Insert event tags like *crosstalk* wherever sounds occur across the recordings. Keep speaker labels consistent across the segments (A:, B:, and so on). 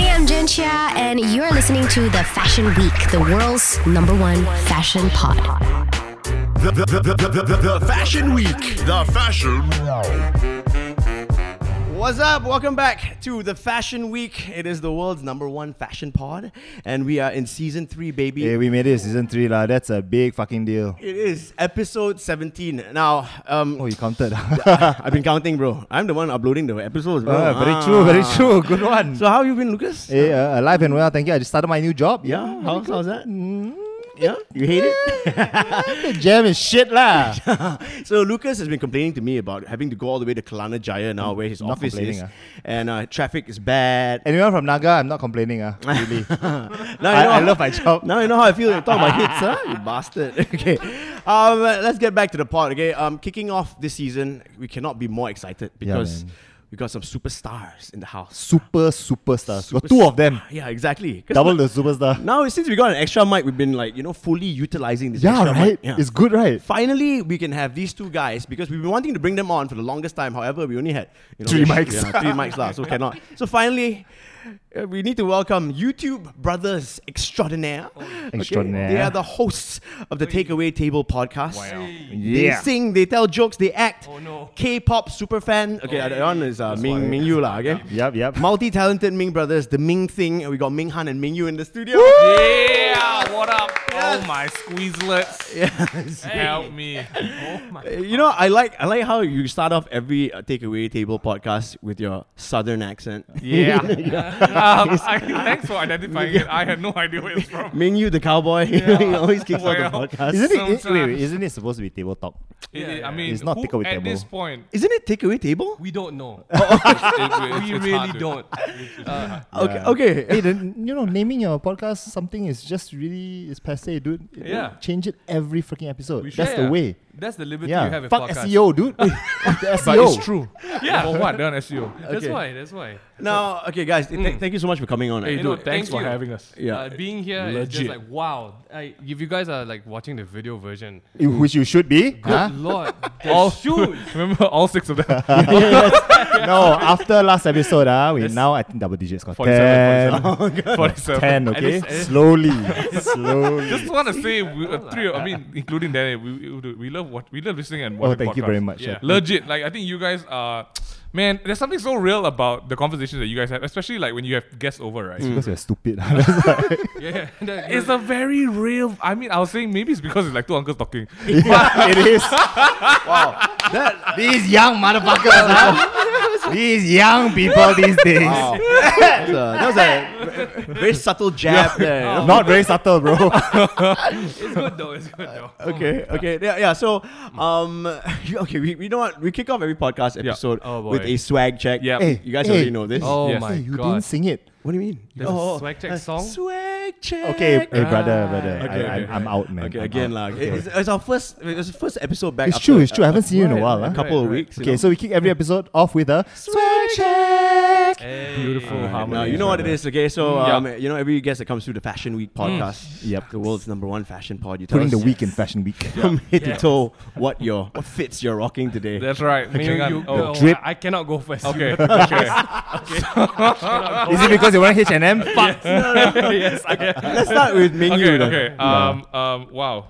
A: Valencia, and you're listening to the Fashion Week, the world's number one fashion pod.
B: The, the, the, the, the, the, the Fashion Week. The Fashion
C: What's up? Welcome back to the Fashion Week. It is the world's number one fashion pod, and we are in season three, baby.
D: Hey, we made it season three lah. That's a big fucking deal.
C: It is episode 17. Now,
D: *laughs*
C: um,
D: Oh, you counted. *laughs*
C: I've been counting, bro. I'm the one uploading the episodes, bro.
D: Ah, very true, very true. Good one.
C: So, how you been, Lucas?
D: hey, uh, alive and well. Thank you. I just started my new job. Mm,
C: yeah, how's, how's that? Mm, Yeah, you hate it?
D: the jam is shit lah. *laughs*
C: *laughs* so Lucas has been complaining to me about having to go all the way to Kalana Jaya now, where his
D: Not
C: office is,
D: complaining, ah.
C: and uh, traffic is bad.
D: Anyone from Naga? I'm not complaining. Ah, really.
C: Now you
D: I-
C: know
D: I
C: how-
D: love my
C: *laughs*
D: job.
C: Now you know how I feel when you talk about *laughs* hits, huh? You bastard. okay. Um, uh, let's get back to the pod, okay? Um, kicking off this season, we cannot be more excited because
D: man.
C: we got some superstars in the house.
D: Super superstars.
C: Superstar-
D: Got two of them.
C: Yeah, exactly. 'Cause
D: Double
C: now-
D: the superstar.
C: Now, since we got an extra mic, we've been like, you know, fully utilizing this
D: *laughs* Yeah,
C: extra
D: right.
C: mic. Yeah.
D: It's good,
C: *laughs*
D: right?
C: Finally, we can have these two guys because we've been wanting to bring them on for the longest time. However, we only had you know,
D: Three
C: yeah,
D: mics.
C: three mics lah, so
D: *laughs*
C: cannot. So finally, uh, we need to welcome YouTube brothers extraordinaire.
E: Oh,
C: Okay,
D: Extraordinaire.
C: They are the hosts of the Takeaway Table podcast.
D: Yeah.
C: They sing, they tell jokes, they act.
E: Oh, no. Oh,
C: K-pop superfan. Okay, that one is uh, Ming Ming Yu lah. Okay.
D: Yep, yep.
C: Multi-talented Ming brothers, the Ming thing. and We got Ming Han and Ming Yu in the studio.
E: Yeah, what up? Oh my squeezelets. Help
D: *laughs*
E: me. Oh my.
C: You know, I like I like how you start off every uh, takeaway table podcast with your southern accent.
D: *laughs*
E: Yeah. um, I, *laughs* thanks for identifying it. I had no idea where it's from.
C: Ming Yu the cowboy *laughs* he always kicks
E: Well.
C: out the podcast.
D: Isn't it? eh, Wait,
E: Sometimes.
D: wait, isn't it supposed to be table talk?
E: It- I mean,
D: It's not
E: who-
D: tickle with oh.
E: at
D: table.
E: this point,
C: Isn't it takeaway table?
E: we
D: *laughs*
E: don't know.
F: it's-
E: we
F: it's
E: really
F: hard to-
E: don't.
C: Okay, okay. *laughs*
D: Hey, then, you know, naming your podcast something is just really is passe, dude.
E: Yeah.
D: Change it every freaking episode.
E: We
D: That's
E: should.
D: the way.
E: That's the liberty you have
D: Yeah.
E: with
D: Fuck E
E: podcast.
D: SEO, *laughs* dude. Fuck the SEO.
F: But it's true.
E: Yeah. E For what? They're on SEO.
F: That's
C: Okay.
F: why. That's why.
C: Now, okay, guys, th- thank you so much for coming on.
F: Mm. Hey,
E: You
C: eh.
E: know,
F: dude, thanks
E: thank
F: for
E: you.
F: having us.
C: Yeah.
F: Uh, being here is
C: Legit.
F: just like wow. I, if you guys are like watching the video version,
D: Which you should be. huh?
E: *laughs*
F: Lord, the
E: All *laughs*
F: shoes.
E: *laughs* Remember all six of them.
D: *laughs* no, after last episode, ah, we
F: That's-
D: now I think double digits got 10, *laughs*
E: 47, 47.
D: 10,
F: At
D: okay?
F: least- at least-
D: slowly, slowly.
F: *laughs*
E: Just want to say, we, uh, three. I mean, including Danny, we, we we love what we love listening and
D: Oh,
E: watching
D: thank you
E: podcasts.
D: very much. Yeah.
E: Legit, like I think you guys are, man. There's something so real about the conversations that you guys have, especially like when you have guests over, right? *laughs*
D: Because we're stupid. *laughs* That's why.
F: Yeah, Mm. *laughs* that-
E: It's a very real. I mean, I was saying maybe it's because it's like two uncles
F: *laughs*
E: talking.
D: Yeah, it is. Wow. these young motherfuckers, huh? these young people these days.
C: Wow. That's a- that was a
F: *laughs*
C: v- very subtle jab there. you know?
D: *laughs*
F: Oh,
D: Not very subtle, bro.
F: it's good though. It's good though.
C: Okay, okay, yeah, yeah. So, um, *laughs* okay, we, we know what we kick off every podcast
E: Yeah.
C: episode
F: Oh, boy.
C: with a swag check.
E: Yep.
D: Hey,
C: you guys
D: hey.
C: already know this.
F: Oh
E: Yes.
F: my
D: Hey, you
F: god.
D: didn't sing it.
C: What do you mean? Oh.
F: There's a swag check song.
C: Swag check.
D: Okay, hey, brother, brother.
C: Okay,
D: I,
C: okay.
D: I, I'm out, man.
C: Okay,
D: I'm
C: again,
D: out.
C: lah. It's, it's our first. It's the first episode back.
D: It's
C: after
D: true, it's true. I
C: a-
D: haven't seen you in a while.
C: A
D: huh?
C: couple of
F: Right, right.
C: weeks. you
D: Okay,
C: know.
D: so we kick every episode off with a swag check.
F: Beautiful
C: Now you know what it is, okay? So
E: Yeah. Hmm.
C: um, you know every guest that comes through the Fashion Week podcast,
D: Yep.
C: the world's number one fashion pod. You tell
D: Putting the
C: us
D: week in fashion
E: *laughs*
D: week.
C: from head to
F: Yes.
C: toe what your what fits you're rocking today. *laughs*
E: That's *laughs* right.
F: You,
E: Hang on.
F: you,
E: oh.
F: oh,
D: drip.
F: I, I cannot go first.
E: *laughs*
F: *laughs*
E: Okay. okay.
D: Is it because you want H and
E: *laughs*
D: M? Fuck.
F: yes. Okay.
C: Let's start with Ming Yu.
E: Okay.
C: then.
E: Okay. Um. Um. Wow.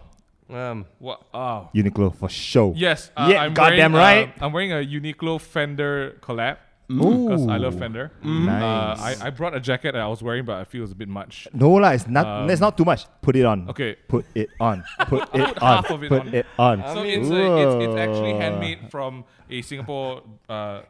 F: Um.
E: Wow.
F: Oh.
D: Uniqlo for show.
E: Yes.
D: Yeah, goddamn
E: wearing, uh,
D: right.
E: I'm wearing a Uniqlo Fender collab because I love
D: Ooh.
E: Fender.
F: Mm.
D: Nice.
E: Uh, I, I brought a jacket that I was wearing, but I feel it's a bit much.
D: No lah, it's not. it's not too much. Put it on.
E: um, Okay.
D: Put it
E: *laughs*
D: on. Put it on.
E: half of it
D: Put
E: on.
D: it on.
E: so it's, a, it's it's actually handmade from a Singapore uh,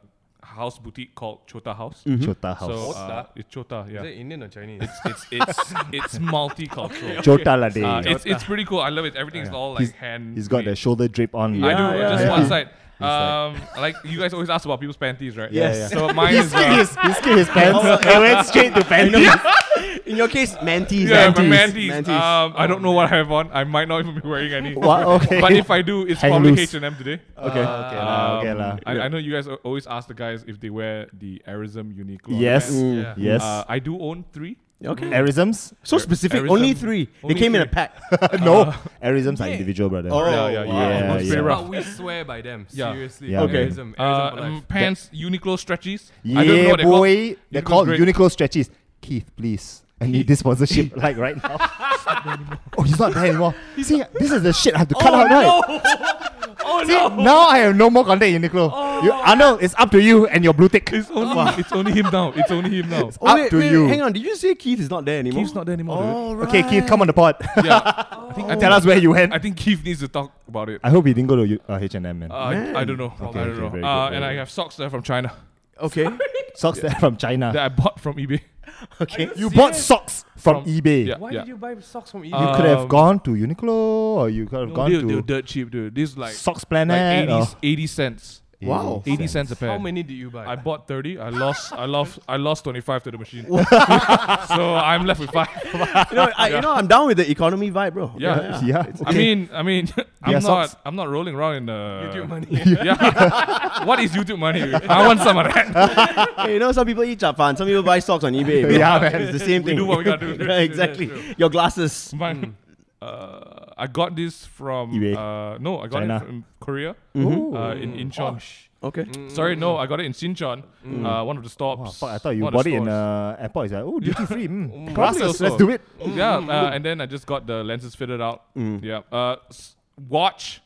E: house boutique called Chota House.
D: Chota
E: So
D: house.
E: uh,
F: Chota?
E: it's Chota, yeah.
F: Is it Indian or Chinese?
E: It's it's
C: *laughs*
E: it's multicultural.
D: Chota la day.
E: Uh, it's it's pretty cool. I love it. Everything's all like
D: he's,
E: hand.
D: he's got the
E: made.
D: shoulder drape on.
E: I do
C: Yeah,
E: just
C: yeah,
E: one
C: yeah.
E: side. Um, like you guys always ask about people's panties, right?
C: Yes. Yeah,
E: *laughs* So mine
D: He
E: is.
D: skipped
E: Uh,
D: his, he skipped his
E: *laughs*
D: pants. he went straight to panties.
C: In your case, mantis.
E: Yeah, my
C: mantis.
E: mantis. Um, I
C: Oh,
E: don't know what I have on. I might not even be wearing any.
D: What? Okay.
E: But if I do, it's
D: Hang
E: probably
D: loose.
E: H&M today.
D: okay. okay, lah,
E: Um,
D: okay lah.
E: I, I know you guys al- always ask the guys if they wear the Arism Uniqlo.
D: Yes. Mm.
E: pants.
F: Yeah.
D: Yes. *laughs*
E: Uh, I do own three.
C: Okay.
D: Arisms?
C: so specific.
E: Arism.
C: Only three.
E: Only
C: they came in a
E: three. *laughs*
C: pack.
D: no. *laughs* Arisms are individual, brother.
C: Oh,
E: Uh, Yeah, yeah,
C: wow.
E: yeah.
D: Yeah,
E: It's
D: yeah.
E: very rough.
F: But *laughs* we swear by them.
E: Yeah.
F: Seriously.
D: Yeah, Okay.
F: Arism, Arism
E: Uh,
F: for life.
E: um, pants, Uniqlo stretchies. I don't know
D: Yeah,
E: what they're called.
D: boy. They're
E: Uniqlo's
D: called
E: great.
D: Uniqlo stretchies. Keith, please. I need this
E: *laughs*
D: sponsorship like right now. oh, he's not there anymore. See, this is the shit I have to cut out right.
E: Oh
D: See,
E: no! Oh.
D: now I have no more contact Uniqlo. You, Arnold, it's up to you and your blue tick.
E: It's only it's only him now. It's only
D: *laughs*
E: him now.
C: Oh,
D: up
C: wait,
D: to
C: wait,
D: you.
C: Hang on, did you say Keith is not there anymore?
E: Keith's not there anymore. dude.
D: Okay, Keith, come on the pod.
E: *laughs* Yeah. I think,
D: *laughs* Tell us where you went.
E: Oh. I think Keith needs to talk about it.
D: I hope he didn't go to U- uh, H&M, man.
E: Uh, I, I don't know.
D: Okay, okay,
E: I don't know.
D: very good,
E: uh,
D: very
E: and I
D: good.
E: have socks there from China *laughs*
D: *laughs*
C: Okay.
D: Socks there from China.
E: that I bought from eBay.
C: Okay.
D: you bought socks from,
E: From-
D: eBay.
E: Yeah.
F: Why
E: yeah. Uh,
F: did you buy socks from eBay?
D: You could have gone to Uniqlo or you could have
E: Um, No,
D: gone
E: they,
D: to
E: they were dirt cheap, dude. This is like
D: Socks Oh.
E: like
D: Planet.
E: 80,
D: or-
E: 80 cents.
C: Wow.
E: 80 cents. a pair.
F: How many did you buy?
E: I bought 30. I lost I lost I lost 25 to the machine. *laughs* so I'm left
D: *laughs*
E: with 5.
C: you, know, I, you know, I'm down with the economy vibe, bro.
E: Yeah.
D: Yeah.
E: I mean, I mean, I'm
D: Yeah,
E: not,
D: socks.
E: I'm not rolling around in uh,
F: YouTube money.
E: *laughs* Yeah, *laughs* what is YouTube money? I want some of that.
C: Hey, you know, some people eat chapan, some people buy socks on eBay. bro.
D: *laughs* Yeah, man.
C: It's the same
E: We
C: thing.
E: *laughs* do what
C: *laughs*
E: we gotta do.
C: Yeah, exactly. Your glasses.
E: Mine, uh, I got this from
D: Hmm. eBay.
E: uh, no, I got
D: China. Mm.
E: it from Korea uh, in
D: Oh,
F: Oh,
E: Incheon.
C: Okay.
E: Sorry,
F: Mm.
E: no, I got it in Sinchon, uh, one of the stops.
D: Mm. oh, Fuck, I thought you
E: one of
D: bought
E: the
D: it in
E: stores.
D: uh, airport. It's like, oh, duty free. Mm.
E: *laughs* Probably
D: Glasses,
E: also.
D: let's do it.
E: Yeah, uh, and then I just got the lenses fitted out. Yeah, uh, s- watch,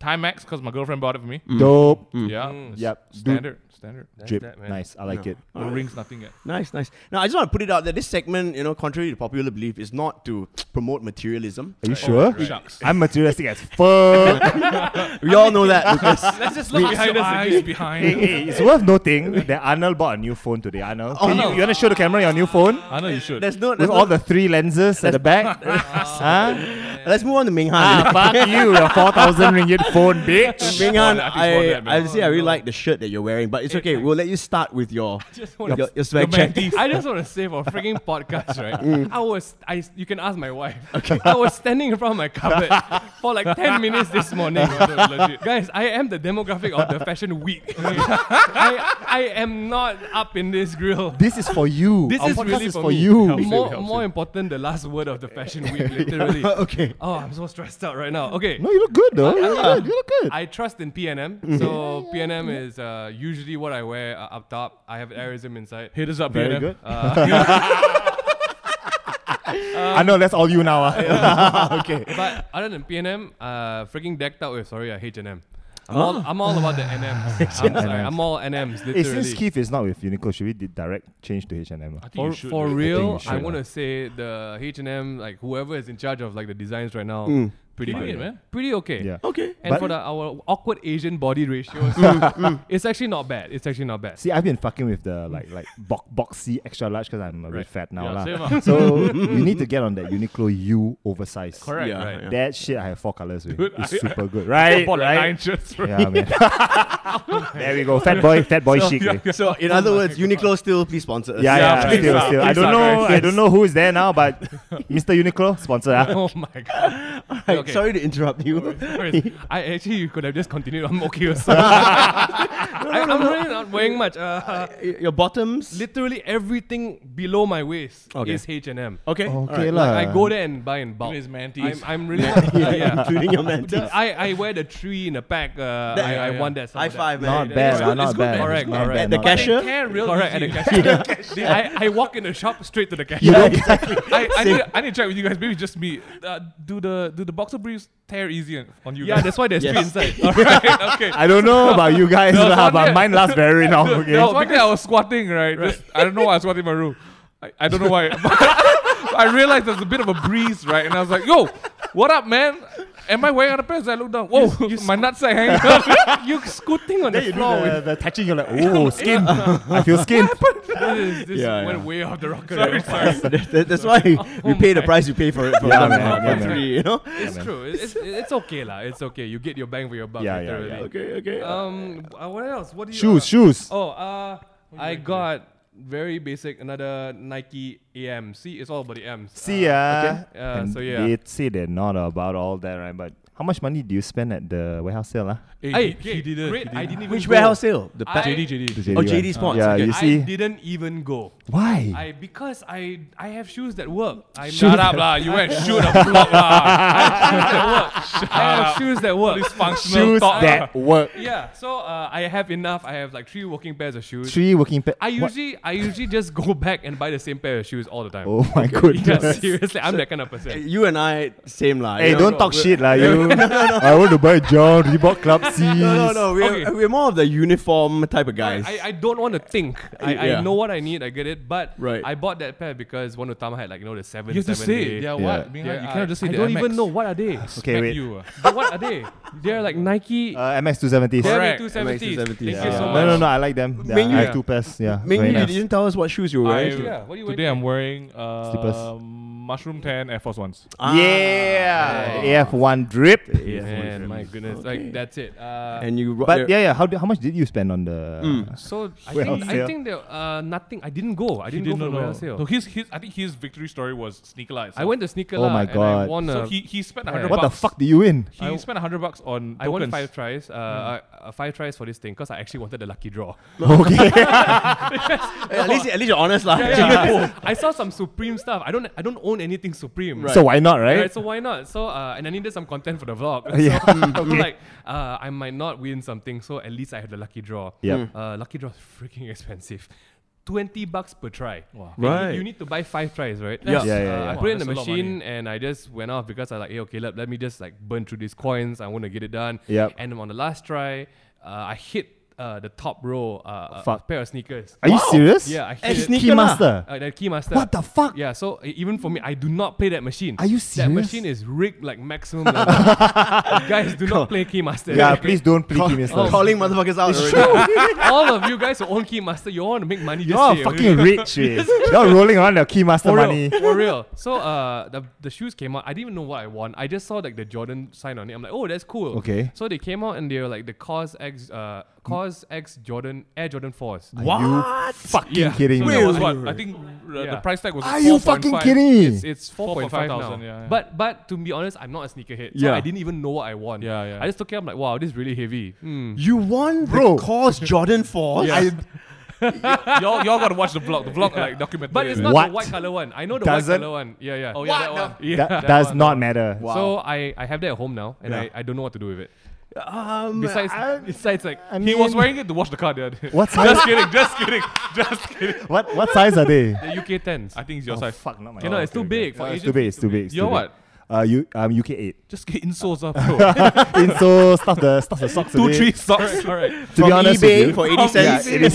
E: Timex, because my girlfriend bought it for me.
D: Dope.
E: Yeah,
F: Mm.
E: it's
D: Yep. Do-
E: standard, standard.
D: Drip.
F: that, man.
D: nice. I like it.
E: No rings, nothing yet.
C: Nice, nice. Now, I just want to put it out there. This segment, you know, contrary to popular belief, is not to promote materialism.
D: Are you sure?
E: *laughs* Shucks.
D: I'm materialistic
E: *laughs*
D: as fuck.
C: We all know that,
D: *laughs*
C: Lucas.
F: Let's just look behind us
E: eyes
F: again.
D: hey,
F: *laughs*
E: behind.
D: hey, it's worth noting that Arnold bought a new phone today. Arnold,
E: Oh,
D: Can
C: no.
D: you, you want to show the camera your new phone
E: I know you should.
C: There's no. There's
D: with
C: no
D: all the three lenses at the
E: *laughs*
D: back? huh?
C: let's move on to Ming Han.
D: Ah, fuck you, your 4,000 ringit phone, bitch.
C: Ming
E: Come on,
C: Han,
E: I just want
C: I,
E: that, man.
C: I see. I really like the shirt that you're wearing, but it's okay. We'll let you start with
E: *laughs*
C: your your,
F: wanna-
C: your,
E: The
C: swag check.
E: Maldives.
F: I just want to say for a freaking podcast, right?
D: Mm.
F: I was, I you can ask my wife. I was standing in front of my cupboard for like ten minutes this morning. Guys, I am the demographic of the fashion week. I, I am not up in this grill.
D: This is for you.
F: This
D: Our
F: is
D: podcast
F: really
D: is
F: for
D: for
F: me.
D: you.
E: Helps.
F: More,
E: helps
F: more
E: you.
F: important, the last word of the fashion
D: *laughs*
F: week, literally.
C: okay.
F: Oh, I'm so stressed out right now. Okay.
D: No, Mm-hmm. you look good though. You look good. You look good.
F: I trust in PNM. So PNM is uh, usually what I wear uh, up top. I have aerism inside. Uh,
E: Hit us up,
D: Very
E: PNM.
D: good.
F: *laughs*
D: I know that's all you now. *laughs* ah. okay.
F: But other than PNM, uh, freaking decked out with sorry, uh, H&M. I'm, all, I'm all about the *laughs* NMs. I'm, sorry, I'm all NMs
D: Hey,
F: literally.
D: since Keith is not with Uniqlo, should we di- direct change to H&M? ah?
E: I think you
F: for,
E: should
F: for
E: do it.
F: real,
D: you should,
F: I
D: uh.
F: want to say the H&M, like whoever is in charge of like the designs right now, pretty
E: Fine,
F: good,
E: man.
F: Pretty okay.
D: Mm. Yeah.
C: *laughs* Okay.
F: And
D: But- Mm,
F: for the, our awkward Asian body ratios,
D: *laughs*
F: it's actually not bad. It's actually not bad.
D: See, I've been fucking with the like like bo- boxy extra large because I'm a bit fat now
E: Yeah,
D: lah.
E: same ah.
D: So you need to get on that Uniqlo U oversized.
E: Correct.
C: Yeah,
E: right.
C: yeah.
D: That shit I have four colors with.
E: Dude,
D: it's
E: I-
D: super good,
E: I
F: *laughs*
D: right?
E: bought like nine
D: right?
E: shirts from
D: Yeah, man. there we go. Fat boy, fat boy chic. eh.
C: So,
F: *laughs*
C: in other words, Uniqlo still please sponsor us.
D: Yeah,
E: Yeah,
D: yeah,
E: please
D: still,
E: ah,
D: still. I
E: please
D: don't
E: ah,
D: know,
E: guys.
D: I don't know who is there now,
F: *laughs*
D: but Mr. Uniqlo sponsor. ah.
F: Oh my god!
C: Right,
F: Okay.
C: Sorry to interrupt you.
F: Sorry. I actually you could have just continued. I'm okay with
D: *laughs*
F: *laughs* I, I'm really not wearing much. Uh,
C: your bottoms.
F: literally everything below my waist
C: Okay.
F: is H and M.
C: okay.
D: Okay
F: Like
D: lah.
F: I go there and buy in bulk.
E: Even his mantis.
F: I'm,
C: *laughs*
F: I'm really yeah.
D: *laughs*
C: Including
F: *laughs*
C: your mantis.
F: I, I wear the three in a pack. Uh,
C: That-
F: I, I
E: yeah.
F: want that. some
C: High
F: of that.
C: five, man.
D: Not bad,
E: it's
D: ah,
E: good, it's
D: not
E: good,
D: bad.
E: man.
F: Correct,
D: not
F: correct.
D: bad,
C: At the
D: not
E: But
D: bad.
E: they
C: Cashier?
E: care real
F: Correct. And the
E: easy.
F: *laughs* cashier. I, I walk in the shop straight to the cashier.
D: Yeah,
E: I, I, need, I need to check with you guys. Maybe just me. Uh, do the do the boxer briefs tear easy on- on you?
F: Yeah,
E: guys?
F: that's why there's
C: Yes.
F: three inside. *laughs*
E: All right. Okay.
D: I don't know about you guys,
E: No,
D: lah,
E: not
D: but
E: yet.
D: mine lasts very
F: *laughs*
D: long. Okay.
E: There was one day I was squatting, right? Just, I don't know why I was squatting in my room. I, I don't know why. *laughs* But I realized there's a bit of a breeze, right? And I was like, yo, what up, man? Am I wearing out of pants? I looked down. Whoa, my nutsack
F: *laughs*
E: hanging out.
F: you scooting on
D: Then
F: the
D: you do
F: floor.
D: the, the touching,
F: *laughs*
D: you're like, oh, skin. I feel skin.
E: *laughs*
F: This, is- this
C: Yeah,
F: went
C: yeah.
F: way off the rocker.
E: Sorry, sorry.
C: *laughs* That- that- That's why
F: Oh,
C: we pay the price you pay for it. For
D: Yeah,
C: one and
D: man,
C: a
D: yeah,
C: half, for
D: man.
C: three, you know?
F: It's true. It's, it's, it's okay lah. It's okay. You get your bang for your buck.
D: Yeah, yeah,
F: literally.
D: yeah.
C: Okay, okay.
F: Um, uh, what else? What do you
D: Shoes,
F: uh,
D: shoes.
F: Oh, uh, I got very basic another Nike AM. See, it's all about the M's.
D: See ya.
F: okay. Uh,
D: And
F: so yeah.
D: They say they're not about all that, right? But How much money do you spend at the warehouse sale? ah?
F: Hey,
E: Hey,
F: okay,
E: he did it.
F: Great, I didn't even
C: Which
F: go.
C: warehouse sale? The
F: I-
E: JD, JD.
D: The
C: Oh,
D: one.
C: JD Sports,
D: Yeah,
C: okay.
D: you
F: I
D: see.
F: didn't even go.
D: Why?
F: I because I I have shoes that work. I
E: Shut up, lah. You went shoot a block, lah.
F: I have shoes that work.
E: Functional
D: Shoes
E: thought.
D: that work.
F: Yeah, so uh, I have enough. I have like three working pairs of shoes.
D: Three working pairs.
F: I usually I usually just go *laughs* back and buy the same pair of shoes all the time.
D: Oh my
F: yeah,
D: goodness.
F: *laughs* seriously, I'm that kind of person.
C: You and I, same lah.
D: Hey,
C: you know?
D: don't talk
C: *laughs*
D: shit lah, you. I want to buy John Reebok Club C.
C: No, no, no. We're,
F: Okay.
C: we're more of the uniform type of guys.
F: I, I don't want to think. I, I
C: Yeah.
F: know what I need. I get it. But
C: Right.
F: I bought that pair because one of Tama had like you know the seven
E: You have to
F: seven
E: say
F: day.
E: it. Yeah,
D: Yeah.
E: what? Being like, you cannot just say
F: I
E: the
F: don't
E: MX.
F: even know what
E: *laughs*
F: are they.
D: Okay, wait.
E: You, ah.
F: But what are they? They're like Nike.
D: Uh, MX two seventies.
F: They're
D: No,
E: correct.
F: two seventy.
C: MX270s.
F: Thank you
C: Yeah.
F: so much.
D: no, no. I like them. Yeah,
C: Ming
D: I
C: Yu.
D: have two pairs. Yeah.
C: Ming,
D: very
C: you
D: nice.
C: didn't tell us what shoes you were
E: I,
C: wearing.
F: Yeah, what are you
E: today
F: wearing?
E: I'm wearing
D: Slippers.
E: uh, mushroom tan Air Force Ones.
D: Yeah.
C: Ah.
D: AF one drip.
F: Man, my goodness, like that's it. Uh,
C: And you, ro-
D: But yeah, yeah. How, do, how much did you spend on the?
C: Hmm.
F: So I
D: Warehouse
F: think,
D: sale.
F: I think there uh, nothing. I didn't go. I
E: He
F: didn't,
E: did
F: go
E: not
F: for the
E: know.
F: warehouse sale.
E: No, his, his, I think his victory story was sneaker lights.
F: I went to sneaker.
D: Oh
F: lah
D: my
F: and I
D: God.
F: won
E: So
F: a,
E: he, he spent
F: Yeah.
E: hundred
D: What the
E: bucks.
D: fuck do you win?
E: He spent hundred bucks on
F: I won
E: tokens. Hmm.
F: five tries. Uh, uh, five tries for this thing because I actually wanted the lucky draw.
D: okay.
C: at least at least you're honest lah.
D: *laughs*
F: *laughs* I saw some Supreme stuff. I don't. I don't own anything Supreme.
D: So why not, right?
F: Right, so why not? So uh, and I needed some content for the vlog.
D: *laughs* Yeah.
F: So, I'm like, uh, I might not win something, so at least I had the lucky draw.
D: Yep.
F: Uh, lucky draw is freaking expensive. Twenty bucks per try. Wow.
C: Right.
F: You, need to buy five tries, right?
C: Yeah.
D: Yeah, yeah,
F: Uh, I
D: yeah.
F: put it in the
E: Wow, that's a lot of
F: machine and I just went off because I like, hey, okay, let, let me just like burn through these coins. I want to get it done.
D: Yep.
F: And on the last try, uh, I hit uh, the top row, uh, a
D: Fuck.
F: pair of sneakers.
D: Are you serious?
F: Yeah, I hit
C: And
F: it.
C: sneak-
D: *laughs* Keymaster.
F: Uh, the Keymaster.
D: What the fuck?
F: Yeah, so e- even for me, I do not play that machine.
D: Are you
F: That
D: serious?
F: machine is rigged like
D: *laughs*
F: maximum level. guys, do not play Keymaster.
D: Yeah,
F: Okay?
D: please don't play Keymaster.
C: Calling motherfuckers out. already.
F: *laughs* All of you guys who own Keymaster, you all want to make money this
D: You're all
F: year.
D: Oh, fucking rich, eh. You're rolling around your Keymaster
F: For
D: money.
F: real, *laughs* for real. So uh, the, the shoes came out. I didn't even know what I want. I just saw like the Jordan sign on it. I'm like, oh, that's cool.
D: Okay.
F: So they came out and they were like the Cause X, uh, Cause X Jordan Air Jordan Fours.
D: What? Fucking kidding
E: So
D: me.
E: that was what? I think uh,
F: Yeah.
E: the price tag was.
D: Are you fucking kidding me?
F: It's, it's 4.5 now.
E: 4,500, yeah, yeah.
F: But but to be honest, I'm not a sneakerhead. So
C: Yeah.
F: I didn't even know what I want.
E: Yeah, yeah.
F: I just took it. I'm like, wow, this is really heavy.
C: You won
D: Bro.
C: the cause Jordan Force.
E: Yeah. y'all, y'all gotta watch the vlog. The vlog like documentary.
F: But it's not
D: What?
F: the white color one. I know the
D: Doesn't-
F: white color one. Yeah, yeah. Oh, yeah, that one. Yeah,
D: that,
F: that
D: does
F: one.
D: not matter.
F: So I, I have that at home now, and
C: Yeah.
F: I, I don't know what to do with it.
C: Um,
F: Besides,
D: I-
F: *laughs* besides like
D: I
E: He was
D: mean,
E: wearing it to wash the car, dude.
F: *laughs*
D: What size?
E: Just kidding. Just kidding. Just kidding.
D: What what size are they?
F: the UK tens. Oh,
E: I think it's your
D: *laughs*
E: size.
D: Fuck, not my.
F: You know, it's too big. For
D: It's
F: Asian
D: too big. It's too big. It's
E: You're
D: too big.
E: what?
D: Uh, you um UK eight.
F: *laughs*
E: Just get insoles up, bro.
D: Insoles, stuff the stuff the socks.
E: Two,
D: away.
F: *laughs*
E: three socks. All right.
D: To be honest with
C: eBay
D: you,
C: for
F: Oh,
C: 80 cents.
D: Yeah,
C: *laughs*
D: it is.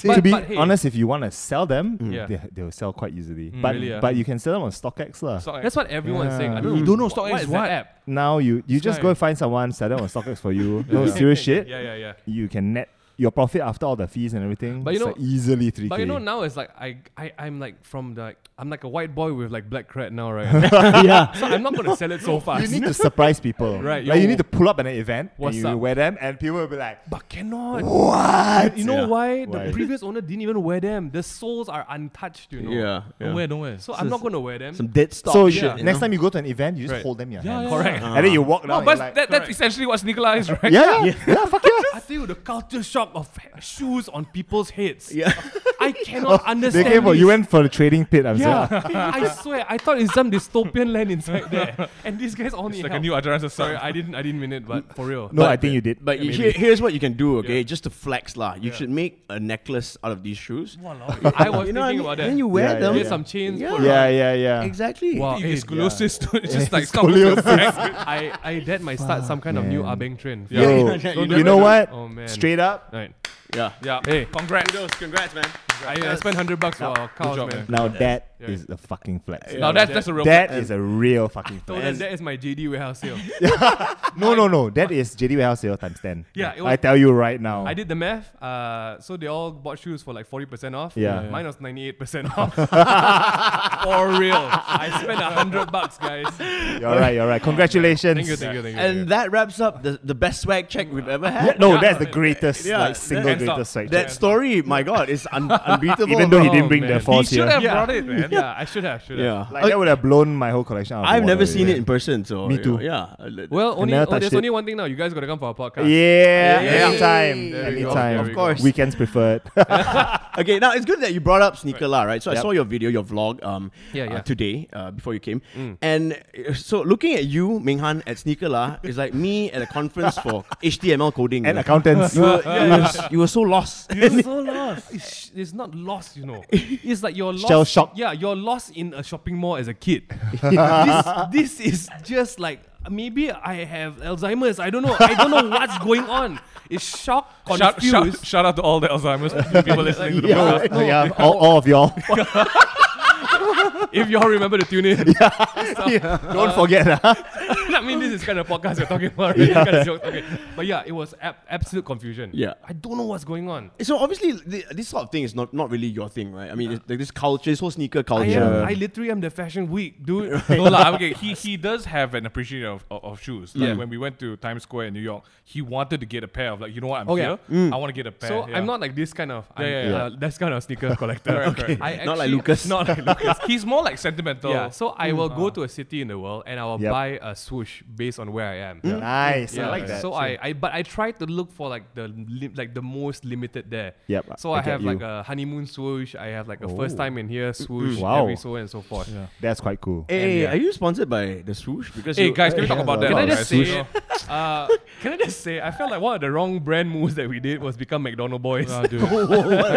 F: *laughs*
D: to *laughs*
F: But-
D: be
F: but hey. Mm.
D: honest, if you want to sell them,
F: Yeah. Mm,
D: they, they will sell quite easily. but
E: really, yeah.
D: but you can sell them on StockX lah.
E: Sock-
F: That's what everyone's saying. I
E: You
F: don't,
E: don't know
F: what,
E: stock
F: what
E: is
F: is that
E: what?
F: app.
D: now you you just go
E: right.
D: and find someone sell them on StockX for
F: *laughs*
D: you. No serious shit.
E: Yeah, yeah, yeah.
D: You can net your profit after all the fees and everything.
F: But you
D: it's
F: know-
D: like easily three k.
F: But
D: *laughs*
F: you know now it's like I I I'm like from the like, I'm like a white boy with like black cred now, right?
D: *laughs* yeah.
F: *laughs* so I'm not gonna sell it so
D: You
F: fast.
D: need to surprise people.
F: Right,
D: Like
F: yo.
D: you need to pull up at an event
F: What's
D: and you
F: up?
D: wear them and people will be like,
F: but cannot.
D: What?
F: You know
D: Yeah.
F: why? The
D: Why?
F: previous owner didn't even wear them. The soles are untouched, you know.
C: Yeah, yeah.
E: Don't wear, don't wear.
F: So, I'm not gonna wear them.
C: Some dead stock
D: So
C: shit.
D: yeah,
C: you
D: next
C: know?
D: time you go to an event, you just
F: Right.
D: hold them in your
E: Yeah,
D: hand.
E: yeah,
F: Correct.
E: yeah.
D: And then you walk down.
E: No,
D: you're
E: but
D: like,
E: that, that's essentially what sneaker is, right?
D: yeah, yeah, yeah, fuck
F: *laughs*
D: yeah.
F: I tell you the culture shock of shoes on people's heads.
C: Yeah.
F: I
D: *laughs*
F: cannot
D: They
F: understand.
D: came for, you
F: this.
D: went for the trading pit. I'm
F: Yeah,
D: sorry.
F: *laughs* I swear, I thought it's some dystopian land
D: *laughs*
F: inside there, and these guys only
E: It's like
F: help.
E: a new Adoranza
F: Sorry,
E: song.
F: I didn't, I didn't mean it, but for real.
D: No,
C: But-
D: I think you did.
C: But
F: Yeah,
C: here,
F: maybe.
C: here's what you can do, okay? Just to flex, lah. You should make a necklace out of these shoes.
F: I was
C: you know what I
F: thinking
C: mean?
F: about
C: And
F: that.
C: then you wear
D: Yeah,
C: them.
F: Get some chains.
C: Yeah.
F: put around.
D: yeah, yeah, yeah.
C: Exactly.
F: Wow,
E: It's
F: eh,
E: scoliosis, dude. It's just like
D: Scoliosis.
F: *laughs* I, I that might start some kind of new
D: man.
F: abeng trend. *laughs*
D: Yo,
C: yeah, you
D: you,
C: never
D: know
C: know.
D: what?
F: Oh, man.
D: Straight up.
F: Right.
C: Yeah.
E: Yeah.
F: Hey.
E: congrats.
C: *laughs* Congrats, man.
F: I, I spent hundred bucks for our cows,
E: job,
F: Oh,
E: man.
F: man.
D: Now that is a fucking flex.
E: Now that's that's a real.
D: that is a real
F: *laughs*
D: fucking
F: So
D: flex.
F: then that is my JD warehouse sale.
D: No, no, no. That is JD Warehouse sale times ten.
F: Yeah, it
D: I
F: was-
D: tell you right now. *laughs*
F: I did the math. Uh, so they all bought shoes for like forty percent off.
D: Yeah. Yeah.
F: Mine was ninety eight percent off. for real, I spent hundred
C: *laughs*
F: bucks, guys. Thank
D: You're right. You're right. Congratulations.
F: you, thank you, thank you.
C: And that wraps up the, the best swag check we've ever
D: Yeah,
C: had.
D: no, that's the greatest
C: Yeah,
D: like single
C: and
D: greatest side
C: That
D: chick.
C: story, my god, is un- unbeatable.
D: *laughs* Even though oh, he
C: man.
D: didn't bring
F: man.
D: the
F: He
E: He
D: force
E: should
D: here.
E: have brought it, man.
F: yeah, I should have, should have.
C: yeah,
D: Like that would have blown my whole collection out. of
C: I've
D: the
C: never
D: water,
C: seen
D: yeah.
C: it in person, so
D: Me
C: you
D: too.
C: know, Yeah, uh,
F: Well, only
D: never
F: oh,
D: touched
F: there's
D: it.
F: only one thing now. You guys got to come for our podcast.
D: Yeah,
C: Yeah.
D: anytime,
C: There
F: we go,
D: anytime.
F: there we Of go. course.
D: weekends preferred. *laughs*
C: Okay, now it's good that you brought up sneaker lah, right? So I
D: Yep.
C: saw your video, your vlog, um,
F: Yeah,
C: uh,
F: yeah.
C: today uh, before you came, and uh, so looking at you, Minghan at sneaker lah, is like me at a conference for HTML coding
D: and
C: you know.
D: accountants. *laughs*
C: You were, you, were, s- you were so lost.
F: It's *laughs* so lost. It's, it's not lost, you know. It's like you're lost.
D: Shell shock.
F: Yeah, you're lost in a shopping mall as a kid. this, this is just like maybe I have Alzheimer's. I don't know. I don't know what's going on. It's shock,
E: Shout,
F: confused.
E: shout, shout out to all the Alzheimer's
F: *laughs*
E: people listening to the podcast.
D: yeah, yeah, all, all of y'all.
F: If y'all remember to tune
D: *laughs*
F: in,
D: Don't forget. ah.
F: *laughs* I mean, this is kind of podcast you're talking about. Right? Kind of jokes. Okay. But yeah, it was ab- absolute confusion.
C: Yeah.
F: I don't know what's going on.
C: *laughs* so obviously, th- this sort of thing is not, not really your thing, right? I mean, it's, like this culture, this whole sneaker
F: I,
C: culture.
F: am, I literally am the fashion week, dude.
E: no lah. Okay, he he does have an appreciation of, of, of shoes. Like
F: Yeah.
E: when we went to Times Square in New York, he wanted to get a pair of like you know what I'm
F: Oh, yeah.
E: here. I want to get a pair.
F: So
E: yeah.
F: I'm not like this kind of, I'm,
E: Yeah, yeah, yeah.
F: Uh, this kind of sneaker collector.
E: Correct, correct.
F: I
C: Not like
F: actually-
C: Lucas.
F: *laughs* Not like Lucas.
E: He's more like sentimental.
F: yeah. So I will go to a city in the world and I will
D: Yep.
F: buy a swoosh based on where I am.
D: nice.
F: Yeah,
D: I like that.
F: So I, I, but I try to look for like the li- like the most limited there.
D: Yep,
F: So
D: I
F: I,
D: get
F: have like
D: you.
F: a honeymoon swoosh. I have like a first time in here swoosh.
D: Wow.
F: Every so on and so forth.
D: That's quite cool.
C: Hey,
F: yeah.
C: Eh, are you sponsored by the swoosh? Because
E: Hey
C: you-
E: guys, can we
D: Yeah,
E: talk about
D: yeah,
E: that?
F: Can I
D: Oh,
E: guys?
F: just
E: You
F: say,
E: know?
F: uh, can I just say, I felt like one of the wrong brand moves that we did was become McDonald boys.
E: Ah,
F: *laughs*
E: dude.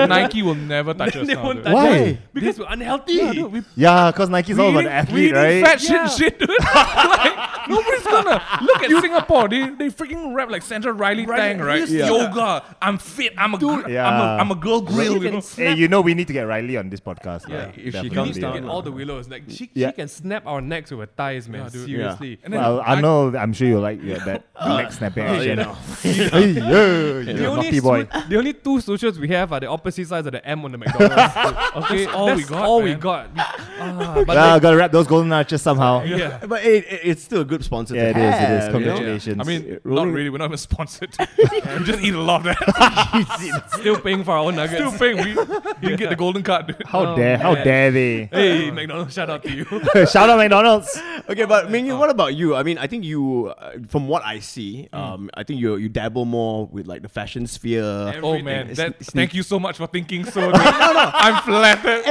E: Nike will never touch us.
F: they
E: now,
F: won't
E: dude.
F: touch
D: Why?
F: us Because we're unhealthy. we
D: Yeah, because Nike's all about the athlete, right?
E: fat shit,
F: Yeah.
E: shit, dude. like, *laughs* nobody's gonna look at Singapore. They, they freaking rap like Sandra Riley Tang, right?
C: Yeah.
E: Yoga. I'm fit. I'm a gr-
D: Yeah.
E: I'm a, I'm a girl grill. You know?
D: Hey, you know we need to get Riley on this podcast.
F: Yeah.
C: If
D: like,
C: she
D: definitely.
C: comes
F: need to
C: down,
F: get all the willows. Like she,
D: Yeah.
F: she can snap our necks with her thighs, man.
E: dude.
C: Yeah.
F: Seriously.
E: *laughs* And then
D: Well,
E: I- Oh.
D: I know. I'm sure you like yeah,
E: *laughs*
D: that neck snapping
C: you
D: action.
C: know.
D: *laughs* Hey, yeah,
F: The
D: you
F: only,
D: naughty boy.
F: swo- the only two socials we have are the opposite sides of the M on the
E: *laughs*
F: McDonald's. okay, that's all we got. All we
E: man.
F: got. We- ah, but
D: Yeah, gotta wrap those golden arches somehow.
F: like- yeah.
C: But it, it- it's still a good sponsor.
D: Yeah,
C: to
D: it is, it
C: have,
D: is.
C: you know?
E: Yeah.
D: Congratulations.
E: I mean,
C: Rolling-
E: not really. We're not even sponsored. *laughs* we just eat a lot *laughs* of that.
F: Still paying for our own nuggets.
E: Still paying. We didn't get the golden card. Dude.
D: How dare, how
F: man.
D: dare
E: *laughs*
D: they? *laughs*
F: *laughs* hey, McDonald's, shout out to you.
D: Shout out McDonald's.
C: Okay,
E: Oh,
C: but Ming, what about you? I mean, I think you, uh, from what I see,
E: Mm.
C: um, I think you you dabble more with like the fashion sphere.
E: Oh man,
C: It's-
E: that,
C: it's-
E: thank you so much for thinking so. dude. I'm flattered.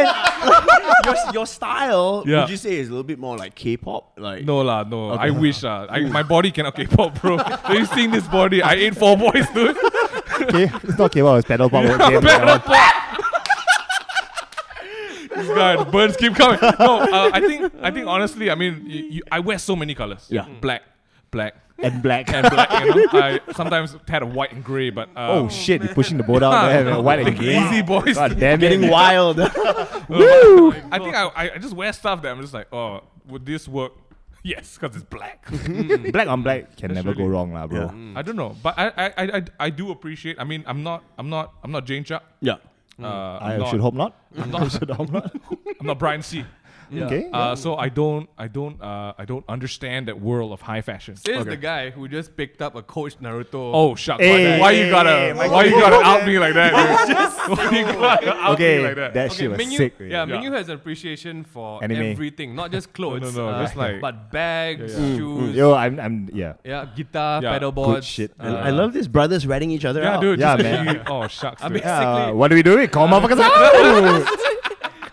C: *laughs* your, your style,
E: Yeah.
C: would you say, is a little bit more like K-pop? Like
E: No lah, no. I wish lah. I, my body cannot K-pop, bro. Have you seen this body? I ate four boys, dude.
D: Okay, it's not K-pop, it's
E: *laughs*
D: pedal pop. okay,
E: Better pop. This guy, the birds keep coming. No, uh, I think, I think honestly, I mean, you, you, I wear so many colors. Mm.
C: Yeah.
E: black, black,
D: and black.
E: and black. You know, I sometimes had a white and grey, but uh,
D: Oh shit, you're pushing the boat out there. man. White and green.
E: easy boys.
D: God damn it.
E: *laughs*
C: getting wild.
E: I think I, I- I just wear stuff that I'm just like, oh, would this work? Yes, because it's black.
D: *laughs* black on black can never go
E: really-
D: wrong, lah, bro.
E: I don't know, but I, I, I, I, I do appreciate. I mean, I'm not, I'm not, I'm not Jane Chuck.
C: *laughs* yeah.
E: Uh,
D: Mm. I
E: I'm not,
D: should hope not. *laughs*
E: I'm not, *laughs* I'm not Brian C.
D: Okay.
E: Uh, so I don't, I don't, uh, I don't understand that world of high fashion.
F: This is the guy who just picked up a coach Naruto.
E: Oh shucks!
D: Hey,
E: why, why you gotta,
D: hey, my
E: why you
D: God.
E: gotta out me like that?
F: *laughs*
E: Dude? why you gotta out
D: okay,
E: me like that?
D: that shit was
F: Mingyu,
D: sick.
F: yeah,
D: man.
F: Mingyu has an appreciation for
D: Anime.
F: everything, not just clothes,
E: *laughs* no,
F: uh,
E: just like- Mm,
F: but bags, shoes,
D: Yo, I'm, I'm, yeah.
F: yeah, guitar,
E: Yeah.
F: pedal
E: Good
F: boards.
D: shit.
F: uh,
C: And I love these brothers ratting each other
E: yeah,
C: out.
E: dude.
D: Yeah,
E: just-
D: man.
E: Oh shucks!
F: I
E: dude. *laughs*
F: mean,
D: Yeah,
F: basically,
D: Uh, what do we do? Call motherfuckers out!
C: *laughs* *laughs*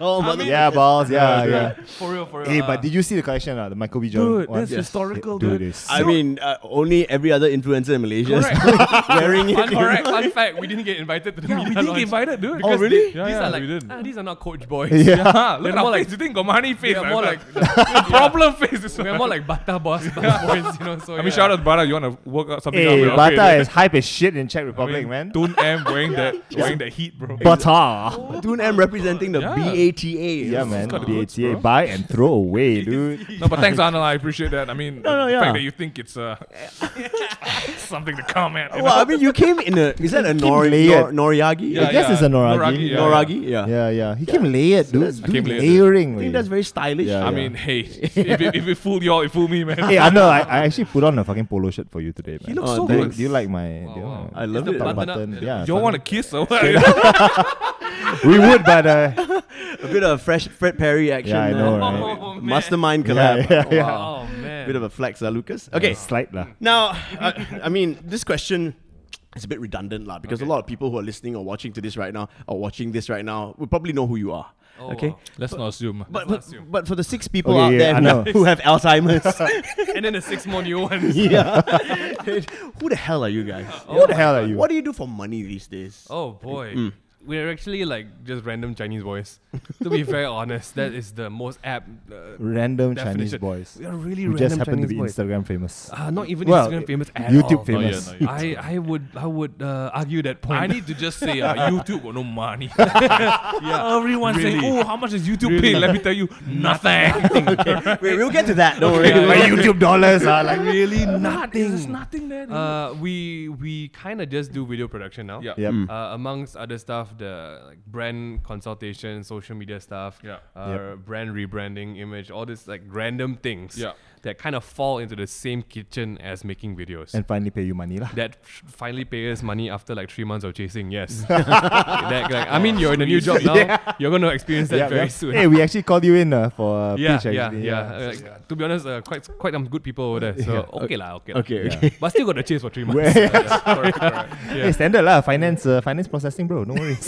C: Oh, mother-
D: yeah, balls. Yeah, yeah.
F: for real, for real.
D: Hey,
F: uh,
D: but did you see the collection? Uh, the Michael B. Jordan.
E: Dude,
D: one?
E: that's historical,
D: Dude,
E: dude.
D: it's-
C: I *laughs* mean, uh, only every other influencer in Malaysia is *laughs* wearing it.
F: fun, correct, fun fact, we didn't get invited to the media
E: we didn't
F: launch.
E: get invited, dude.
F: Because
C: really?
F: they-
E: oh, Yeah,
F: these
E: yeah,
F: are
E: we
F: like *laughs*
E: didn't.
F: ah, these are not coach boys.
D: yeah.
E: Ah, *laughs* look
F: They're
E: at our
F: more
E: face.
F: like-
E: You think got money face?
F: We are
E: I
F: more
E: feel
F: like
E: *laughs* problem faces.
F: *laughs* *laughs* we are more like Bata boss bus boys, you know. So
E: I mean, shout out to Bada. You wanna work out something?
D: *laughs*
E: out,
D: Hey,
E: man?
D: Bata
E: Okay,
D: is hype as shit in Czech
E: I
D: Republic, *laughs*
E: mean,
D: man.
E: Don't am wearing that, wearing that heat,
C: *laughs*
E: bro.
D: Bata.
C: Toon M representing the
E: Yeah.
C: DATA.
D: Yeah, man.
E: got the goods,
D: DATA,
E: bro.
D: buy and throw away, dude.
E: No, but thanks, Anil. I appreciate that. I mean,
C: no,
E: the
C: yeah.
E: fact that you think it's uh, something to comment. You know?
C: Well, I mean, you came in a. Is that a Nor- Nor-
D: layered.
C: Noriagi?
E: Yeah,
D: I guess
E: yeah.
D: it's a noragi.
E: Noragi, yeah,
C: Noragi? Yeah.
D: Yeah, yeah. He came layered, dude.
E: I came
D: Dude,
E: layered.
D: layering.
C: I think that's very stylish.
D: Yeah.
E: I mean, hey, if it, if it fooled y'all, it fooled me, man.
F: *laughs*
D: Hey,
C: *laughs*
D: I know. I, I actually put on a fucking polo shirt for you today, man.
C: He looks
D: Oh,
C: so
D: do you-
C: good.
D: Do you like my? do you
E: wow.
D: like my
C: I love it.
D: top
F: button up.
D: button? Yeah.
E: y'all
D: fun.
E: want to kiss or
F: *laughs*
E: what?
D: We would, but uh,
C: A bit of fresh Fred Perry action.
D: yeah,
C: uh,
D: I know,
F: Oh,
D: right?
E: *laughs*
F: man.
C: Mastermind
D: Yeah,
C: collab.
D: yeah, yeah.
F: Oh, man.
C: Bit of a flex, uh, Lucas. Okay.
D: Slight lah.
C: Now, uh, I, I mean, this question is a bit redundant, lah, because a lot of people who are listening or watching to this right now or watching this right now will probably know who you are.
F: Oh,
C: okay.
E: Let's not assume.
C: But, but, but for the six people
D: Okay,
C: out
D: yeah,
C: there
D: I
C: who, have,
D: know.
C: who have Alzheimer's, *laughs*
E: *laughs*
F: and then the six more new ones.
C: yeah, who the hell are you guys?
D: What the hell are you?
C: What do you do for money these days?
F: Oh boy. We're actually like just random Chinese boys. to be very honest, that is the most apt. Uh,
D: Random
F: Definition.
D: Chinese boys.
F: we are really
D: Who
F: random
D: just happen
F: Chinese
D: to be
F: boys.
D: Instagram famous.
F: Uh, not even
D: Well,
F: Instagram famous at
D: YouTube
F: all. Oh,
D: famous.
E: not yet.
F: I, I would I would uh, argue that point.
E: I need to just say
F: *laughs*
E: uh, YouTube got no money. yeah, everyone's saying,
F: Really.
E: "Oh, how much is YouTube pay?" Let me tell
F: *laughs*
E: you, *laughs* nothing.
C: Wait, we'll get to that. Don't worry.
D: My *laughs* YouTube dollars are
F: *laughs*
D: like
F: really nothing.
E: There's nothing there.
F: Uh, we we kind of just do video production
E: *laughs*
F: now.
E: Yeah.
D: Yep.
F: Uh, amongst other stuff, the like, brand consultation, social media stuff,
E: Yeah.
F: uh, brand rebranding, image, all this like random things
E: Yeah.
F: that kind of fall into the same kitchen as making videos.
D: and finally pay you money lah.
F: that f- finally pay us money after like three months of chasing. Yes. That, like, I mean, you're in a new job now. You're going to experience that
D: Yep,
F: very
D: yep.
F: soon.
D: Hey, we actually called you in uh, for uh,
F: yeah,
D: pitch,
F: yeah, yeah,
D: actually.
F: Uh,
D: *laughs*
F: like, To be honest, uh, quite quite some good people over there. So okay lah, okay. lah.
C: Okay,
D: Yeah.
C: okay. *laughs*
F: But still got to chase for three
D: Where-
F: months. Yes, correct, correct.
D: Hey,
F: Yeah,
D: standard lah. Finance, uh, finance processing, bro. No
F: *laughs*
D: worries.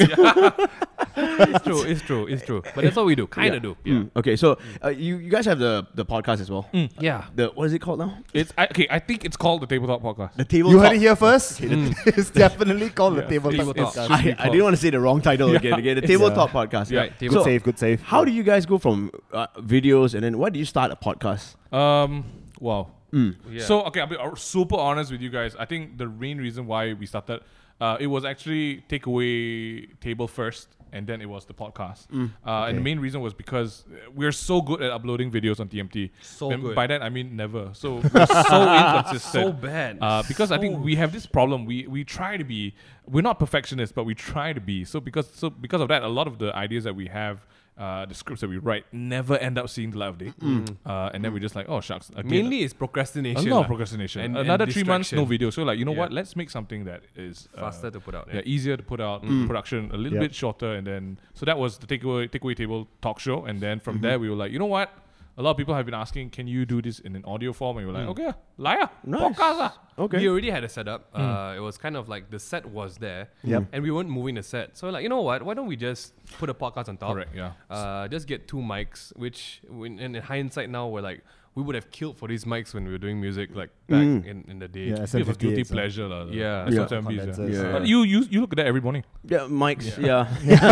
F: it's true, it's true, it's true. But that's what we do, kind of do. Yeah.
C: Mm, okay, so uh, you you guys have the the podcast as well.
F: yeah.
C: The what is it called now?
E: It's I, okay. I think it's called the Tabletop Podcast.
C: The
D: *laughs*
C: table.
D: you heard it here
F: *laughs*
D: first.
F: Mm.
D: *laughs* it's definitely called the table
F: Table
D: top.
F: Talk.
E: It's-
C: I, I didn't want to say the wrong title again. Again, the tabletop podcast.
E: Yeah,
F: Right, table
D: Good
C: So,
D: save, good save.
C: how do you guys go from uh, videos and then why do you start a podcast?
E: Um. Wow.
D: Mm.
E: So okay, I'll be uh, super honest with you guys. I think the main reason why we started, uh, it was actually takeaway table first, and then it was the podcast. Uh, And the
D: Mm. Okay.
E: main reason was because uh, we're so good at uploading videos on TMT.
F: So
E: and
F: good.
E: By that I mean never.
D: *laughs*
E: So we're so inconsistent.
F: *laughs* So bad.
E: Uh, because I think we have this problem. We we try to be. We're not perfectionists, but we try to be. So because so because of that, a lot of the ideas that we have. Uh, the scripts that we write never end up seeing the light of day, uh, and then we're just like, oh shucks. Again,
F: Hmm. Mainly it's
E: a
F: procrastination.
E: lot
F: lah.
E: of procrastination.
F: And- and
E: Another three months, no
F: distraction.
E: video. So like, you know
F: Yeah.
E: what? Let's make something that is uh,
F: Faster Hmm. to put out.
E: yeah,
F: Yeah.
E: easier to put out production a little
D: Yeah.
E: bit shorter, and then so that was the takeaway takeaway table talk show, and then
F: Mm-hmm.
E: from there we were like, you know what? A lot of people have been asking, can you do this in an audio form? And we were like,
F: Hmm.
E: okay, liar,
C: Nice.
E: podcast lah.
C: Okay.
F: We already had a setup. Uh, it was kind of like the set was there,
D: Yep.
F: and we weren't moving the set. So like, you know what? Why don't we just put a podcast on top?
E: Correct, yeah.
F: Uh, just get two mics, which when, and in hindsight now we're like, we would have killed for these mics when we were doing music like back in, in the day.
D: Yeah,
E: It was guilty
D: SM58s, uh,
E: pleasure lah.
F: Yeah.
E: That's
F: Yeah.
E: what time is,
D: Condensers,
E: yeah.
D: uh,
E: But you you you look at that every morning.
C: Yeah, mics. Yeah,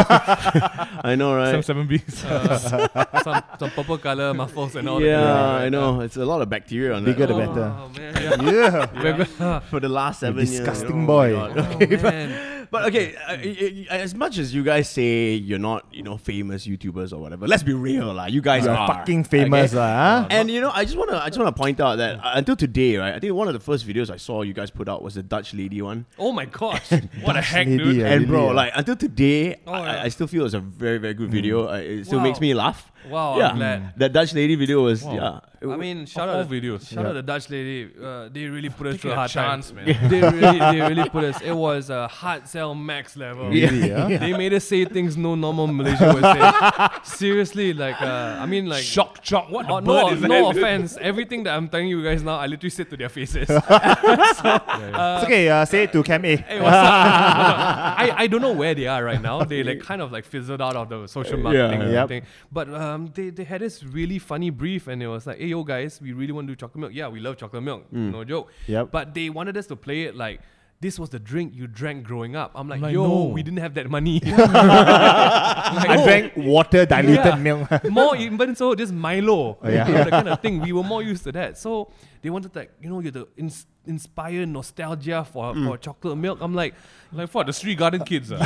D: *laughs*
C: I know, right?
E: Some seven Bs.
F: Uh,
E: *laughs*
F: some some purple color muffles and
C: *laughs*
F: all
C: yeah,
F: that.
C: I know. It's a lot of bacteria on
D: Bigger
C: that.
D: the better.
F: Oh man. Yeah.
D: Yeah.
F: We're go-
C: for the last seven years.
D: disgusting
C: Oh my
D: boy. *laughs*
C: God.
F: Oh, man.
C: But okay, uh, y- y- as much as you guys say you're not, you know, famous YouTubers or whatever, let's be real, lah. You guys
D: You're
F: Ah.
C: are
D: fucking famous,
C: okay?
D: lah, huh?
C: And you know, I just wanna, I just wanna point out that uh, until today, right? I think one of the first videos I saw you guys put out was the Dutch lady one.
F: Oh my gosh. What a heck,
D: lady,
F: dude.
D: yeah.
C: and bro,
D: really,
C: like until today,
F: Oh,
C: I,
F: yeah.
C: I still feel it's a very, very good
D: Mm.
C: video. Uh, it still
F: Wow.
C: makes me laugh.
F: Wow, I'm
C: yeah.
F: glad.
C: That Dutch lady video was, yeah.
F: I mean, shout
E: all
F: out
E: videos.
F: Shout out the Dutch lady. Uh, they really put us
E: Taking
F: through a
E: a
F: hard
E: chance,
F: time.
E: man.
F: They
D: *laughs*
F: really, they really put us. It was a hard sell max level. *laughs*
D: Really, yeah.
F: They made us say things no normal Malaysia
D: *laughs*
F: would say. Seriously, like uh, I mean, like
E: Shock, shock. What the
F: Oh,
E: bird
F: no,
E: is
F: no
E: that?
F: offense. Everything that I'm telling you guys now, I literally said to their
D: *laughs*
F: faces.
D: it's okay. Uh, say it to Cam
F: *laughs*
D: A.
F: Hey,
D: *laughs*
F: what's up? I, I don't know where they are right now. They like kind of like fizzled out of the social marketing
D: yeah. Yep.
F: thing. But um, they, they had this really funny brief and it was like, hey yo guys, we really want to do chocolate milk. Yeah, we love chocolate milk. No joke.
D: Mm. Yep.
F: But they wanted us to play it like this was the drink you drank growing up. I'm like,
E: Like,
F: yo,
E: no.
F: we didn't have that
D: *laughs*
F: money. *laughs*
D: I drank water diluted
F: Yeah.
D: milk. *laughs*
F: more even so, just Milo.
D: Oh, yeah.
F: *laughs* You know, that kind of thing. We were more used to that. So they wanted like, you know, you're the inst- inspire nostalgia for, for chocolate milk. I'm like,
E: Like for the street garden kids. ah.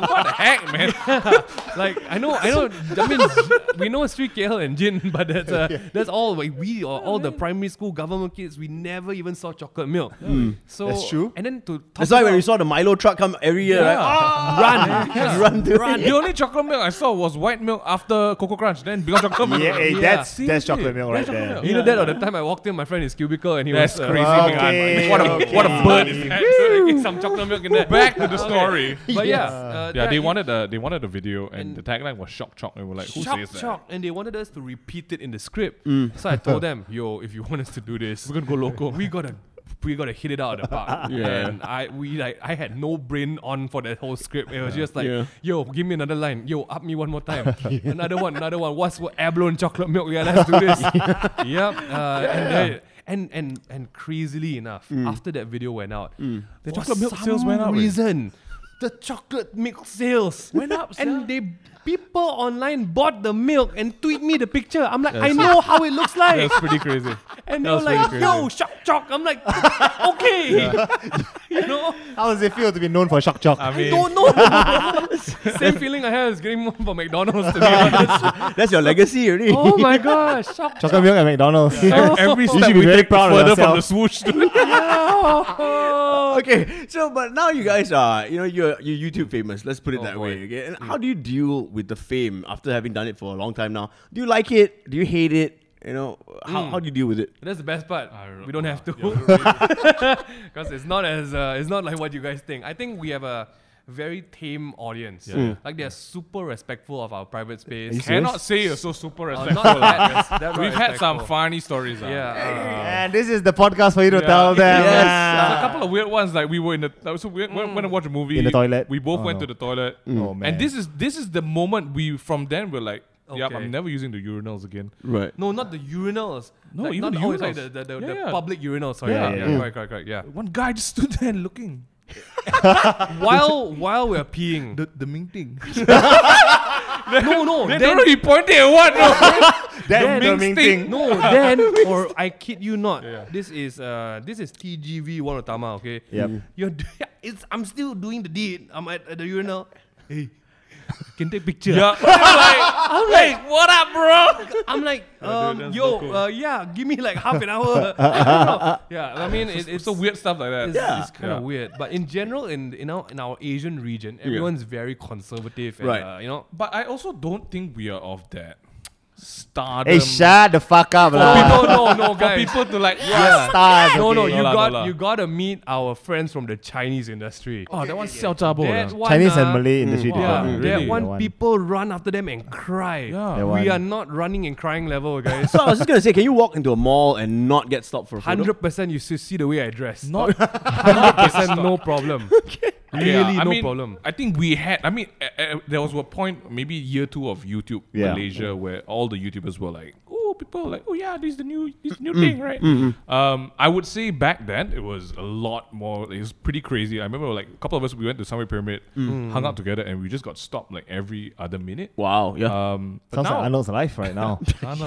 F: *laughs*
E: Like, what the heck, man?
F: like I know, I know. I mean, we know Street KL and Gin, *laughs* but that's uh, that's all. Like we or all the primary school government kids, we never even saw chocolate milk. So
D: That's true.
F: And then to top
C: That's why
F: it
C: when
F: off-
C: we saw the Milo truck come every year, right?
F: run,
C: run to
F: run.
E: The only chocolate milk I saw was white milk after Cocoa Crunch, then become chocolate milk.
D: Yeah, hey,
F: Yeah.
D: that's
E: See?
D: that's chocolate milk right
E: That's chocolate
D: there.
E: milk.
F: You know that or the time I walked in, my friend is cubicle and he
E: That's
F: was uh,
E: crazy,
D: Okay,
E: man. What a, what a
D: okay.
E: bird *laughs* is that?
F: So I get some chocolate milk in there.
E: Back to the story.
F: But yeah, uh,
E: Yeah,
F: that-
E: they wanted the they wanted a video, and,
F: And-
E: the tagline was "shock chock." And we were like, "Who
F: shock,
E: says that?"
F: shock, and they wanted us to repeat it in the script. So I told them, "Yo, if you want us to do this, we're gonna go local. We gotta, we gotta hit it out of the park."
E: Yeah.
F: And I, we like, I had no brain on for that whole script. It was just like,
C: Yeah.
F: "Yo, give me another line. Yo, up me one more time. Another one, another one. What's what? Abalone chocolate milk. Yeah, let's do this." yep. Uh, and, then- and and and crazily enough, after that video went out, the
E: chocolate milk sales went up, eh?
F: Reason. The chocolate milk
E: *laughs*
F: sales went up, and they people online bought the milk and tweet me the picture. I'm like, I know how it looks like,
E: That's pretty crazy.
F: *laughs* and
E: that
F: they're
E: was pretty
F: like,
E: crazy.
F: yo, shock, shock. I'm like, *laughs* okay, *laughs* you know,
D: How does it feel to be known for shock chocolate?
E: I
F: I
E: mean,
F: don't know. *laughs* Same feeling I have is getting one from McDonald's to
E: *laughs*
F: be
C: *laughs*
F: honest.
C: That's your legacy already.
F: Oh my gosh, shock, shock.
D: Chocolate milk at McDonald's. *laughs*
E: every
D: You should
E: step
D: be
E: we
D: very
E: take
D: proud of
E: further from
D: yourself.
E: the swoosh.
F: *laughs*
E: To *laughs*
C: okay, so but now you guys are, you know, you're you're YouTube famous. Let's put it that way.
F: boy.
C: Okay, and how do you deal with the fame after having done it for a long time now? Do you like it? Do you hate it? You know, how, how do you deal with it?
F: That's the best part. we don't have to, *laughs* because it's not as uh, it's not like what you guys think. I think we have a very tame audience. Like they're super respectful of our private space.
D: you serious?
E: cannot say you're so super
F: Uh,
E: respectful.
F: not that, res- that
E: We've had some
F: respectful.
E: funny stories. ah.
F: Yeah. uh,
D: *laughs* and this is the podcast for you to
E: Yeah.
D: tell them.
C: Yes.
E: There's a
D: ah.
E: couple of weird ones. Like we were in the that was so weird, when, when I watch a movie
D: In the toilet?
E: We both
D: Oh,
E: went
D: no.
E: to the toilet.
D: Oh, man.
E: And this is this is the moment we from then we're like, yep,
F: Okay.
E: I'm never using the urinals again.
C: Right.
F: No, not the urinals.
E: No,
F: Like,
E: even
F: not
E: the
F: oh, sorry,
E: urinals.
F: the, the, the,
E: Yeah,
F: the
E: yeah.
F: public urinals. Sorry,
E: Yeah,
F: yeah,
E: yeah,
F: yeah,
E: yeah.
F: correct, correct, correct. Yeah.
E: One guy just stood there looking.
F: while while we're peeing.
E: the main thing. *laughs*
F: no, no.
E: Then,
F: then,
E: he pointed at what?
D: That
E: Ming
D: Ming
E: Sting.
D: Ting.
F: no, then
E: *laughs*
F: or I kid you not. This is uh this is TGV one Tama. Okay.
D: Yep.
F: You're *laughs* do- it's I'm still doing the deed. I'm at, at the urinal. Hey, can take picture. *laughs*
E: Yeah. I'm like, *laughs* *laughs* what up, bro?
F: I'm like,
E: dude,
F: um,
E: that's
F: yo,
E: local.
F: uh, yeah, give me like half an hour. *laughs* I don't know. yeah, I mean, it,
E: It's
F: it's
E: so weird stuff like that.
F: It's, it's kind of
E: Yeah.
F: weird, but in general, in in our in our Asian region, everyone's very conservative, and,
C: Right.
F: Uh, you know.
E: But I also don't think we are of that stardom.
D: Hey, shut the fuck up,
F: People,
D: lah.
F: no, no, guys.
E: People to like, yeah.
D: You're stars,
F: no, no,
D: okay?
F: you
E: No lah,
F: got
E: no lah.
F: you got to meet our friends from the Chinese industry.
E: Oh, that one's Xiao Zha Bo.
F: That one,
D: Chinese and
F: ah,
D: Malay
E: Mm.
D: industry.
F: Yeah,
D: different,
F: that
E: really,
F: one,
D: that one.
F: people run after them and cry.
E: Yeah.
D: That
F: we
D: one.
F: are not running and crying level, guys.
D: *laughs*
C: So I was just gonna say, can you walk into a mall and not get stopped for a photo?
F: Hundred percent, you see see the way I dress.
E: Not
F: *laughs* hundred percent, no problem.
D: *laughs*
F: Really,
E: Yeah, I
F: no
E: mean,
F: problem.
E: I think we had. I mean, uh, uh, there was a point, maybe year two of YouTube
D: Yeah.
E: Malaysia, where all the YouTubers were like, "Oh, people like, oh yeah, this is the new, this is the new thing, right?" Um, I would say back then it was a lot more. It was pretty crazy. I remember like a couple of us we went to Sunway Pyramid, hung out together, and we just got stopped like every other minute.
C: Wow. Yeah.
E: Um, but
D: Sounds
E: now,
D: like
E: *laughs*
D: Arnold's life right now.
C: *laughs*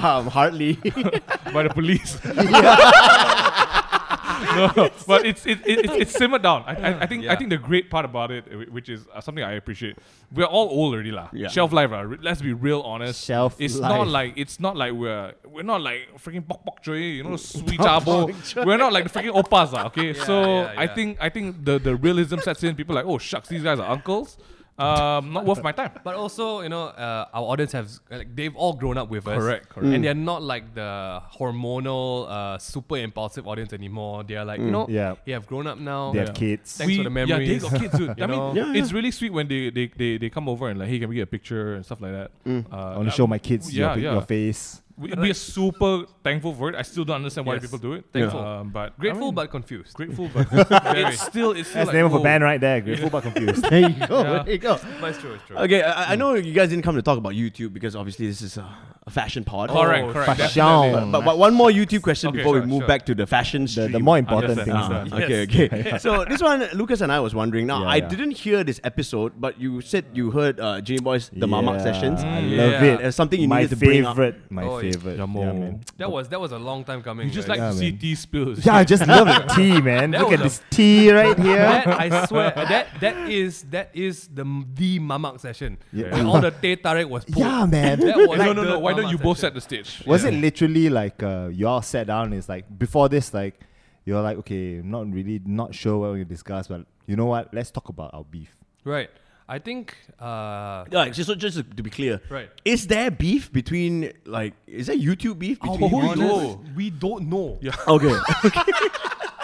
C: um, hardly. *laughs*
E: by the police. *laughs* no, but it's it, it, it's it's simmered down. I, I, I think I think the great part about it, wh- which is uh, something I appreciate, we're all old already lah.
C: Yeah.
E: Shelf life, lah. Re- let's be real honest.
D: Shelf
E: It's
D: life.
E: not like it's not like we're we're not like freaking pok pok choy, you know, sweet abo. We're not like the freaking opas lah. Okay, so
F: yeah,
E: I
F: yeah.
E: think I think the the realism sets in. People are like, oh shucks, these guys are uncles. Um, not worth my time.
F: But also, you know, uh, our audience has like they've all grown up with us,
E: Correct, correct.
D: Mm.
F: and they're not like the hormonal, uh, super impulsive audience anymore. They're like, you know,
D: Mm, yeah.
F: they have grown up now.
D: They have kids.
F: Thanks for the
E: Yeah, they
F: memories.
E: got kids, *laughs* dude. I
F: You know?
E: mean, it's really sweet when they, they, they, they come over and like, hey, can we get a picture and stuff like that.
F: Mm.
E: Uh,
D: I want to show my kids your
E: Yeah,
D: pic-
E: yeah.
D: your face.
E: we, we are super thankful for it. I still don't understand why
F: Yes,
E: people do it.
F: thankful.
E: um, but
F: *laughs* Grateful
E: I mean,
F: but confused.
E: grateful, but *laughs* it's still it's
D: That's
E: still like,
D: the name of a
E: whoa.
D: band right there. Grateful
E: *laughs*
D: but confused. There you go.
C: There you go. *laughs* Mm.
F: But it's true, it's true.
C: Okay, I, I know you guys didn't come to talk about YouTube because obviously this is a, fashion pod.
E: Correct, correct.
D: Fashion.
E: definitely.
C: But, but one more YouTube question
E: Okay,
C: before
E: sure,
C: we move
E: sure.
C: back to the fashion
D: The,
C: stream.
D: the more important
E: Understand,
D: things.
E: understand.
D: ah.
C: Okay, okay. *laughs* so this one, Lucas and I was wondering. Now,
D: Yeah,
C: I
D: yeah.
C: didn't hear this episode, but you said you heard uh, J Boy's The Mamak
D: Yeah,
C: Sessions.
D: I
E: Mm,
D: love
E: yeah.
D: it.
C: It's something you
D: my
C: needed to bring up.
D: favorite, My
F: Oh, yeah.
D: favorite. Yeah,
E: Jamo.
D: man.
F: That was that was a long time coming.
E: You just
F: guys.
E: *laughs* like
D: Yeah,
E: to see
D: man.
E: tea spills. *laughs*
D: Yeah, I just love the
F: *laughs*
D: tea, man.
F: That
D: Look at
F: was a-
D: this tea right here.
F: that I swear that that is that is the the mamak session.
D: Yeah.
F: Where all the teh tarik was pulled.
D: yeah, man.
F: That was
E: no,
F: like
E: no,
F: the
E: no. Why don't you
F: mamak
E: both set
F: session.
E: the stage?
D: Was it literally like uh, you all sat down? And it's like before this, like you're like, okay, I'm not really not sure what we discuss, but you know what? Let's talk about our beef.
F: right? I think uh,
C: Yeah, just, so just to be clear,
F: Right.
C: Is there beef between like is there YouTube beef
F: I'll
C: between?
F: be
E: Oh, who
F: honest,
E: knows?
F: we don't know.
C: *laughs*
E: *laughs*
C: okay,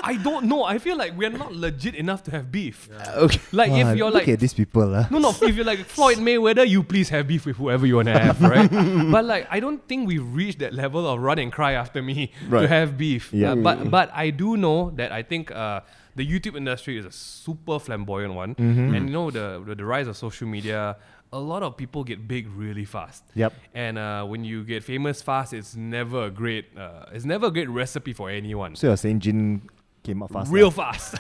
F: I don't know. I feel like we're not legit enough to have beef.
C: okay.
F: Like
D: Wow,
F: if you're
D: look
F: like
D: at these people, uh.
F: No, no. If you're like Floyd Mayweather, you please have beef with whoever you want to have,
D: *laughs*
F: right? but like, I don't think we've reached that level of run and cry after me to
D: Right.
F: have beef.
D: Yeah.
F: Uh, but but I do know that I think uh, the YouTube industry is a super flamboyant one,
D: Mm-hmm.
F: and you know the, the the rise of social media. A lot of people get big really fast.
D: Yep.
F: And uh, when you get famous fast, it's never a great uh, it's never a great recipe for anyone.
D: So you're saying Jin came up fast?
E: *laughs*
F: Real fast.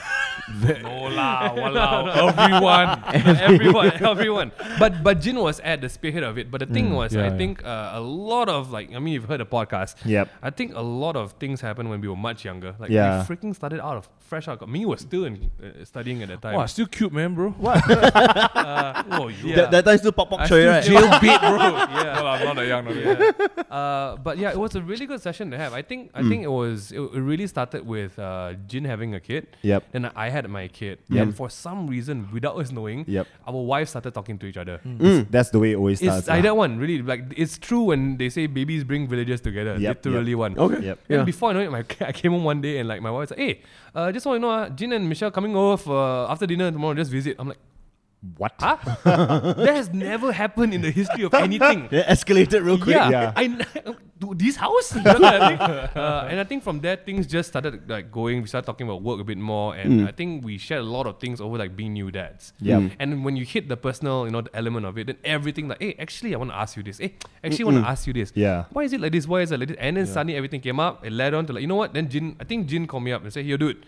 E: No lah, walao. *laughs* Everyone.
F: *laughs* everyone, everyone. But but Jin was at the spearhead of it. But the thing was,
E: Mm, yeah,
F: I
E: yeah.
F: think uh, a lot of like, I mean, you've heard the podcast.
D: Yep.
F: I think a lot of things happened when we were much younger. Like
D: Yeah.
F: we freaking started out of fresh out. of- Me was still in uh, studying at that time.
E: Wow, still cute, man, bro. *laughs* Uh,
F: oh
D: *laughs*
F: yeah.
C: That, that time still pop pop
F: I
C: show,
F: still
C: right?
F: jail *laughs* bait, bro.
E: No, lah, I'm not that young. Not that young.
F: Uh, but yeah, it was a really good session to have. I think
D: Hmm.
F: I think it was it, it really started with uh, Jin having a kid.
D: Yep.
F: Then I had my kid, and for some reason, without us knowing,
D: Yep.
F: our wives started talking to each other.
D: Hmm. That's the way it always starts.
F: It's I
D: ah.
F: that one really like it's true when they say babies bring villages together.
D: Yep,
F: literally
D: yep.
F: one.
C: Okay.
D: Yep.
F: And
C: Yeah.
F: before I know it, my *laughs* I came home one day and like my wife was like, "Hey, uh, just want you to know, uh, Jin and Michelle coming over for, after dinner tomorrow. Just visit." I'm like,
D: uh. What? *laughs*
F: "Huh? that has never happened in the history of
C: *laughs*
F: anything."
C: It escalated real quick.
D: yeah.
F: yeah, I *laughs* to this house. You know what I mean? uh, and I think from there things just started like going. We started talking about work a bit more, and I think we shared a lot of things over like being new dads.
D: Mm. Yeah. Mm.
F: And when you hit the personal, you know, the element of it, then everything like, hey, actually, I want to ask you this. Hey, actually, I want to ask you this.
D: Yeah.
F: Why is it like this? Why is it like this? And then suddenly everything came up. It led on to like, you know what? Then Jin, I think Jin called me up and said, "Yo, dude,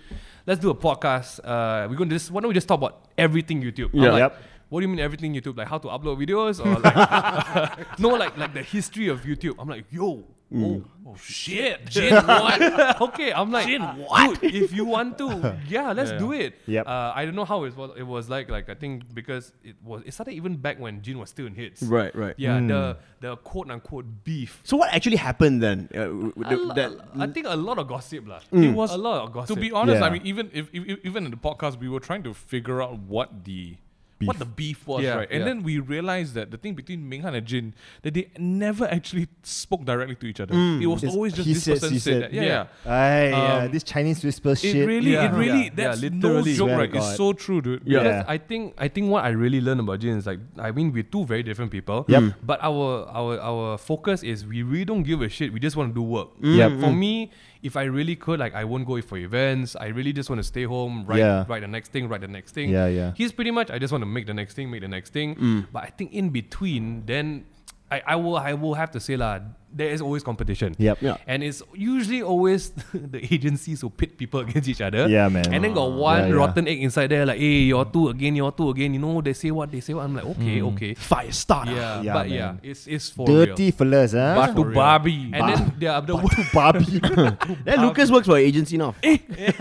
F: let's do a podcast. Uh, we're going to just why don't we just talk about everything YouTube? I'm
C: Yeah.
F: like,
D: Yep.
F: What do you mean everything YouTube? Like how to upload videos or
D: *laughs*
F: like no like like the history of YouTube? I'm like yo. Oh, oh shit! *laughs* Jin, what? *laughs* okay, I'm like, Dude, if you want to, yeah, let's do it.
D: Yep.
F: Uh, I don't know how it was. It was like, like I think because it was, it started even back when Jin was still in hits.
C: *laughs* Right, right.
F: Yeah, the the quote unquote beef
C: So what actually happened then? Uh, w-
F: a
C: the-
F: lo-
C: that-
F: I think a lot of gossip lah.
E: It was
F: A lot of
E: To
F: gossip.
E: be honest, I
D: Yeah.
E: mean, even if, if, if- even in the podcast, we were trying to figure out what the what the beef was,
F: Yeah,
E: right? And
F: yeah.
E: then we realized that the thing between Ming Han and Jin that they never actually spoke directly to each other. It was
D: Mm. It's-
E: always just
D: he
E: this
D: said,
E: person
D: she
E: said,
D: said.
E: that. Yeah,
F: Yeah.
E: yeah.
D: Ay, yeah,
E: Um,
D: this Chinese whisper
E: It
D: shit.
E: really, it
F: Yeah.
E: really,
F: Yeah,
E: that's no
F: literally.
E: joke,
D: Swear to
E: right? It's
D: God.
E: so true, dude.
C: Yeah.
F: Because I think I think what I really learned about Jin is like I mean we're two very different people.
D: Yep.
F: But our our our focus is we really don't give a shit. We just want to do work.
D: Yep.
F: For me, if I really could, like I won't go for events. I really just want to stay home, write
D: Yeah.
F: write the next thing, write the next thing.
D: Yeah, Mm. yeah.
F: He's pretty much I just want to make the next thing, make the next thing. But I think in between, then I, I will I will have to say lah, there is always competition.
D: Yep. Yeah.
F: And it's usually always *laughs* the agencies who pit people *laughs* against each other.
D: Yeah, man.
F: And then got one
D: Yeah, yeah.
F: rotten egg inside there, like, hey, you're two again, you're two again. You know, they say what, they say what. I'm like, okay, okay.
C: fire starter.
F: Yeah,
D: Hmm. Yeah,
F: but
D: man.
F: yeah, it's, it's for
D: Dirty
F: real.
D: fellas, huh?
F: For
E: Batu
F: real.
E: Barbie.
F: And then there are the
D: Batu Barbie. *laughs*
C: Then Lucas
E: Um,
C: works for agency now.
D: but you
F: *laughs*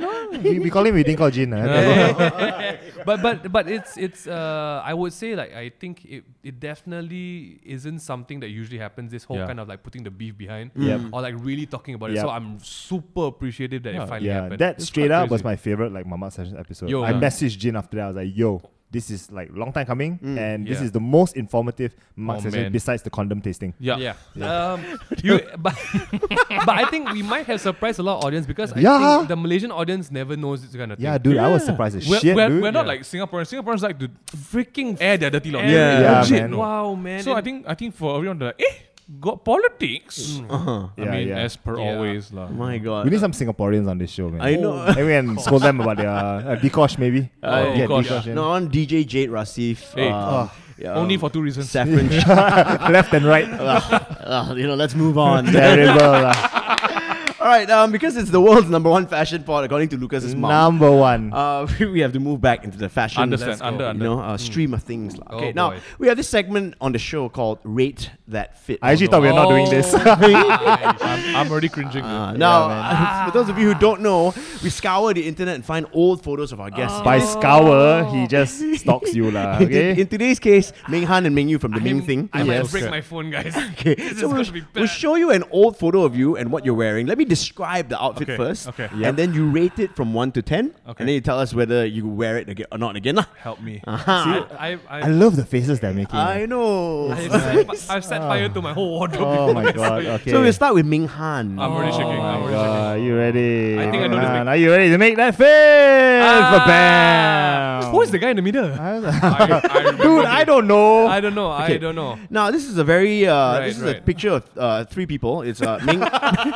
D: know, we, we call him, we didn't call Jin. Uh.
F: *laughs* but but but it's it's uh I would say like I think it, it definitely isn't something that usually happens. This whole
E: Yeah.
F: kind of like putting the beef behind
D: Yep.
F: or like really talking about it.
D: Yep.
F: So I'm super appreciative that it finally
D: Yeah,
F: happened.
D: that
F: It's
D: straight
F: quite
D: up was
F: crazy.
D: my favorite like Mama Sessions episode.
F: Yo,
D: I
F: yeah.
D: messaged Jin after that. I was like, yo, this is like long time coming,
C: Mm.
D: and this
F: Yeah.
D: is the most informative Mama
E: Oh,
D: session
E: man.
D: besides the condom tasting.
E: yeah.
F: Yeah. Um, *laughs* you, but, but I think we might have surprised a lot of audience because I
D: Yeah.
F: think the Malaysian audience never knows this kind of thing.
D: Yeah, dude, I was surprised as
E: We're,
D: shit,
E: we're,
D: dude.
E: we're not
F: Yeah.
E: like Singaporeans. Singaporeans like to
F: Freaking
E: air their dirty laundry.
C: Yeah, yeah,
E: Legit,
D: man.
E: no.
F: Wow, man.
E: So I think I think for everyone, they're like, eh, got
F: Mm.
E: politics. I
D: Yeah,
E: mean,
D: yeah.
E: as per
F: Yeah.
E: always, lah.
C: My
D: we
C: God.
D: need some Singaporeans on this show, man.
C: I know.
D: *laughs* Maybe we can scold them about their uh, uh, Dikosh, maybe.
C: Uh,
D: yeah,
E: Dikosh.
D: Dikosh.
C: No, on DJ Jade Rasif.
D: Oh.
E: Hey.
C: um, Yeah,
E: Only
C: um,
E: for two reasons.
D: *laughs*
C: saffron. *laughs*
D: Left and right.
C: Ugh, you know, let's
D: *laughs*
C: move on.
D: Terrible. uh, lah.
C: *laughs* All right, um, because it's the world's number one fashion pod, according to Lucas's mom.
D: Number one.
C: Uh, *laughs* we have to move back into the fashion.
E: Understand,
C: let's
E: under,
C: you
E: under.
C: know, uh, stream of things. lah.
F: Oh
C: Okay, now
F: boy.
C: we have this segment on the show called "Rate That Fit."
D: I actually thought we were not doing this.
E: I'm, *laughs* I'm already cringing.
C: Uh, now, *laughs* for those of you who don't know, we scour the internet and find old photos of our guests.
D: *laughs* Oh. By scour, he just stalks you lah.
C: *laughs* In t-
D: Okay.
C: In today's case, Ming Han and Ming Yu from the Ming
F: I'm-
C: Thing.
F: I might
D: Yes.
F: break my phone, guys.
C: Okay, so
F: This is
C: we'll,
F: going to be bad.
C: we'll show you an old photo of you and what you're wearing. Let me describe the outfit
E: Okay,
C: first,
E: okay.
C: and then you rate it from one to ten,
E: Okay.
C: and then you tell us whether you wear it again or not again. lah.
E: Help me.
D: uh,
C: Uh-huh.
F: I, I,
D: I love the faces they're making.
C: I know. *laughs*
F: I've, I've set fire to my whole wardrobe.
E: *laughs*
D: Oh my god. Okay.
C: So we'll start with Ming Han.
F: I'm already shaking.
D: Oh
F: I'm
D: my
F: already
D: god, you ready?
F: I think I know the Ah.
D: Man,
F: big-
D: Are you ready to make that fit for Bam?
F: shaking. Who is the guy in the middle? I,
E: I, I remember
D: Dude,
E: this.
D: I don't know.
F: don't know. I don't know.
C: Now this is a very uh, this is
F: Right,
C: a
F: right.
C: picture of uh, three people. It's uh,
F: *laughs*
C: Ming, *laughs*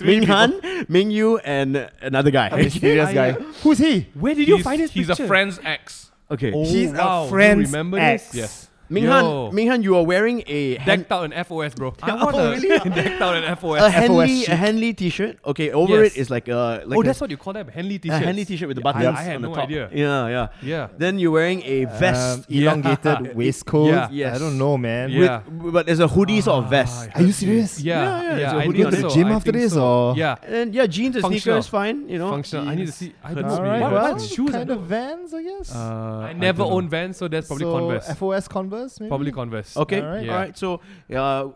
C: Ming Han, Ming Yu, and another guy. *laughs*
D: Mysterious guy. Who's he?
F: Where did you
E: He's,
F: find his
E: he's
F: picture?
E: a friend's ex.
C: uh, Okay,
F: Oh,
D: He's
F: wow.
D: a friend's
F: you remember
D: ex.
F: this? Yes.
C: Ming
F: Yo.
C: Han, Ming Han, you are wearing a hand-
F: Decked out in FOS, bro. *laughs* I
C: Oh,
F: want a
C: really? Uh,
F: decked out in FOS.
C: a
D: FOS
C: Henley a
D: sheet.
C: Henley T-shirt. Okay, over
F: Yes.
C: it is like a like
F: oh,
C: a,
F: that's what you call them, Henley
C: a
F: t-shirts.
C: Uh, Henley T-shirt with the
F: Yeah, I-
C: buttons
F: I had
C: on the
F: no
C: top.
F: idea.
C: Yeah, yeah,
F: Yeah.
C: Then you're wearing a vest. *laughs*
D: Um,
F: *laughs*
D: elongated waistcoat.
F: Yeah.
C: Yes.
D: I don't know, man.
F: Yeah. Ah,
C: with, but there's a hoodie sort of vest.
D: Are you serious?
F: Yeah,
C: Yeah, yeah,
F: yeah.
C: it's a
F: I
C: hoodie
F: think
C: on it.
F: so,
D: Go to the gym
F: I
D: after
F: think
D: this
F: so.
D: or-
F: Yeah.
C: And yeah, jeans and
F: Functional.
C: sneakers, fine. You know,
F: Functional. I need to see. I don't
D: All
F: know.
D: right.
F: What,
D: Well,
F: what shoes? I,
D: kind
F: don't-
D: of Vans, I guess.
E: Uh,
F: I never
E: don't know.
F: own Vans, so that's probably
D: So,
F: Converse.
D: FOS Converse, maybe.
F: probably Converse.
C: Okay, all
D: Alright.
C: right.
F: Yeah.
C: So, uh,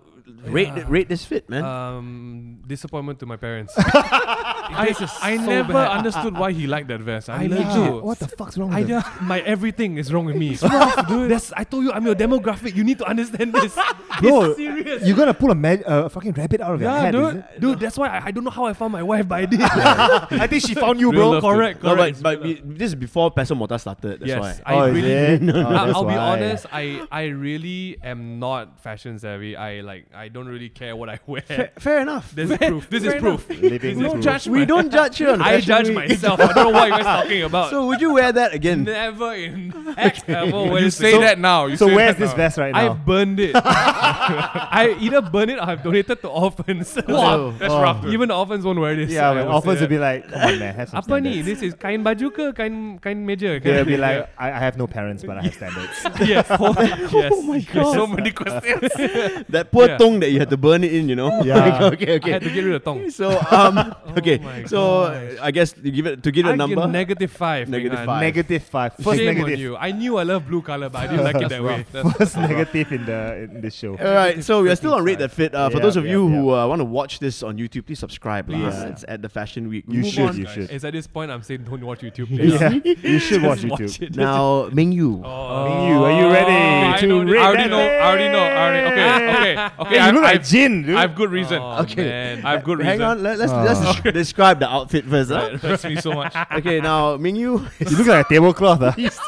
C: rate rate this fit, man. *laughs*
F: Um, disappointment to my parents.
E: I, I
F: so
E: never
F: bad.
E: understood why he liked that vest. I,
F: I
E: legit-
F: legit-
D: Yeah, What the fuck's wrong
F: I
D: with them?
F: know my everything is wrong with me. *laughs* dude. That's, I told you I'm your demographic. You need to understand this.
D: Bro,
F: *laughs* it's serious.
D: You're gonna pull a mag- uh, fucking rabbit out of your
F: yeah,
D: Oh, head, is
F: dude.
D: it?
F: Dude, that's why I, I don't know how I found my wife, but I did.
D: I think she
F: *laughs*
D: found you,
E: Real love to-
F: correct,
C: No,
F: correct.
C: but, but we, this is before Peso Mota started. That's *laughs*
F: yes,
C: why.
F: I
D: oh, *laughs*
F: really
D: is it? Oh,
F: I-
D: that's
F: I'll be
D: why.
F: honest. I, I really am not fashion savvy. I like I don't really care what I wear.
C: Fair enough.
F: This is proof. This is proof.
D: Living
F: No
D: proof.
F: judgment.
C: We don't judge you on
F: *laughs* I
C: Fashion
F: judge
C: Week.
F: *laughs* myself. I don't know what you guys talking
C: *laughs*
F: about.
C: So would you wear that again?
F: *laughs* never in X ever
E: You
F: wears
E: say
F: it.
E: that now. You
D: So
E: say
F: *laughs*
D: where's
E: that
D: this
E: now.
D: vest right now?
F: I've burned it. I either burn it or I've donated to orphans. *laughs*
E: Wow, that's
D: Oh.
E: rough. Dude.
F: Even the orphans won't wear this.
D: yeah,
F: I
D: but
F: would
D: offers
F: say
D: will
F: that.
D: be like, come on, man, have
F: *laughs*
D: some
F: Apa ni?
D: standards.
F: This is kain baju ke kain kain meja?
D: They'll be
F: meja.
D: like, I, I have no parents, but I have standards.
F: *laughs* yes. Oh, *laughs* yes.
C: my
F: There's so
C: God.
F: many questions.
C: That poor
F: Yeah.
C: tongue that you had to burn it in, you know.
D: Yeah.
C: *laughs* okay,
F: I had to
C: okay.
F: get rid of Tong.
C: So
D: *laughs*
C: um,
D: Oh
C: okay.
F: my
C: So I guess you give it to give it
F: I
C: a number.
F: get negative five.
C: Negative
F: Ming Han.
C: five.
D: negative five. She's
F: First Shame
D: negative.
F: on you. I knew I love blue color, but I didn't like it that way.
D: *laughs*
F: That's-
D: First negative in the in this show.
C: All right, so we are still on Rate That Fit. Uh, for
D: Yeah,
C: those of
D: yeah,
C: you who
D: yeah.
C: uh, want to watch this on YouTube, please subscribe. lah.
D: Please.
C: It's at the Fashion Week.
D: You
C: Move
D: should,
C: on.
D: you
F: *laughs*
D: should.
F: It's at this point I'm saying don't watch YouTube. please.
D: Yeah, you should watch
F: Just
D: YouTube.
F: it.
C: Now, Ming Yu.
F: Oh.
D: You, are you ready
E: I
D: to
E: know this.
D: rate
E: I already
D: that
E: know. I already know. I already Okay,
D: *laughs*
E: okay, okay.
D: Hey,
E: I,
D: you look
E: I,
D: like Jin, dude.
E: I have good reason.
F: Oh, Okay. man.
E: I have good reason.
C: Hang on, let, let's, let's
D: Oh.
C: des-
D: *laughs*
C: describe the outfit first. huh?
E: That hurts me so much.
C: Okay, now Ming Yu
D: *laughs* you look like a tablecloth. ah. *laughs*
C: is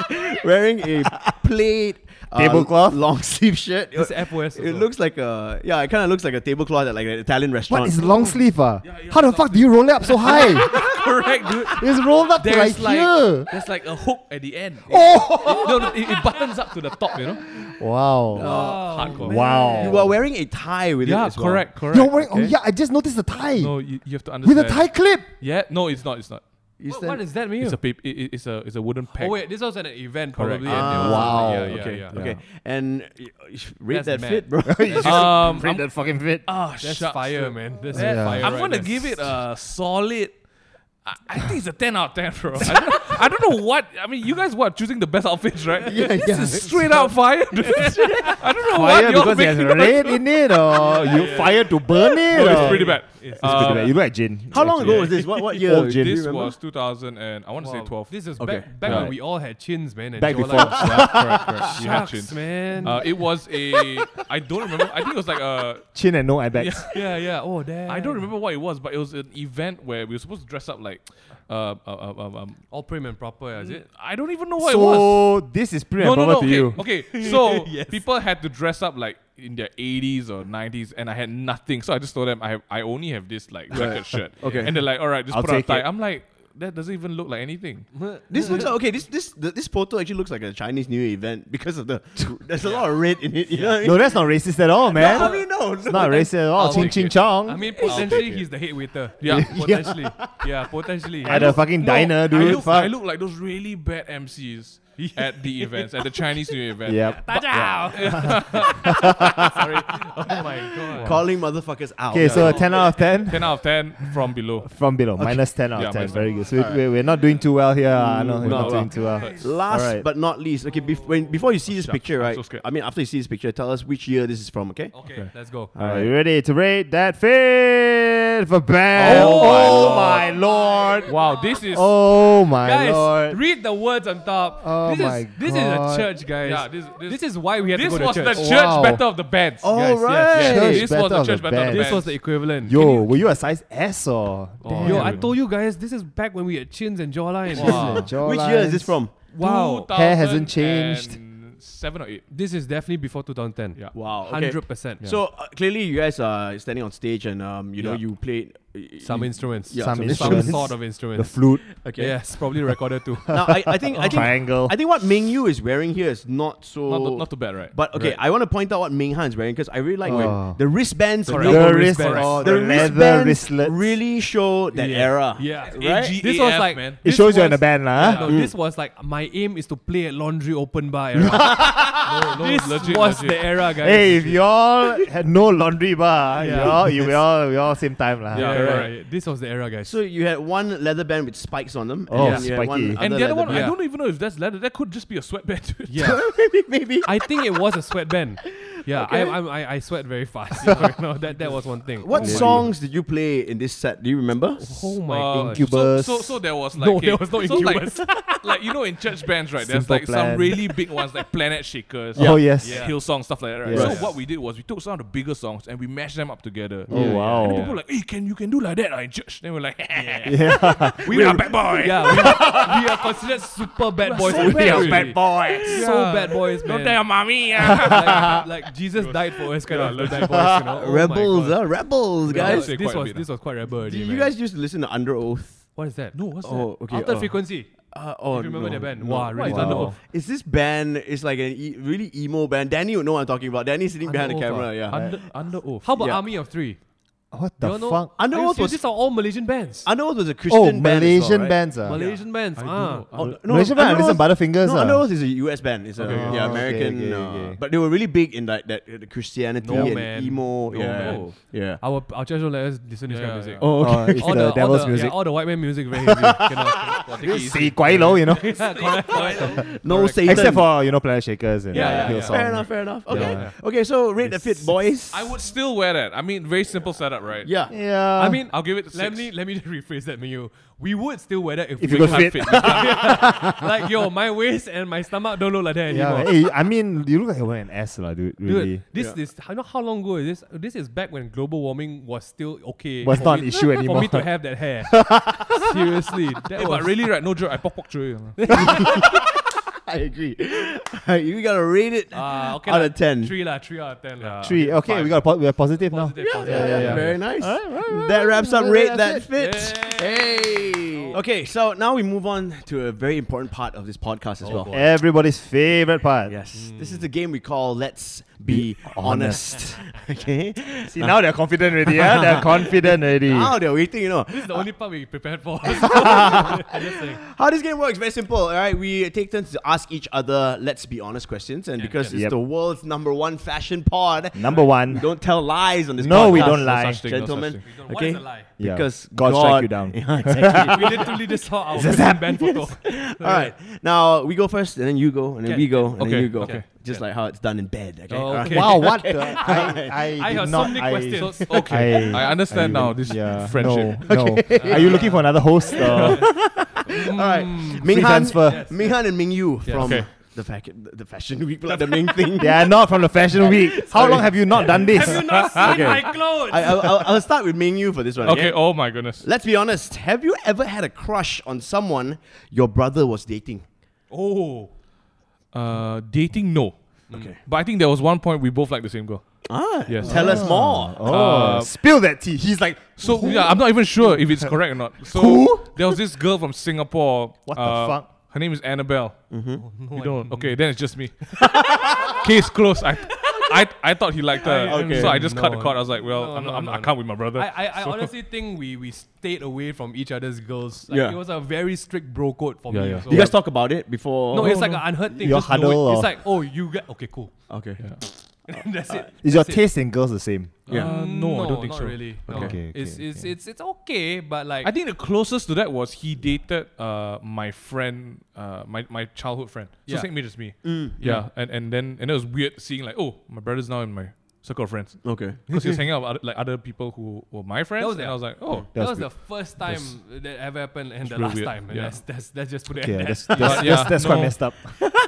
C: wearing a plaid uh,
D: Tablecloth?
C: long sleeve shirt.
F: It's FOS.
C: It looks like a yeah. It kind of looks like a tablecloth at like an Italian restaurant.
D: What is long sleeve? Ah? How the fuck do you roll it up so high?
F: correct, dude.
D: it's rolled up to like,
F: There's
E: *laughs*
F: like,
D: here.
F: there's like a hook at the end. Oh! no, no, it, it buttons up to the top, you know?
D: Wow.
E: Oh,
F: Hardcore.
D: Oh, wow.
C: You are wearing a tie with it.
F: Yeah,
C: as well.
F: correct, correct.
D: You're wearing. Oh
F: okay?
D: yeah, I just noticed the tie
E: No, you, you have to
D: with
E: understand.
D: a tie clip.
E: Yeah. No, it's not. It's not.
C: You
F: What,
C: stand-
F: what does that mean?
E: It's a paper. It, it's a. It's a wooden peg.
F: oh, wait, this was at an event,
E: Correct.
F: probably.
E: Ah,
F: and there was
D: wow,
F: something- Yeah, yeah,
C: okay,
F: yeah.
C: okay, and uh, rate
F: That's
C: that
F: mad.
C: fit, *laughs* bro.
E: Um, I'm,
D: that fucking fit.
E: oh,
F: That's
E: shucks,
F: fire,
E: dude.
F: man. That's
E: That-
F: fire.
E: I'm
F: right
E: gonna
F: there.
E: give it a solid. I, I think it's a ten out of ten, bro. I don't, I don't know what. I mean, you guys what choosing the best outfits, right? this
D: yeah.
E: is straight out fire.
D: *laughs*
E: dude. I don't know
D: Fire
E: what you're
D: because there's
E: *laughs* making.
D: red in it, or you fire to burn it.
E: No,
D: or-
E: Oh, it's pretty bad.
F: It's-
D: It's
E: Uh,
D: pretty bad. You look like Jin.
C: How long ago
D: actually.
C: was this? What what year?
D: Old Jin.
C: Do you
E: This
C: remember?
E: was 2000 and I want to say 12.
F: This is
C: Okay.
F: back, back
D: Right.
F: when we all had chins, man. And
D: Back
F: jawlines.
D: before.
E: Yeah, correct, *laughs* correct. You had
F: Shucks,
E: chins.
F: man.
E: Uh, it was a. I don't remember. I think it was like a.
D: Chin and no eye bags.
F: yeah, yeah. Oh, damn.
E: I don't remember what it was, but it was an event where we were supposed to dress up like. Uh, uh, uh, um, um,
F: All prim and proper, is it?
E: I don't even know *laughs* what it was.
D: So this is pretty
E: No, no, no.
D: important
E: Okay,
D: to you. *laughs*
E: okay. So people had to dress up like in their 80s or 90s, and I had
D: *laughs*
E: nothing. So I just told them I have, I only have this like jacket shirt.
C: Okay.
E: And they're like, all right, just
D: I'll
E: put on a
D: take
E: tie.
D: it.
E: I'm like, that doesn't even look like anything.
C: This looks like okay. This this the, this photo actually looks like a Chinese New Year event because *laughs* of the there's a lot of red in it. You know what I
D: No, that's not racist at all, man.
C: mean? How do you know?
D: It's not racist at all.
E: I'll
D: Ching
E: take
D: ching
E: it.
D: chong.
F: I mean, potentially he's the head waiter.
E: Yeah.
F: *laughs* Potentially. yeah, potentially.
D: at a fucking *laughs* diner,
E: I
D: dude.
E: look, I
D: Fuck.
E: look like those really bad MCs
D: *laughs*
E: at the events, at the Chinese New Year event.
D: Yep.
E: *laughs*
F: *laughs* Sorry. Oh my god.
C: Calling motherfuckers out.
D: Okay, so a 10 out of 10
E: 10 out of 10 from below.
D: from below. Minus 10 out
E: Yeah,
D: of 10.
E: minus
D: Very good. So we- we, we're not doing too well here. I know we're
E: Mm, no,
D: not
E: no.
D: doing too well.
C: Last
D: Alright.
C: but not least, okay, bef- when, before you see this picture,
E: I'm
C: right?
E: so scared.
C: I mean, after you see this picture, tell us which year this is from, okay?
F: Okay, let's go.
D: All right, you ready to rate that fit for Bam?
E: Oh my
D: Oh,
E: lord.
D: my lord!
E: Wow, this is.
D: Oh my
F: Guys,
D: lord!
F: read the words on top.
D: Oh
F: this
D: my
F: is this is
D: God.
F: a church, guys.
E: Yeah, this- this-
F: is why we had
E: this
F: to go
E: was
F: to
E: the
F: church.
E: church
D: Wow.
E: battle of the bands.
C: All right.
E: yes.
D: Church
E: This
D: battle
E: was the
D: of the
E: church battle of the
D: band.
F: this
E: bands.
F: was the equivalent.
D: Yo,
F: Can you- Oh,
D: were you a size S or? Damn.
F: yo, I told you guys, this is back when we had chins and jawlines.
E: Wow.
C: Which year is this from?
F: Wow.
D: Hair hasn't changed.
E: 2007 or 8.
F: This is definitely before 2010.
E: Yeah.
C: Wow. okay.
F: 100%.
C: So uh, clearly, you guys are standing on stage, and um, you know,
F: Yeah.
C: you played *laughs* uh,
F: some
C: you-
F: instruments.
C: Yeah, some
D: Some
F: Some
D: instruments.
F: sort of
D: The
F: instruments.
D: flute.
C: Okay.
F: Yes, probably a recorder *laughs* too.
C: Now, I, I think I think
D: Triangle.
C: I think what Ming Yu is wearing here is not so
E: Not, not too bad, right?
C: But okay,
E: Right.
C: I want to point out what Ming Han is wearing because I really like
D: Oh.
C: when the wristbands.
F: The
C: really-
D: the
F: Rubber
D: wrist.
F: wristbands.
D: Oh, the,
C: the
D: leather
C: wristbands
D: wristlets.
C: really show that
F: Yeah.
C: era.
F: yeah. E
C: Right?
E: AGAF,
F: This was like
E: man.
D: It
F: this
D: shows you're in a
F: was-
D: band, lah. huh?
F: No, this was like my aim is to play at laundry open bar. Era.
E: No,
F: *laughs* this
E: legit,
F: was
E: legit.
F: the era, guys.
D: Hey, if y'all had no laundry bar,
F: Yeah.
D: you all you we all we all same time lah.
F: yeah,
E: Yeah,
F: yeah,
E: right.
F: yeah. This was the era, guys.
C: So you had one leather band with spikes on them.
D: Oh,
C: and then you had
D: spiky.
C: one
E: And the other
C: leather
E: one,
C: band.
E: I
F: Yeah.
E: don't even know if that's leather. That could just be a sweatband. *laughs* dude.
F: yeah.
C: maybe, maybe.
F: I think it was a sweatband. Yeah, I, I'm- I I sweat very fast. no, that that was one thing.
C: *laughs* What
F: Oh my-
C: songs did you play in this set? Do you remember?
F: Oh my
E: Uh,
F: god.
D: Incubus.
E: So, so, so there was like
F: No, there
E: okay,
F: was no
E: so like-
F: Incubus.
E: *laughs* Like, you know, in church bands, right? There's
D: Simple
E: like
D: Plan.
E: some really big ones, like Planet Shakers.
D: Oh, yes.
E: yeah. Hillsong stuff like that. Right?
D: Yeah.
E: So what we did was we took some of the bigger songs and we mashed them up together.
D: Oh wow.
E: And then people were like, "Hey, can you can do like that ah, in church?" Then we're like, *laughs* "Yeah,
D: yeah. *laughs*
E: we are bad boy.
F: Yeah, we, we are considered super bad boys.
E: so bad,
F: already.
E: bad
D: boys.
F: So bad boys, man.
E: Don't tell your mommy." ah.
F: like, like Jesus died for us, kind of died for us, you know. Oh my
C: rebels,
F: God.
C: uh, rebels,
E: I'd
C: guys.
E: say
F: this
E: quite a
F: was
E: bit,
F: this was quite rebel.
C: Do
F: already,
C: you
F: man.
C: guys used to listen to Under Oath?
F: what is that?
E: no, what's
C: Oh, okay.
F: Alter
C: uh,
F: frequency.
C: uh, oh,
F: If you remember
C: no,
F: the band.
C: no.
F: Wow, really
E: Wow.
F: Thunder
E: Wow.
F: Oath.
C: It's this band. It's like an e- really emo band. Danny would know what I'm talking about. Danny's sitting behind the
F: Under Oath,
C: camera.
F: ah.
C: Yeah.
E: Under, under oath.
F: How about
C: Yeah.
F: Army of Three?
D: What
F: You
D: the
F: all know-
D: fuck?
C: Under
F: Are you
C: Oath
F: serious?
C: was
F: These are all Malaysian bands.
C: Under Oath was a Christian
D: Oh,
C: band. as well,
D: Malaysian
C: right?
D: bands. ah.
F: Malaysian bands.
E: I
F: ah.
E: do know.
C: Oh, no,
D: Malaysian band, I
C: Under
D: listen
C: Oath-
D: Butterfingers.
C: No,
D: ah.
C: Under Oath is a US band. It's a
D: okay.
C: yeah,
D: Oh, okay,
C: American.
D: okay,
C: uh,
D: okay.
C: But they were really big in like that, the Christianity
F: No,
C: and
F: man.
C: emo.
F: No,
C: yeah,
F: man.
C: yeah.
F: Our our church don't let us listen to this
E: Yeah,
F: kind of music.
E: yeah.
D: Oh, okay. it's *laughs* the, devil's
F: all the,
D: music.
F: Yeah, all the white man music very heavy. Cannot- cannot take it easy.
D: See, quite low, you know.
F: *laughs* Yeah, correct, correct.
C: No Satan.
D: Except for you know, Planet Shakers and
E: Yeah,
D: uh,
E: yeah, yeah.
D: Hillsong.
C: fair enough, fair enough. Okay,
D: Yeah.
C: okay. So rate the fit, boys.
E: I would still wear that. I mean, very simple setup, right?
C: Yeah.
D: Yeah.
F: I mean,
E: I'll give it.
F: let
E: six.
F: me let me just rephrase that, Mingyu. We would still wear that if,
D: If
F: we
D: you
F: could
D: got fit.
F: like yo, my waist and my stomach don't look like that
D: yeah. Hey,
F: anymore.
D: I mean, you look like you're wearing an S, lah, dude. Really.
F: Dude, this
C: Yeah.
F: is I know how long ago is this? This is back when global warming was still okay.
D: Was
F: for
D: not an
F: me-
D: issue
F: *laughs* for
D: anymore.
F: me to have that
D: *laughs*
F: hair. Seriously, that
E: Hey,
F: was
E: but really, right? No joke. I pok pok through.
F: *laughs*
C: I agree. *laughs* you gotta rate it.
D: Ah,
F: uh, okay,
C: Out
F: lah,
C: of 10.
F: Three la, three out of ten la.
D: Three. Okay, we got po- we're positive,
F: Positive,
D: now.
F: positive.
D: yeah, yeah.
C: Very nice. That wraps up
D: That's
C: rate
D: it.
C: that fits.
F: Hey.
C: Okay, so now we move on to a very important part of this podcast
D: Oh,
C: as well.
D: Everybody's favorite part. *laughs*
C: Yes, this
D: Hmm.
C: is the game we call "Let's Be Honest."
F: *laughs*
C: okay,
D: See, now they're confident already. Yeah, they're confident already.
C: now they're waiting. You know,
F: This is the only part we prepared *laughs* for. Just saying.
C: How this game works, very simple. All right, we take turns to ask each other, let's be honest, questions. And because it's
D: Yep.
C: the world's number one fashion pod,
D: Number
C: we
D: one.
C: don't tell lies on this
D: No, we
C: podcast,
D: don't lie.
E: such thing, no such
C: Gentlemen,
E: thing.
F: What
C: okay?
F: is a lie?
D: Yeah.
C: Because
D: God, strike you *laughs* down.
C: *laughs* Yeah, exactly.
F: We literally just saw our Zap. band photo.
D: *laughs*
C: All right, now we go first, and then you go, and then
F: Okay,
C: we go, and then
E: okay,
C: you go.
E: okay.
C: Just like how it's done in bed. Okay.
F: Oh,
C: All right.
F: okay.
D: Wow, what? The, I, I,
F: *laughs* I
D: did
F: have so
D: not,
F: many
D: I, *laughs*
F: questions. So-
E: Okay,
D: I- *laughs*
E: I, understand now. This
D: Yeah,
E: friendship.
D: *laughs* No, no. Are you looking for another host?
F: *laughs*
D: Or?
C: All right. Ming
D: Free
C: Han,
D: transfer.
C: Ming Han and Ming Yu from
E: Okay.
C: the, fac- the fashion week, *laughs* like the main
E: *laughs*
C: thing.
D: they are not from the Fashion Week. How long have you not done this?
F: *laughs* Have you not seen my clothes?
C: I, I'll, I'll- I'll start with Ming Yu for this one.
E: *laughs* Okay. Oh my goodness.
C: Let's be honest. Have you ever had a crush on someone your brother was dating?
F: oh.
E: Uh, dating, no.
F: Mm.
C: Okay.
E: But I think there was one point we both liked the same girl.
C: Ah,
E: Yes.
C: Tell us more. Uh,
D: Oh, spill that tea. He's like, *laughs*
E: So yeah, I'm not even sure if it's correct or not. So
D: Who?
E: there was this girl from Singapore.
D: What the
E: uh,
D: fuck? Mm-hmm.
E: Her name is Annabelle.
F: Oh,
E: you don't. Okay, then it's just me. *laughs* Case closed. I, I, I thought he liked her,
F: I-
C: Okay.
E: so I just cut the
F: no.
E: cord. I was like, well,
F: No,
E: I'm,
F: no,
E: not, I'm
F: no,
E: not, I
F: no.
E: can't with my brother.
F: I, I, I honestly think we, we stayed away from each other's girls. Like,
C: Yeah.
F: It was a very strict bro code for
E: Yeah,
F: me.
E: yeah.
F: So
C: You guys talk about it before.
F: no, it's like an unheard thing.
D: Oh. Your
F: just know it.
D: huddle or-
F: It's like, oh, you get okay, cool. *laughs*
C: okay.
F: That's it.
D: Is your
F: *laughs* That's it.
D: taste in girls the same?
C: Yeah.
E: Uh, no, I don't think
F: not
E: so.
F: Really. No.
D: Okay, okay,
F: it's it's
D: okay.
F: it's it's okay, but like
E: I think the closest to that was he dated uh, my friend, uh, my, my childhood friend. So
F: Yeah.
E: same age as me. yeah. And and then and it was weird seeing like, oh, my brother's now in my circle of friends.
C: Okay.
E: Because he was hanging out with other, like other people who were my friends.
F: was
E: and
F: that.
E: I was like, oh.
F: that
D: That's
F: was the first time that ever happened and the
E: real
F: last
E: weird.
F: time. And
E: Yeah.
F: that's, that's that's just put it.
D: Yeah,
F: at
D: that's
F: that.
D: that's, that's,
E: yeah,
D: that's quite
E: no.
D: messed up.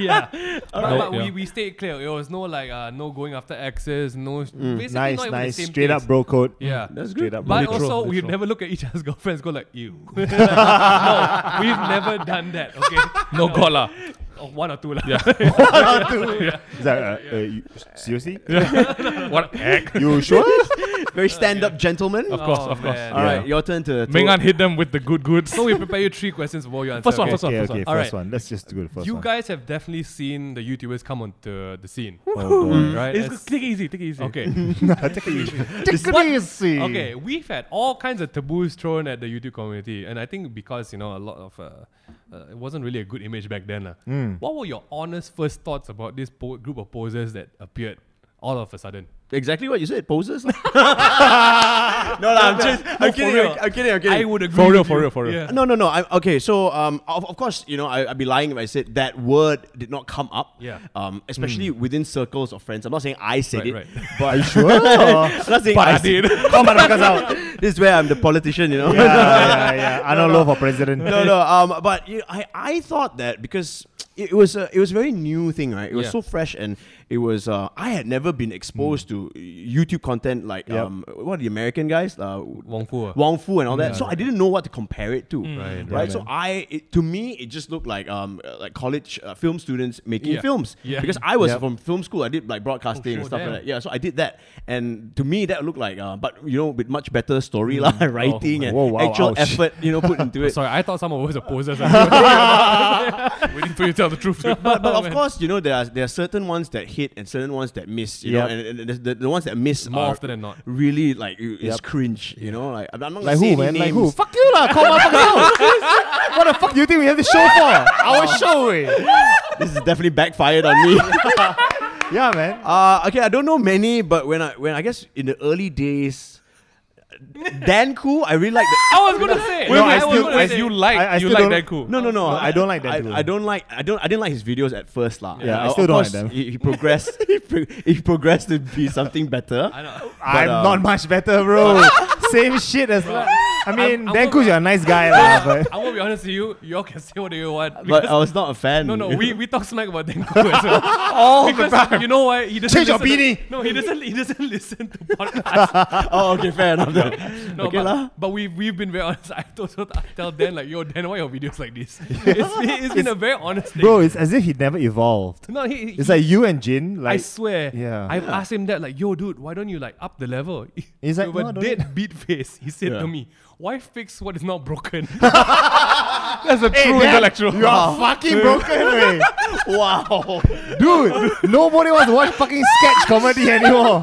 F: yeah. But,
E: Alright.
F: but
E: Yeah.
F: we, we stayed clear. It was no like uh, no going after exes, no basically
D: Mm, nice,
F: not even
D: nice,
F: the same
D: straight up
F: things.
D: bro code.
F: Yeah.
C: That's
D: Straight
C: good.
D: up.
F: But
D: bro code.
F: also, we never look at each other's *laughs* girlfriends. Go like, you.
D: *laughs*
F: *laughs* no, we've never done that.
E: *laughs*
F: Okay,
E: No god lah.
F: Or one or two lah.
D: It's like, uh, uh, you, seriously?
E: What an act.
D: You sure?
C: Very stand up gentleman. *laughs*
E: Of course,
F: *laughs* Oh,
E: of course.
F: man.
C: All right,
D: Yeah.
C: your turn to. to-
E: Ming An hit them with the good goods. *laughs*
F: So we prepare you three questions before you answer.
E: First one,
F: okay?
E: first one,
D: okay,
E: first
D: okay,
E: one.
D: first
F: Alright.
D: one. Let's just do the first
F: You
D: one.
F: guys have definitely seen the YouTubers come onto the scene, *laughs*
D: Oh, God.
F: right?
E: It's-
F: That's-
E: take it easy, take it easy.
F: okay,
D: Take it easy. Take
F: What-
D: it easy.
F: *laughs* okay. We've had all kinds of taboos thrown at the YouTube community, and I think because you know a lot of uh, uh, it wasn't really a good image back then. lah.
E: Mm.
F: What were your honest first thoughts about this po- group of posers that appeared all of a sudden?
C: Exactly what you said. Poses. *laughs* no, lah, I'm just. I'm
F: for
C: kidding.
F: real.
C: I'm kidding. I'm kidding.
F: I would agree.
E: For real,
F: with
E: for
F: you.
E: real, for real.
F: Yeah.
C: No, no, no. I, okay, so um, of, of course, you know, I, I'd be lying if I said that word did not come up.
F: Yeah.
C: Um, especially within circles of friends. I'm not saying I said
F: Right,
C: it,
F: right.
C: but
D: Are you *laughs* sure? yeah,
C: *laughs* I'm not saying
E: But I
C: I said- *laughs*
E: did.
D: Come on, fuckers out.
C: This is where I'm the politician, you know.
D: *laughs* yeah, yeah. I don't know for president.
C: *laughs* no, no. Um, but you know, I, I thought that because it was a, it was a very new thing, right? It was
F: Yeah.
C: so fresh, and it was uh, I had never been exposed to YouTube content like
D: Mm. Yep.
C: um, what are the American guys, uh,
F: Wong Fu. ah.
C: Wong Fu and all that. so I didn't know what to compare it to,
F: Right,
C: right?
F: right,
C: so I it, to me it just looked like um uh, like college uh, film students making
F: Yeah.
C: films
F: Yeah.
C: because I was
D: Yep.
C: from film school. I did like broadcasting and
F: Oh,
C: stuff
F: damn.
C: like that. Yeah, so I did that, and to me that looked like uh, but you know with much better story lah, *laughs* writing and
D: Whoa, wow,
C: actual
D: ouch.
C: effort you know put into it.
F: Sorry, I thought some of us are posers. *laughs* Waiting for you to tell the *laughs* truth.
C: but, but of course, you know there are there are certain ones that hit and certain ones that miss. You know,
D: Yep.
C: and, and the, the ones that miss
F: More
C: are
F: often than not.
C: really like you- it's
D: Yep.
C: cringe. You know, like I'm I'm not
D: Like
C: gonna say
D: who,
C: any
D: man? Like who?
C: names.
D: Fuck you, lah. Come on, fuck you. What the fuck do you think we have this show for? Our show, eh?
C: This is definitely backfired on me.
D: Yeah, man.
C: uh, okay, I don't know many, but when I when I guess in the early days, Dan Koo, I really like. The,
F: I was gonna say.
E: Well,
D: No, I
E: as,
D: was
E: you,
D: gonna
E: as you like,
D: I- I
E: you
D: still
E: like
D: don't-
E: that cool.
C: no, no, *laughs* no.
D: No, I don't like Dan
C: I,
D: Koo.
C: I don't like. I don't. I didn't like his videos at first, lah.
D: Yeah, I
C: Uh,
D: still
C: of
D: don't
C: course,
D: like them.
C: He, he progressed. *laughs* he, pro- he progressed to be something better.
F: I know.
D: I'm
C: um,
D: not much better, bro.
F: *laughs*
D: Same shit as. I mean,
F: I'm
D: Dan
F: a-
D: Koo's you're a nice guy,
F: *laughs*
D: lah. But
F: I won't be honest with you. You all can say what you want.
C: But
F: Because
C: I was not a fan.
F: no, no, we, we talk smack about Denko
D: *laughs*
F: as well. All because You know why? He doesn't
D: Change your
F: listen to-
D: beanie.
F: no, he doesn't. He doesn't *laughs*
D: *laughs*
F: listen to podcasts.
C: *laughs* oh, okay, fair enough.
F: *laughs* No,
C: okay, lah.
F: but, but we've we've been very honest. I told I tell Dan like, yo, Dan, why your videos
D: *laughs*
F: like this? It's been, it's been a very honest thing.
D: bro, it's as if he never evolved.
F: no, he, he,
D: It's like you and Jin,
F: I
D: like
F: swear.
D: Yeah.
F: I've asked him that, like, yo, dude, why don't you like up
D: *laughs*
F: the level?
D: He's like,
F: with
D: "No, I
F: a
D: don't *laughs*
F: dead
D: need-"
F: beat face. He said
C: Yeah.
F: to me, why fix what is not broken? *laughs*
E: That's a true
D: Dan,
E: intellectual.
D: You are fucking
E: *laughs*
D: broken, way.
C: Wow.
D: Dude, nobody wants to watch fucking sketch comedy
E: *laughs*
D: anymore.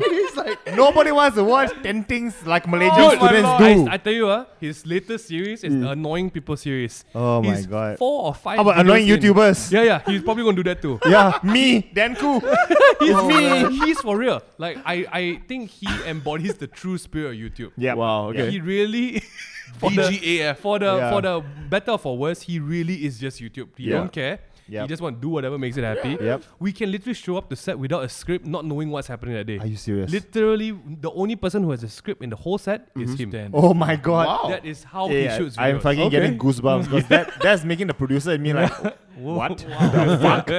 D: nobody wants to watch 10 things like Malaysian
F: Dude, my
D: students
F: lord,
D: do. Mm.
F: I, I tell you, uh, his latest series is the annoying people series.
D: Oh my
F: He's
D: God.
F: Four or five.
D: How about
F: videos
D: annoying
F: in.
D: YouTubers?
F: Yeah, yeah. He's probably gonna do that too. Oh.
D: yeah, me, Dan Koo.
F: *laughs* he's me. He's for real. Like I, I think he embodies the true spirit of YouTube.
D: Yeah.
C: Wow, okay.
F: He really. *laughs* For the,
E: BGAF.
F: *laughs* for the
D: Yeah.
F: for the better or for worse, he really is just YouTube. He
D: Yeah.
F: don't care. He
D: Yep.
F: just want to do whatever makes it happy.
D: Yep.
F: We can literally show up to set without a script, not knowing what's happening that day.
D: Are you serious?
F: Literally, the only person who has a script in the whole set is him.
D: Oh my god.
F: That is how
D: Yeah,
F: Oh, he shoots videos.
D: I'm fucking
C: Okay.
D: getting goosebumps because that, that's making the producer and me like, what?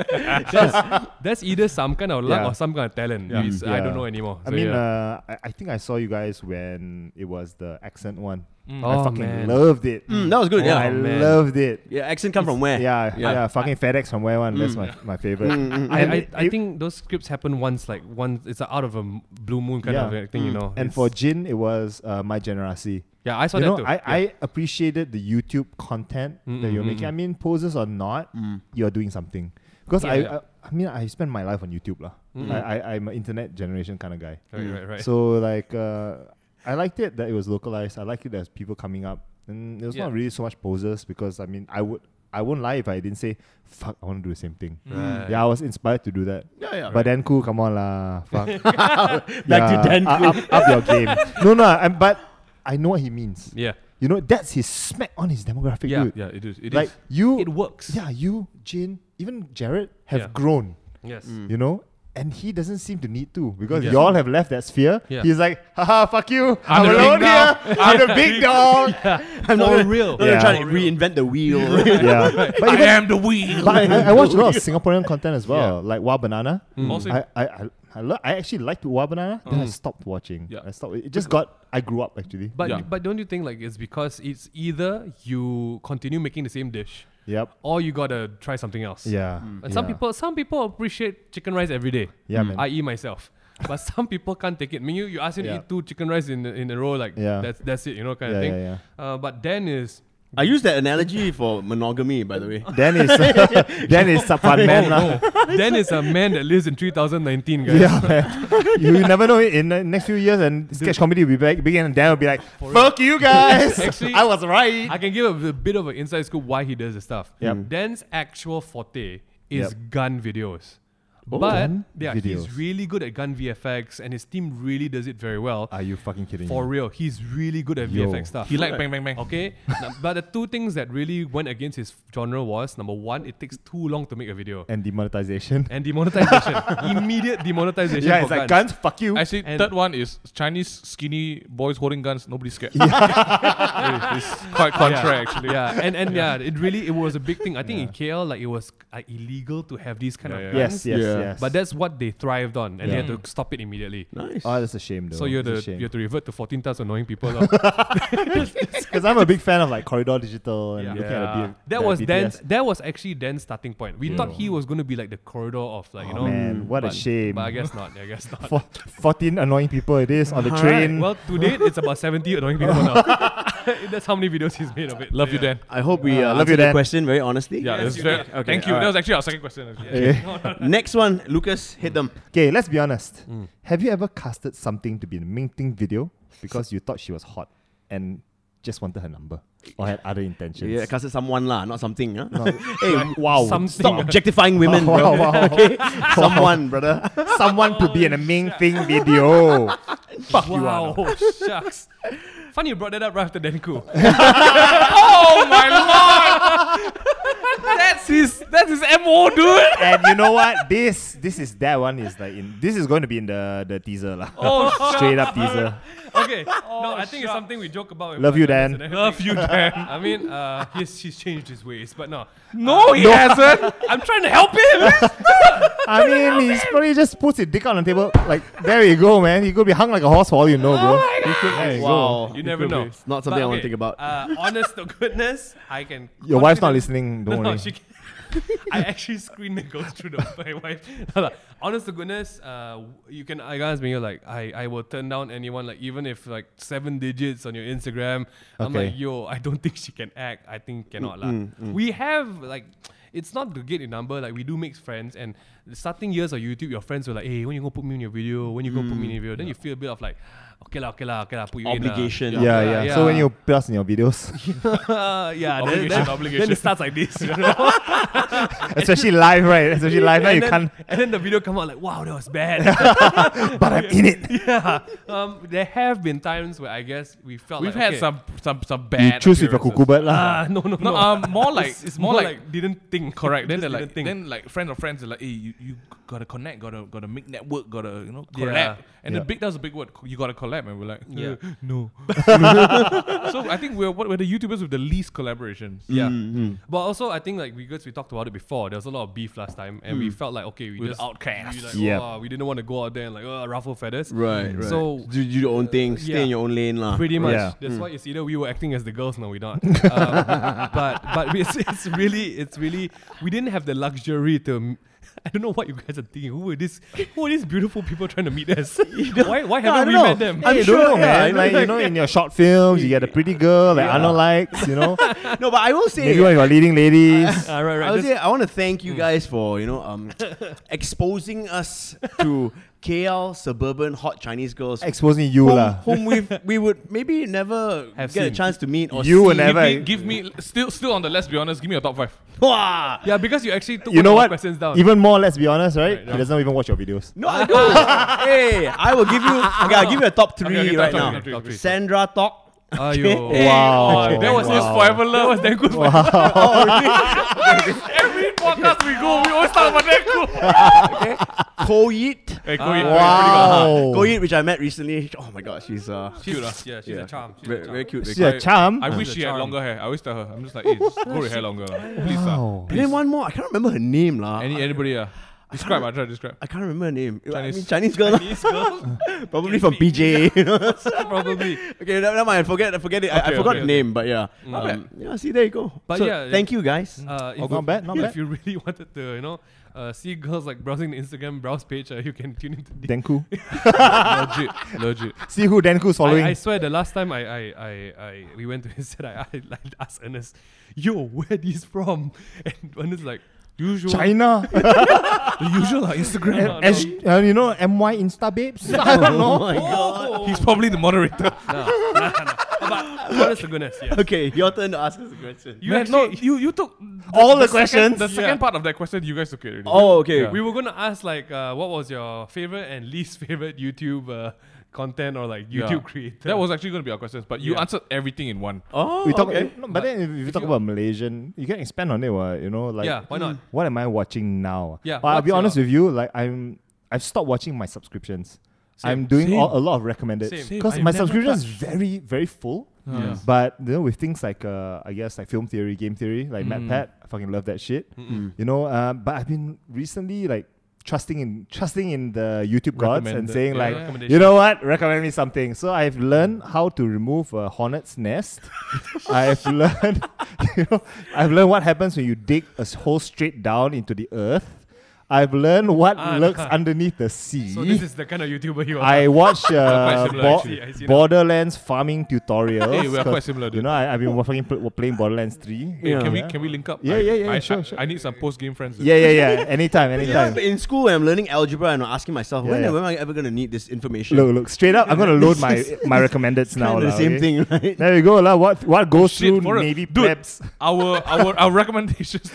F: that's, that's either some kind of luck
D: Yeah.
F: or some kind of talent. It's- I don't
D: Yeah.
F: know anymore.
D: *laughs* I
F: So,
D: mean,
F: yeah.
D: uh, I, I think I saw you guys when it was the accent one. I
F: Oh,
D: fucking
F: man.
D: loved it.
C: Mm, that was good.
D: Oh,
C: yeah.
D: I
F: man.
D: loved it.
C: yeah, accent come from where?
D: Yeah, yeah, fucking FedEx from where one. That's my, my favorite.
F: Mm. I,
D: And
F: I,
D: it-
F: I think those scripts happen once, like once it's out of a m- blue moon kind
D: Yeah. Mm.
F: of thing, you know.
D: And
F: It's-
D: for Jin, it was uh, my generasi.
F: Yeah, I saw
D: you
F: that
D: know,
F: too.
D: I,
F: Yeah.
D: I appreciated the YouTube content that you're making. I mean, poses or not, you're doing something. Because I,
F: Yeah.
D: I, I mean, I spend my life on YouTube lah. I, I, I'm an internet generation kind of guy.
F: Right, right, right.
D: So like, uh, I liked it that it was localized. I liked it that there's people coming up, and there's
F: Yeah.
D: not really so much poses because I mean, I would. I won't lie if I didn't say, fuck, I want to do the same thing.
F: Mm.
D: Yeah, I was inspired to do that.
C: Yeah, yeah.
D: But then, cool, come on lah. Fuck.
C: *laughs* Back to Dan
D: uh, Up, up your game. No, no, i but I know what he means.
F: yeah,
D: You know, that's his smack on his demographic,
F: yeah,
D: dude.
F: yeah. It is. It is.
D: like you,
F: It works.
D: Yeah, you, Jane, even Jared have
F: Yeah.
D: grown.
F: Yes.
D: You know, and he doesn't seem to need to because
F: Yeah.
D: y'all have left that sphere.
F: Yeah.
D: He's like, haha, fuck you. I'm,
F: the big
D: alone
F: dog."
D: here. I'm the
F: *laughs*
D: big dog.
C: I'm
D: *laughs*
C: not
F: For
C: gonna,
F: real.
C: Not gonna
D: Yeah.
C: try to reinvent the *laughs* wheel.
D: Yeah, *laughs* but
E: I
D: even-
E: am the wheel.
D: but I, I- I watch a lot of Singaporean content as well, like Wa Banana.
F: Mm.
E: Also-
D: Mm. I I I, I, lo- I actually liked Wa Banana. Then I stopped watching.
E: Yeah.
D: I stopped. It just got. I grew up actually.
F: But
E: Yeah.
F: but don't you think like it's because it's either you continue making the same dish
D: yep.
F: or you gotta try something else.
D: Yeah.
F: And Mm. some
D: yeah.
F: people some people appreciate chicken rice every day.
D: Yeah, man. *laughs*
F: I eat myself. But *laughs* some people can't take it. I mean, you, you ask him
D: Yeah.
F: to eat two chicken rice in in a row, like
D: Yeah.
F: that's that's it, you know, kind
D: Yeah,
F: of thing.
D: yeah,
F: Uh, but Dan *laughs* is
C: I use that analogy for monogamy, by the way.
D: Then
F: *laughs*
D: *laughs* it's then it's Sapan man lah.
F: Dan is a man that lives in 3019, guys.
D: *laughs* Yeah, man. you never know. In the next few years, and sketch comedy will be back big, and Dan will be like, "Fuck you guys,
F: *laughs* Actually,
D: I was right."
F: I can give a, a bit of an inside scoop why he does the stuff.
D: Yep.
F: Dan's actual forte is
D: Yep. Oh.
F: gun videos. but
D: Gun
F: yeah,
D: videos.
F: he's really good at gun VFX and his team really does it very well.
D: Are you fucking kidding
F: For
D: me?
F: real, he's really good at
D: Yo.
F: VFX stuff.
E: He like bang bang bang.
F: Okay, Now, but the two things that really went against his genre was number one, it takes too long to make a video,
D: And demonetization. *laughs*
F: and demonetization, immediate demonetization.
D: yeah,
F: for
D: it's like guns. Fuck you.
E: Actually,
F: And-
E: third one is Chinese skinny boys holding guns. Nobody's scared. *laughs* it's, it's quite contrary, actually.
F: Yeah, and and yeah. it really it was a big thing. I think in KL, like it was uh, illegal to have these kind
E: Yeah,
F: of
E: yeah.
F: guns.
D: yes, yes,
C: Yeah.
D: yes.
F: But that's what they thrived on,
D: Yeah.
F: and they had to stop it immediately.
C: *laughs* Nice.
D: oh, that's a shame though.
F: So you have
D: It's a
F: to
D: shame.
F: you have to revert to 14 times annoying
D: *laughs*
F: people. lah. *laughs*
D: Because I'm a big fan of like Corridor Digital and
F: Yeah.
D: looking at the B-
F: that
D: the
F: was
D: BTS.
F: Dan's, that was actually Dan's starting point. We thought he was going to be like the corridor of like you
D: Oh,
F: know,
D: man, what a
F: but-
D: shame.
F: But I guess not. I guess not.
D: For, 14 annoying people it is on the
C: Alright,
D: train. *laughs*
F: Well, to date, it's about 70 annoying people now. *laughs* That's how many videos he's made of it.
E: Love you,
F: Yeah.
E: Dan.
C: I hope we
D: Uh,
C: uh,
D: love
C: answered
D: you,
C: the
D: Dan.
C: question very honestly.
E: Yeah, that's
F: you
E: very-
F: did.
C: Okay,
E: thank you.
C: alright.
E: That was actually our second question. actually.
F: *laughs*
C: Next one, Lucas, hit them.
D: okay, let's be honest.
C: Mm.
D: Have you ever casted something to be in a minting video because you thought she was hot and just wanted her number or had other intentions? *laughs*
C: Yeah, casted someone lah, not something. Huh? *laughs*
D: hey, wow.
C: Stop
F: Something.
C: objectifying women,
D: *laughs* Wow,
C: bro.
D: wow, wow.
C: *laughs* Okay, someone, brother.
D: *laughs* someone to be in a main thing video. Fuck you
F: Wow. *laughs*
D: Arnold.
F: shucks. Funny you brought that up right
D: *laughs*
F: after Denku.
E: oh my lord! that's his. That's his mo, dude.
D: And you know what? This this is that one is like in this is going to be in the the teaser lah. *laughs*
F: Oh,
D: Straight up teaser.
F: okay. no, I think it's something we joke about. with
D: Love you,
F: partners
D: Dan.
F: and Love you, Dan. I mean, uh, he's, he's changed his ways, but no.
E: No, he hasn't.
F: *laughs* I'm trying to
D: *laughs*
F: help him.
D: I mean, he's probably just puts his dick on the table. Like there you go, man. He could be hung like a horse for all you know,
F: Oh
D: bro. There you go.
C: Wow.
F: you never know.
C: It's not something
F: But
C: I want to
F: okay,
C: think about.
F: Uh, honest to goodness, I can.
D: Your wife's not
F: confidently-
D: listening. Don't
F: no,
D: worry.
F: she can- I actually screen that goes through the, *laughs* my wife. No, no. Honest to goodness, uh, you can I guys me like I, I will turn down anyone like even if like seven digits on your Instagram. I'm
D: Okay. Mm,
F: like yo, I don't *laughs* think she can act. I think cannot lah. We have like. It's not to get a number, like we do make friends and the starting years of YouTube, your friends were like, Hey, when you gonna put me in your video? When you gonna put me in
D: Mm.
F: your video? Then you feel a bit of like, okay lah, okay lah, okay lah, put
E: uh,
F: you
C: Obligation.
F: in. lah."
D: Yeah, yeah, So when you plus in your
F: *laughs*
D: videos, *laughs*
F: Uh, yeah,
E: Obligation,
F: then, then,
E: obligation.
F: then it starts like this.
D: *laughs*
F: you know?
D: especially live, right? Especially live, now
F: and
D: you
F: then,
D: can't.
F: And then the video come out like, wow, that
D: *laughs*
F: was bad.
D: But I'm in it.
F: *laughs* yeah. Um, there have been times where I guess we felt
E: We've
F: like,
E: had
F: okay,
E: some some some
D: You
E: bad.
D: choose with your cuckoo
E: appearances.
D: bird lah.
F: *laughs* Ah, no, no, no.
E: No, um, *laughs* more like
F: it's, it's more like, didn't think. *laughs*
E: Correct. Then
F: Just
E: they're like,
F: didn't think.
E: then like friends of friends are like, hey, you, you gotta connect, gotta gotta make network, gotta you know
F: Yeah.
E: collab. And
D: Yeah.
E: the big that was a big word. co- You gotta collab, and we're like,
F: Yeah.
E: "Uh, *laughs* no. so I think we're what we're the YouTubers with the least collaborations.
F: yeah.
C: Mm-hmm.
F: But also, I think like because we talked about it before, there was a lot of beef last time, and we
C: Mm.
F: felt like okay, we
E: We're the
F: just
E: outcasts.
F: We, like,
D: Yep.
F: "Oh, we didn't want to go out there and like uh, ruffle feathers.
C: Right, right.
F: So-
C: do, do your own thing. Stay
F: yeah.
C: in your own lane, lah.
F: Pretty much.
D: Yeah.
F: That's why it's either we were acting as the girls, no, we're not.
C: *laughs*
F: *laughs* Um, but but it's, it's really it's really we didn't have the luxury to m- *laughs* I don't know what you guys are thinking. Who are these? Who are these beautiful people trying to meet
C: *laughs*
F: us? why? Why
C: I
F: haven't
C: don't
F: we met
C: know.
F: them?
C: I'm
D: you
C: sure,
D: don't know,
C: yeah, I
D: man.
C: know,
D: Like, you
C: like-
D: know, in your short films, you get a pretty girl that Arnold likes. You
F: *laughs*
D: know,
C: No, but I will say.
D: maybe one of your leading ladies.
F: Ah, right, right.
C: I, will
F: This-
C: say I want to thank
E: Hmm.
C: you guys for you know
E: *laughs*
C: um, exposing us to KL suburban hot Chinese girls
D: Exposing you
C: whom,
D: lah.
C: whom we we would maybe never
F: Have
C: get
F: seen.
C: a chance to meet or
D: You
C: see.
D: will never.
E: Give me, give me still still on the let's be honest. Give me your top five.
C: *laughs* Wah!
F: yeah, because you actually took
D: You know
F: all the
D: what?
F: questions down.
D: Even more. Let's be honest, right?
F: Right, yeah.
D: He doesn't even watch your videos.
C: No, I
D: *laughs*
C: do. *laughs* hey, I will give you. Okay, I'll give you a top three
E: okay, top
C: right
E: three,
C: now.
E: top three, top three.
C: Sandra Talk. *laughs*
F: Aiyo.
D: Wow.
F: Oh, that was
D: Wow.
F: this forever love. That was that good. for-
E: Every podcast we go, we always start about that. Cool.
C: Eh, Koyit.
E: Hey, go in.
D: Wow.
C: Koyit, which I met recently. Oh my god, she's uh
E: Cute, ah.
F: Yeah, she's
C: yeah,
F: a charm. She's
C: very,
F: a charm.
C: very cute. very
D: She's
C: cute.
D: a charm.
E: I wish
F: a
E: she had
F: charm.
E: longer hair. I always tell her. I'm just like, hey, just grow your hair longer, lah. please, wow.
C: And then one more. I can't remember her name lah.
E: Any anybody,
F: uh,
E: ah? Describe. I try to
C: *laughs*
E: describe.
C: I can't remember her name. Chinese, I mean,
E: Chinese-
C: Chinese girl.
F: These girls,
C: *laughs*
F: *laughs*
C: Probably from PJ. You know?
F: probably.
C: okay, never never mind. Forget, forget it. I, I
E: Okay,
C: forgot
E: okay,
C: the
E: okay.
C: name, but yeah. Um, yeah, see, there you go.
F: But
C: So,
F: yeah,
C: thank you guys.
F: Uh, if
D: Oh,
F: you-
D: not bad, not
F: *laughs* if
D: bad.
F: you really wanted to, you know, uh, see girls like browsing the Instagram browse page, uh, you can tune into the *laughs*
D: Denku.
E: legit,
D: *laughs*
E: legit.
D: See who Denku's following.
F: I, I swear, the last time I, I, I, I we went to his set, I, I like, asked Ernest, "Yo, where these from?" *laughs* And Ernest like, "Usual, *laughs*
D: China.
F: the usual like Instagram."
D: And *laughs*
F: *laughs*
D: S- uh, you know, MY Insta babes. *laughs* I don't
C: *laughs* *laughs*
D: know.
C: oh my god.
E: He's probably the
F: *laughs*
E: moderator.
F: Honest to goodness, yeah.
C: Okay, your turn to ask us a question.
F: You
E: Man,
F: actually,
E: no, you you took the
D: All the
E: second,
D: questions.
E: the second
F: Yeah.
E: part of that question. You guys took it. Already.
C: Oh, okay.
E: Yeah.
F: we were gonna ask like, uh, what was your favorite and least *laughs* favorite YouTube uh, content or like
E: Yeah.
F: YouTube creator?
E: That was actually going to be our questions, but you
F: Yeah.
E: answered everything in one.
C: Oh,
D: we talk,
C: okay.
D: no, but, then if you talk about Malaysian, you can expand on it. What you know, like
F: Yeah, why not?
D: What am I watching now?
F: Yeah,
D: but I'll
F: what's
D: be honest
F: your-
D: with you. Like I'm, I've stopped watching my subscriptions. I'm doing
E: Same.
D: all, a lot of recommended
F: Same. Same.
D: because
F: I've
D: my
F: never
D: subscription is
F: touched.
D: very very full.
E: Yeah.
D: But you know, with things like uh, I guess like film theory, game theory, like MatPat, I fucking love that shit. You know, uh, but I've been recently like trusting in trusting in the YouTube gods and
E: Recommended.
D: saying
E: Yeah.
D: like,
F: Recommendation.
D: you know what, recommend me something. So I've learned how to remove a hornet's nest. I've learned, *laughs* you know, I've learned what happens when you dig a s- hole straight down into the earth. I've learned what
F: Ah,
D: lurks
F: ah.
D: underneath the sea.
F: So this is the kind of YouTuber you are.
D: I
E: *laughs*
D: watch uh,
E: similar,
D: Bo-
F: actually. I see now.
D: Borderlands farming tutorials.
E: Hey, we are
D: 'cause,
E: quite similar,
D: You
E: dude.
D: know, I, I've been fucking pl- playing Borderlands three.
E: Hey, can we can we link up?
D: Yeah,
E: I-
D: yeah, yeah,
E: I,
D: sure,
E: I,
D: sure.
E: I need some post game friends.
D: Yeah, yeah,
E: *laughs*
D: yeah. Anytime,
C: Yeah,
D: anytime.
C: but in school, when I'm learning algebra and I'm asking myself,
D: Yeah,
C: when,
D: yeah.
C: when am I ever going to need this information?
D: Look, look. Straight up, I'm gonna load my my
E: *laughs*
D: recommendeds now.
C: Kinda the
D: lah,
C: same
D: okay?
C: thing, *laughs* right?
D: There you go, lah. What what goes
E: Shit,
D: through
E: for real.
D: navy
E: Dude.
D: plebs?
E: Our our our recommendations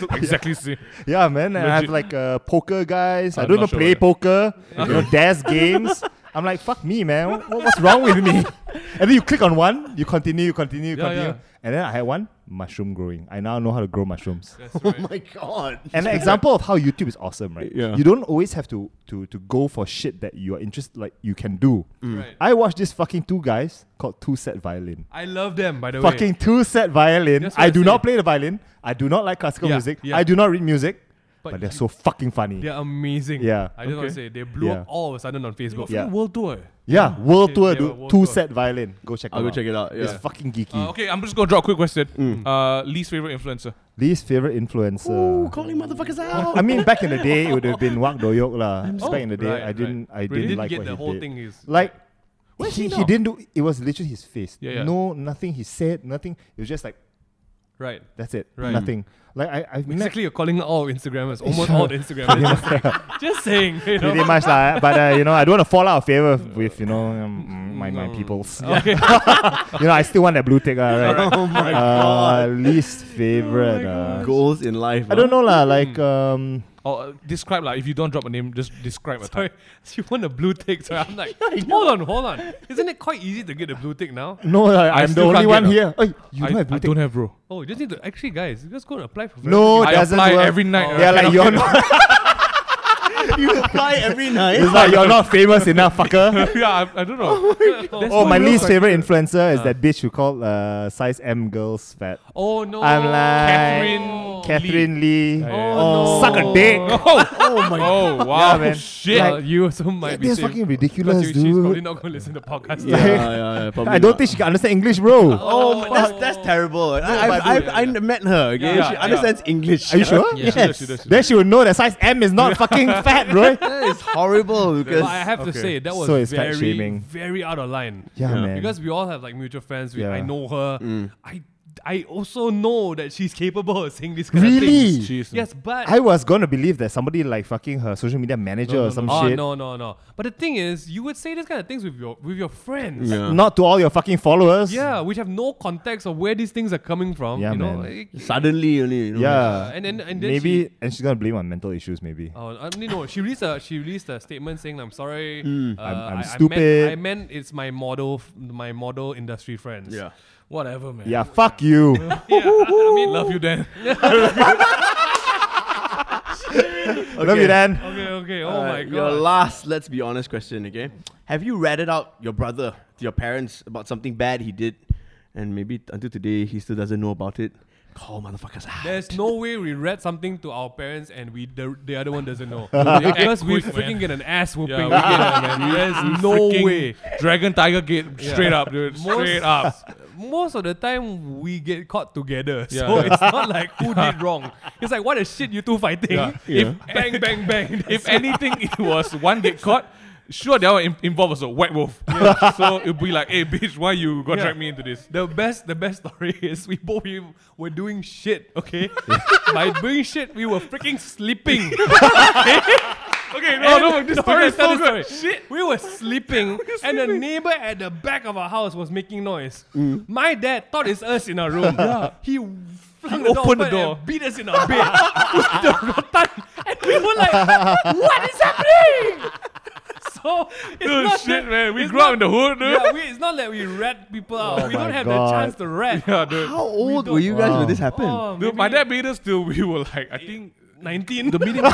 D: *laughs*
E: look exactly the same.
D: Yeah, man. And I have like
E: Legit.
D: uh, poker guys. I
E: I'm
D: don't know
E: not sure
D: play
E: about *laughs*
D: poker. You know, Daz games. I'm like, fuck me, man. What, what's wrong with me? *laughs* And then you click on one, you continue, you continue, you
E: Yeah,
D: continue.
E: yeah.
D: And then I had one mushroom growing. I now know how to grow mushrooms.
C: oh my god.
D: And
E: *laughs*
D: an example of how YouTube is awesome, right?
C: Yeah.
D: You don't always have to to to go for shit that you are interested, like you can do.
F: Right.
D: I watched this fucking two guys called Two Set Violin.
F: I love them, by the way.
D: Fucking two set violin.
F: That's what
D: I
F: I
D: do
F: say.
D: not play the violin. I do not like classical
F: Yeah,
D: music.
F: yeah.
D: I do not read music. But,
F: But
D: they're so fucking funny.
F: They're amazing.
D: Yeah.
F: I just want to
E: Okay.
F: say they blew
D: Yeah.
F: up all of a sudden on Facebook.
D: Yeah.
E: World tour.
D: Yeah, world
F: Okay,
D: tour,
F: yeah,
D: dude.
F: world
D: two
F: tour.
D: set violin. Go check.
C: I'll
D: them
C: go check it out. Yeah.
D: It's fucking geeky.
F: Oh.
E: Uh, okay, I'm just gonna drop a quick question.
D: Mm.
E: Uh, least favorite influencer.
D: Least favorite influencer.
C: Ooh, calling motherfuckers out.
D: *laughs* I mean, back in the day, it would have been Wak Doyok lah. back in the day,
F: right,
D: I didn't, I
F: Really
D: didn't
F: didn't
D: like
F: get
D: what
F: the
D: he
F: whole
D: did.
F: thing
D: *laughs*
F: is
D: Like,
E: Where's
D: he,
E: he
D: he
E: now?
D: didn't do. It was literally his face.
E: Yeah, yeah.
D: No, nothing he said. Nothing. It was just like
F: right.
D: that's it.
F: Right.
D: Nothing. Like I, I've met
F: Exactly, you're calling all Instagrammers, almost all Instagrammers.
D: *laughs*
F: just, like- *laughs* just saying, you know.
D: pretty much lah. But uh, you know, I don't want to fall out of favor with you know um, my
E: Mm.
D: my
E: *laughs*
D: peoples. *laughs*
F: Okay.
D: you know, I still want that blue tick lah. Right? oh my god. Least favorite. uh,
C: goals in life.
D: I don't know lah.
E: Mm.
D: Like um.
E: Oh, uh, describe like if you don't drop a name, just describe a
F: *laughs* Sorry, *laughs*
E: type.
F: you want a blue tick? So I'm
D: *laughs*
F: like, hold on, hold on. Isn't it quite easy to get a blue tick now?
D: No, I, I'm the
E: still
D: only
E: can't
D: one
E: get
D: here. Oi, you
E: I,
D: don't have
E: I
D: blue tick.
E: don't have bro.
F: Oh, you just need to actually, guys, you just go and apply for.
D: No,
E: I
D: *laughs* doesn't
E: *laughs* apply
D: work.
E: every night.
D: Yeah, like you're not.
C: you apply *laughs* every night.
D: It's like you're not famous enough,
E: *laughs*
D: fucker.
E: yeah, I, I don't know.
F: *laughs*
E: That's
D: Oh,
E: what
D: my
E: it
D: least
E: looks like.
D: favorite influencer is that bitch who called uh, size M girls fat.
F: Oh no.
D: I'm like
E: Catherine
D: Catherine Lee.
E: Oh,
F: no.
D: suck a dick.
E: Oh, my god. Oh, wow.
D: man.
E: Shit.
F: Uh, you also might be
D: This is
F: safe.
D: fucking
F: Because
D: ridiculous,
F: you, she's probably
D: dude.
F: not going to listen to podcast.
D: Yeah.
C: *laughs*
D: I don't think she can understand English, bro.
C: Oh, my, that's that's terrible. I, I've,
D: but
C: I've, I met her. Okay,
E: Yeah,
C: she
E: yeah.
C: understands English.
D: Are you sure?
E: Yeah, she
D: *laughs*
E: does,
C: *laughs*
E: she does, she
D: Then she will know that size M is not fucking fat, bro.
F: *laughs*
C: That is horrible
F: But
C: because
F: I have to say that was
D: So it's
F: very,
D: fat-shaming.
F: very out of line.
D: Yeah, Mm. man.
F: Because we all have like mutual friends. We,
D: Yeah.
F: I know her. I I also know that she's capable of saying this kind of
D: Really?
F: things.
E: She's-
F: Yes, but
D: I was gonna believe that somebody like fucking her social media manager or some
F: oh
D: shit.
F: no no no. But the thing is, you would say this kind of things with your with your friends.
C: Yeah.
D: Not to all your fucking followers.
F: Yeah, which have no context of where these things are coming from.
D: Yeah,
F: you know,
D: man.
F: Like,
C: suddenly only you know.
D: Yeah.
F: and then and then
D: maybe
F: she,
D: and she's gonna blame on mental issues. Maybe.
F: oh, I mean, no, she released a she released a statement saying I'm sorry. uh,
D: Hmm, I'm- I'm
F: I- I meant-
D: stupid."
F: I meant, it's my model f- my model industry friends.
C: Yeah.
F: Whatever, man.
D: Yeah. Fuck
F: *laughs*
D: you.
F: I mean, love you, Dan. *laughs*
D: Love you, Dan.
F: okay, okay. Oh
C: Uh,
F: my
C: Your
F: god.
C: last, let's be honest question, okay? Have you ratted out your brother to your parents about something bad he did, and maybe t- until today he still doesn't know about it? Call motherfuckers out.
F: There's no way we read something to our parents and we the, the other one
D: *laughs*
F: doesn't know because we
E: quick, man.
F: freaking get an ass whooping.
E: Yeah, we
F: *laughs*
E: *laughs* get
F: There's no
E: Freaking
F: way.
E: Dragon Tiger Gate *laughs* straight up, dude.
F: Most-
E: Straight up.
F: *laughs* Most of the time we get caught together,
E: Yeah.
F: so it's not like who did wrong. It's like what a shit you two fighting.
E: Yeah.
F: *laughs* If bang bang bang.
E: *laughs* If anything, it was one get caught. Sure, that one in- involved was a white wolf. *laughs* so it'd be like, hey, bitch, why you gonna
F: Yeah.
E: drag me into this?
F: The best, the best *laughs* story is we both we were doing shit. Okay, by doing shit, we were freaking
E: *laughs*
F: sleeping.
E: Okay, no, no,
F: And-
E: this
F: Oh, no,
E: story is
F: let's
E: so
F: tell this
E: good.
F: story. We were sleeping, and the neighbor at the back of our house was making noise. My dad thought it's us in our room. He flung the door
E: opened the
F: open
E: door.
F: and beat us in our bed *laughs* with the rotan, and we were like, "What is happening?" *laughs* So
E: *laughs*
F: it's
E: Dude,
F: not
E: Oh, shit,
F: that-
E: man. We
F: it's
E: grew up
F: not-
E: in the hood, dude.
F: *laughs* Yeah, we, it's not like we rat people out. we
D: my
F: don't have
D: God.
F: the chance to rat.
E: Yeah, dude.
C: How old were you guys
D: Wow.
C: when this happened?
F: Oh,
E: Dude, my dad beat us till we were like, I think. *laughs*
F: 19. The *laughs* meeting.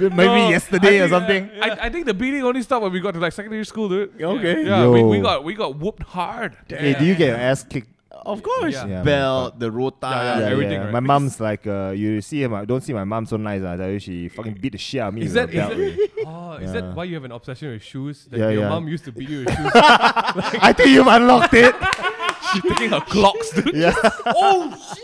D: Maybe yesterday
F: uh,
D: or something.
E: I, I think the beating only stopped when we got to like secondary school, dude.
C: Okay.
E: Yeah, we, we
D: Yo.
E: got we got whooped hard.
D: Hey, do you get your ass kicked?
C: Of course.
F: Yeah.
D: Yeah,
C: Belt, the rota.
E: Yeah, yeah. everything, right?
D: My
E: Because-
D: mom's like, uh, you see my don't see my mom so nice. I tell you, she fucking beat the shit out of me.
F: Is
D: with
F: that,
D: her
F: is
D: belt, eh.
F: that, oh, is that why you have an obsession with shoes? That
D: Yeah,
F: your
D: yeah.
F: mom used to beat
C: *laughs*
F: you with shoes.
D: I think you've unlocked it.
E: She's taking her clocks, dude.
D: yeah. *laughs*
F: oh,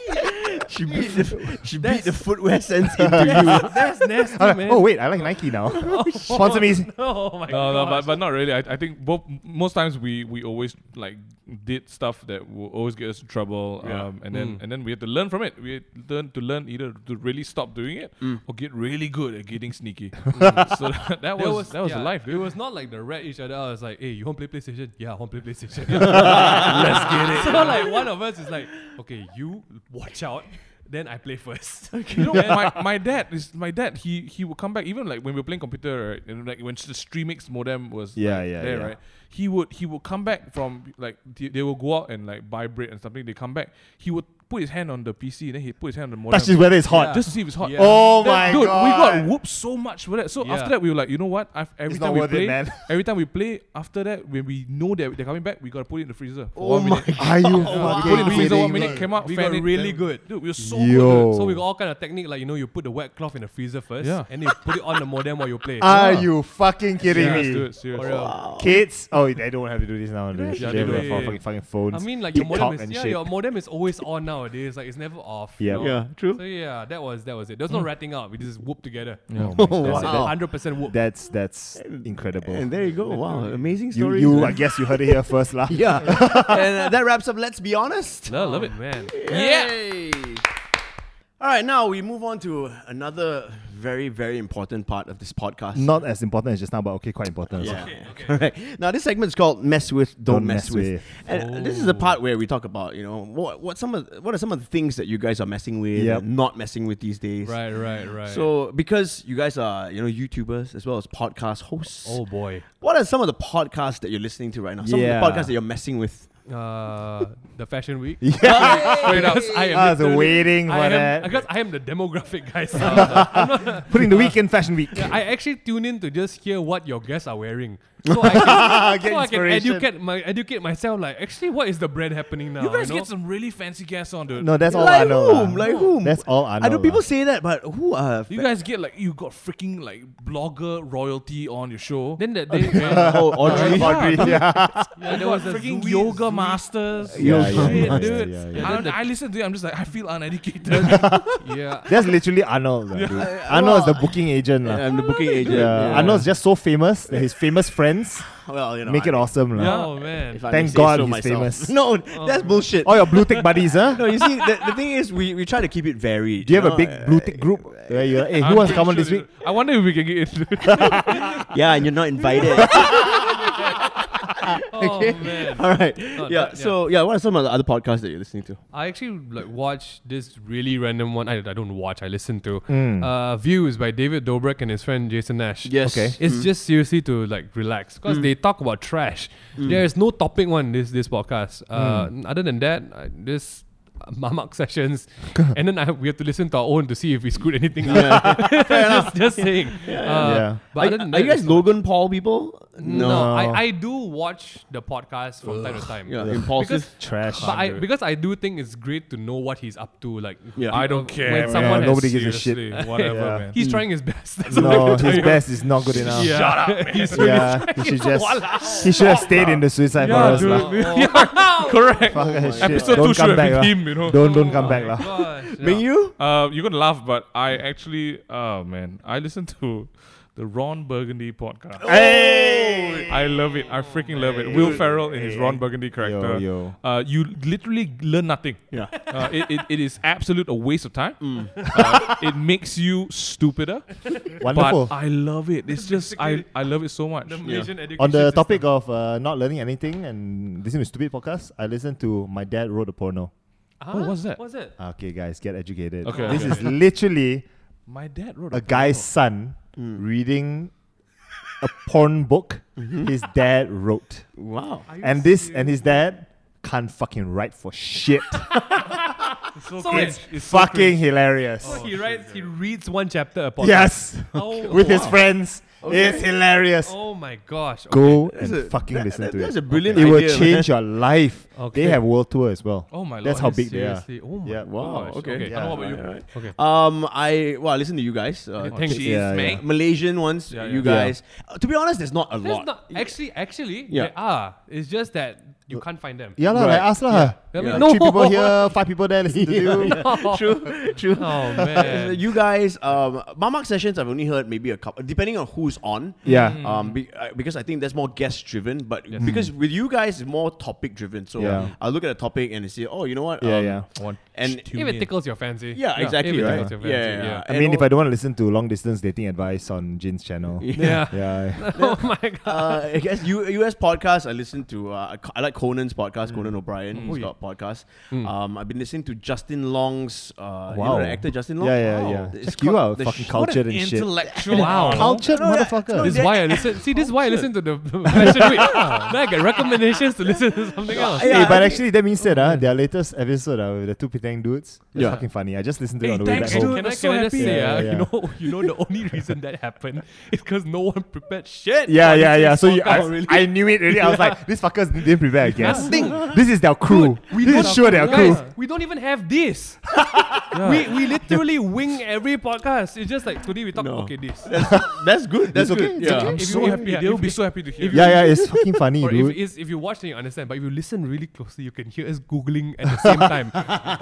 C: She beat
F: *laughs*
C: the, she beat the *laughs* footwear sense into you.
F: that's nasty,
D: I'm like,
F: man.
D: oh wait, I like Nike
F: *laughs*
D: now. *laughs* Sponsor me.
F: Oh my
E: No,
F: god.
E: no, but, but not really. I, I think both most times we, we always like did stuff that will always get us in trouble. Um, and then and then we had to learn from it. We had learn to learn either to really stop doing it or get really good at getting *laughs* sneaky. Mm, so Mm. that, that was, that was
F: yeah,
E: the life, dude.
F: It was not like the rat each other. I was like, hey, you want to play PlayStation? Yeah, I want to play PlayStation. *laughs* Let's get it. *laughs* So like one of us is like, okay, you watch out. Then I play *laughs* first.
E: you know, my, my dad is my dad. He he would come back even like when we were playing computer, right? And like when the Streamix modem was like,
D: Yeah, yeah,
E: there,
D: yeah.
E: right? He would he would come back from like they, they will go out and like buy bread and something. They come back. He would put his hand on the PC, then he put his hand on the modem.
D: That's just whether it's hot.
E: Just to see if it's hot.
F: Yeah.
D: Oh
E: Then,
D: my
E: dude, we
D: god.
E: got whooped so much for that. So
F: Yeah.
E: after that, we were like, you know what? I've, every
D: It's
E: time
D: not
E: we
D: worth it,
E: play,
D: man.
E: *laughs* every time we play, after that, when we know that they're coming back, we gotta put it in the freezer. For
C: Oh my
E: one minute.
C: god.
D: Are you
E: Put it in the
D: fucking
E: freezer one
D: kidding
E: minute,
D: me?
E: came out,
F: We
E: fan
F: got
E: it,
F: really
E: then-
F: good.
E: Dude, we were so good.
D: Yo.
F: *laughs* So we got all kind of technique, like you know, you put the wet cloth in the freezer first,
E: Yeah.
F: and you put it on the modem while
D: *laughs*
F: you play.
D: Are you fucking kidding
E: Serious,
D: me?
E: dude, serious.
D: Kids, oh, they don't have to do this nowadays. they
E: Yeah, they
D: have
E: do.
D: their fucking, fucking phones.
F: I mean, like your
D: TikTok
F: modem is
D: and
F: yeah,
D: shit.
F: your modem is always on nowadays. Like it's never off. you
D: Yeah.
F: know?
C: Yeah, true.
F: So yeah, that was that was it. There's no
D: Mm.
F: ratting out. We just whoop together.
D: *laughs* Oh my God.
C: Wow.
F: Hundred percent whoop.
D: That's that's incredible.
C: And there you go. Wow. Amazing
D: you,
C: story.
D: you, I guess you heard it here first, lah.
C: *laughs* yeah. and uh, that wraps up Let's Be Honest.
F: I love it, man.
C: Yay. All right, now we move on to another very, very important part of this podcast.
D: Not as important as just now, but okay, quite important. as well.
C: Yeah. *laughs* Correct. Now this segment is called "Mess with, Don't, Mess,
D: Mess
C: with."
D: With.
C: And uh, this is the part where we talk about, you know, what what some of what are some of the things that you guys are messing with,
D: Yep.
C: and not messing with these days.
F: Right, right, right.
C: So because you guys are, you know, YouTubers as well as podcast hosts,
F: oh boy.
C: what are some of the podcasts that you're listening to right now? Some
D: Yeah.
C: of the podcasts that you're messing with.
F: uh, the fashion week.
D: Yeah.
F: *laughs* Straight up, I am
D: I was
F: literally-
D: Ah, waiting for
F: I am,
D: that.
F: because I am the demographic
D: *laughs*
F: guys. I'm not- *laughs*
D: Putting the week in fashion week.
F: I actually tune in to just hear what your guests are wearing, so I
D: *laughs*
F: can,
D: Get
F: so I can
D: inspiration.
F: educate my educate myself. Like, actually, what is the brand happening now?
E: You guys
F: know?
E: get some really fancy guests on, dude.
D: No, that's all I
C: like
D: know. lah.
C: whom? Like whom?
D: That's all I know.
C: I know people
D: lah.
C: say that, but who are
E: You guys get like you got freaking like blogger royalty on your show. *laughs*
F: Then that day,
C: *laughs*
F: man,
C: oh Audrey?
D: Audrey, Audrey, yeah.
E: yeah, there
F: there
E: was
F: was a
E: freaking
F: Zui-
E: yoga
F: Zui-
E: masters.
D: Yeah, yeah,
E: Shit,
D: yeah,
E: dude.
D: yeah, yeah.
E: I,
F: And then
E: I listen to it. I'm just like I feel uneducated.
D: *laughs*
E: *laughs*
F: yeah,
D: That's literally Arnold. lah, dude. Arnold is the booking agent. lah.
C: *laughs* I'm the booking agent.
D: Yeah. Arnold's just so famous that his famous friends
C: well, you know,
D: make it
C: I-
D: awesome. lah.
F: oh man,
C: If I may
D: Thank
C: say
D: God
C: so
D: he's
C: myself.
D: famous.
C: *laughs*
D: Oh.
C: No, that's bullshit.
D: All your blue tick buddies, huh?
C: No, you see, the, the thing is, we, we try to keep it varied.
D: Do you have
C: know?
D: a big blue tick group? Where you're like, hey, who wants to come on this week?
E: I wonder if we can get
D: *laughs*
E: *laughs* into it.
C: *laughs* Yeah, and you're not invited.
F: oh
D: *laughs*
F: man.
C: All right. yeah.
F: that-
C: So yeah, what are some of the other podcasts that you're listening to?
F: I actually like watch this really random one. I, I don't watch. I listen to.
D: Mm.
F: Uh, View is by David Dobrik and his friend Jason Nash.
C: Yes. Okay.
F: It's just seriously to like relax because
C: Hmm.
F: they talk about trash. There is no topic one in this this podcast. Uh,
C: Hmm.
F: Other than that, I, this uh,
C: *laughs*
F: mamak *laughs* sessions, and then I, we have to listen to our own to see if we screwed anything up. *laughs* just, just saying.
C: *laughs*
F: Uh,
D: Yeah.
F: But
C: Are,
F: other than
C: are
F: that,
C: you guys
F: it's not-
C: Logan Paul people?
F: No,
D: No.
F: I, I do watch the podcast from time to time.
C: Yeah, impulsive.
F: Because
D: Trash.
F: but I, because I do think it's great to know what he's up to. Like,
C: Yeah. Hmm.
E: I don't care.
F: When
E: man.
F: someone has-
D: nobody gives a shit.
E: Seriously, Whatever,
D: Yeah.
E: man.
F: he's trying his best. *laughs* That's all I
D: No,
F: can tell
D: his
F: you.
D: best is not good
E: *laughs*
D: enough.
F: Yeah. Shut up, man. He's really
D: Yeah,
F: trying
D: he should
F: to
D: just he should have stayed in the suicide
E: Yeah,
D: forest.
E: dude. *laughs*
D: lah.
E: Yeah, correct.
D: Fuck that shit.
E: Episode
D: don't come
E: two should have
D: back,
E: been
D: lah.
E: him, you know.
D: Don't don't come back, lah.
F: Gosh, yeah.
C: Being you?
E: Uh, you're gonna laugh, but I actually, oh man, I listen to the Ron Burgundy podcast.
D: Oh, Hey,
E: I love it. I freaking love it. Will Ferrell in his Ron Burgundy character.
D: yo.
E: Uh, you literally learn nothing.
C: Yeah.
E: Uh, it, it, it is absolute a waste of time.
D: Mm.
E: Uh, it makes you stupider,
D: wonderful.
E: but I love it. It's just I, I love it so much.
F: The Malaysian education
D: On the
F: system.
D: topic of uh, not learning anything and listening to stupid podcasts, I listened to my dad wrote a porno.
F: Huh?
E: Oh, what's that?
F: What's it?
D: Okay, guys, get educated.
E: Okay,
D: this
E: okay.
D: is literally
E: My dad wrote
D: a
C: Mm.
D: guy's son reading a porn book
C: Mm-hmm.
D: his dad wrote.
C: Wow.
D: and this and his dad can't fucking write for
F: *laughs*
D: shit.
E: So
F: Oh, So
E: cringe.
F: wait,
E: It's so
D: fucking
E: cringe.
D: hilarious.
F: So he writes. He reads one chapter a podcast.
D: yes,
F: Oh,
D: *laughs* with his friends. It's hilarious.
F: Oh my gosh. Okay.
D: Go
C: That's
D: and
C: a-
D: fucking
C: that-
D: listen
C: that-
D: to
C: that's
D: it.
C: a brilliant
D: It will
C: idea,
D: change your life.
F: Okay.
D: They have world tour as well.
F: Oh my
D: That's
F: lord.
D: how big
F: seriously.
D: they are.
F: Oh my
D: Yeah.
C: Wow.
F: gosh.
C: Okay.
F: Okay.
D: Yeah.
E: How about you?
C: Alright.
F: Okay.
C: Um, I well, I listen to you guys. Uh,
F: Thank
E: Jeez,
F: you.
D: Yeah,
E: man.
D: yeah.
C: Malaysian ones,
E: Yeah,
C: you
D: Yeah.
E: yeah.
C: guys. Uh, to be honest, there's not a
F: There's
C: lot.
F: not actually actually
C: Yeah.
F: there are. It's just that you can't find them.
D: Yeah, lah.
C: Right.
D: like us lah.
F: Yeah.
D: Like,
F: *laughs* No.
D: Three people here, five people there
F: *laughs*
D: listen to you.
C: true, true.
F: Oh
C: So
F: man.
C: Uh, you guys, um, Mamak sessions, I've only heard maybe a couple, depending on who's on.
D: Yeah.
C: Um, be, uh, because I think that's more guest driven, but because with you guys, it's more topic driven. So
D: Yeah.
C: I look at a topic and say, oh, you know what?
D: Yeah,
C: um,
D: yeah.
E: One,
C: And
E: two,
F: If
E: in.
F: it tickles your fancy.
C: yeah, exactly.
F: If it
C: Right?
F: tickles your fancy.
C: yeah, yeah, yeah.
D: I
C: And
D: mean, if
C: al-
D: I don't want to listen to long distance dating advice on Jin's channel.
F: Yeah.
D: *laughs* Yeah.
F: oh my god.
C: uh, I guess U- US podcasts. I listen to. Uh, I- I like Conan's
D: Mm.
C: podcast, Conan O'Brien.
D: Oh,
C: He's got a podcast. Um, I've been listening to Justin Long's. Uh, you know
D: Wow.
C: the actor Justin
D: Yeah,
C: Long.
D: yeah,
C: Wow.
D: yeah.
C: It's
D: Just you
C: called
D: are
C: The
D: fucking
C: Sh-
D: cultured and shit.
E: intellectual.
F: Wow. *laughs*
D: Cultured
C: No, no, that-
D: motherfucker.
C: no,
F: This is
C: that-
F: why I listen. See, this is why I listen to the *laughs* fashion week. Now I get recommendations to listen to something else.
D: Hey,
C: Yeah, I
D: but
C: think-
D: actually, that means that uh, their latest episode uh, with the two pitang dudes, that's
C: Yeah.
D: fucking funny. I just listened to it
E: Hey,
D: on the way back
E: thanks,
F: And
D: home.
E: dude.
F: can I,
E: I'm so
F: can I just
E: happy.
F: say,
D: Yeah,
F: uh,
D: yeah.
F: you know, you know, the only reason that happened is because no one prepared shit.
D: Yeah,
F: for
D: yeah,
F: this
D: yeah.
F: week's
D: So you, I,
F: podcast.
D: I knew it already. I was like, these fuckers didn't prepare, I guess.
F: Nothing.
D: This is their crew.
F: We
D: this
F: don't-
D: is sure their crew.
F: Guys, we don't even have this. we, we literally wing every podcast. It's just like today we talk okay this.
C: That's good. That's
D: okay,
C: good.
D: it's
C: Yeah.
D: okay.
E: I'm
F: If
E: so
F: you- if
E: happy.
F: you-
E: They'll
F: if
E: be
F: you-
E: so happy to hear.
D: Yeah, yeah, it's fucking funny,
F: Or if,
D: dude.
F: is, if you watch then you understand, but if you listen really closely, you can hear us googling at the same
D: *laughs*
F: time.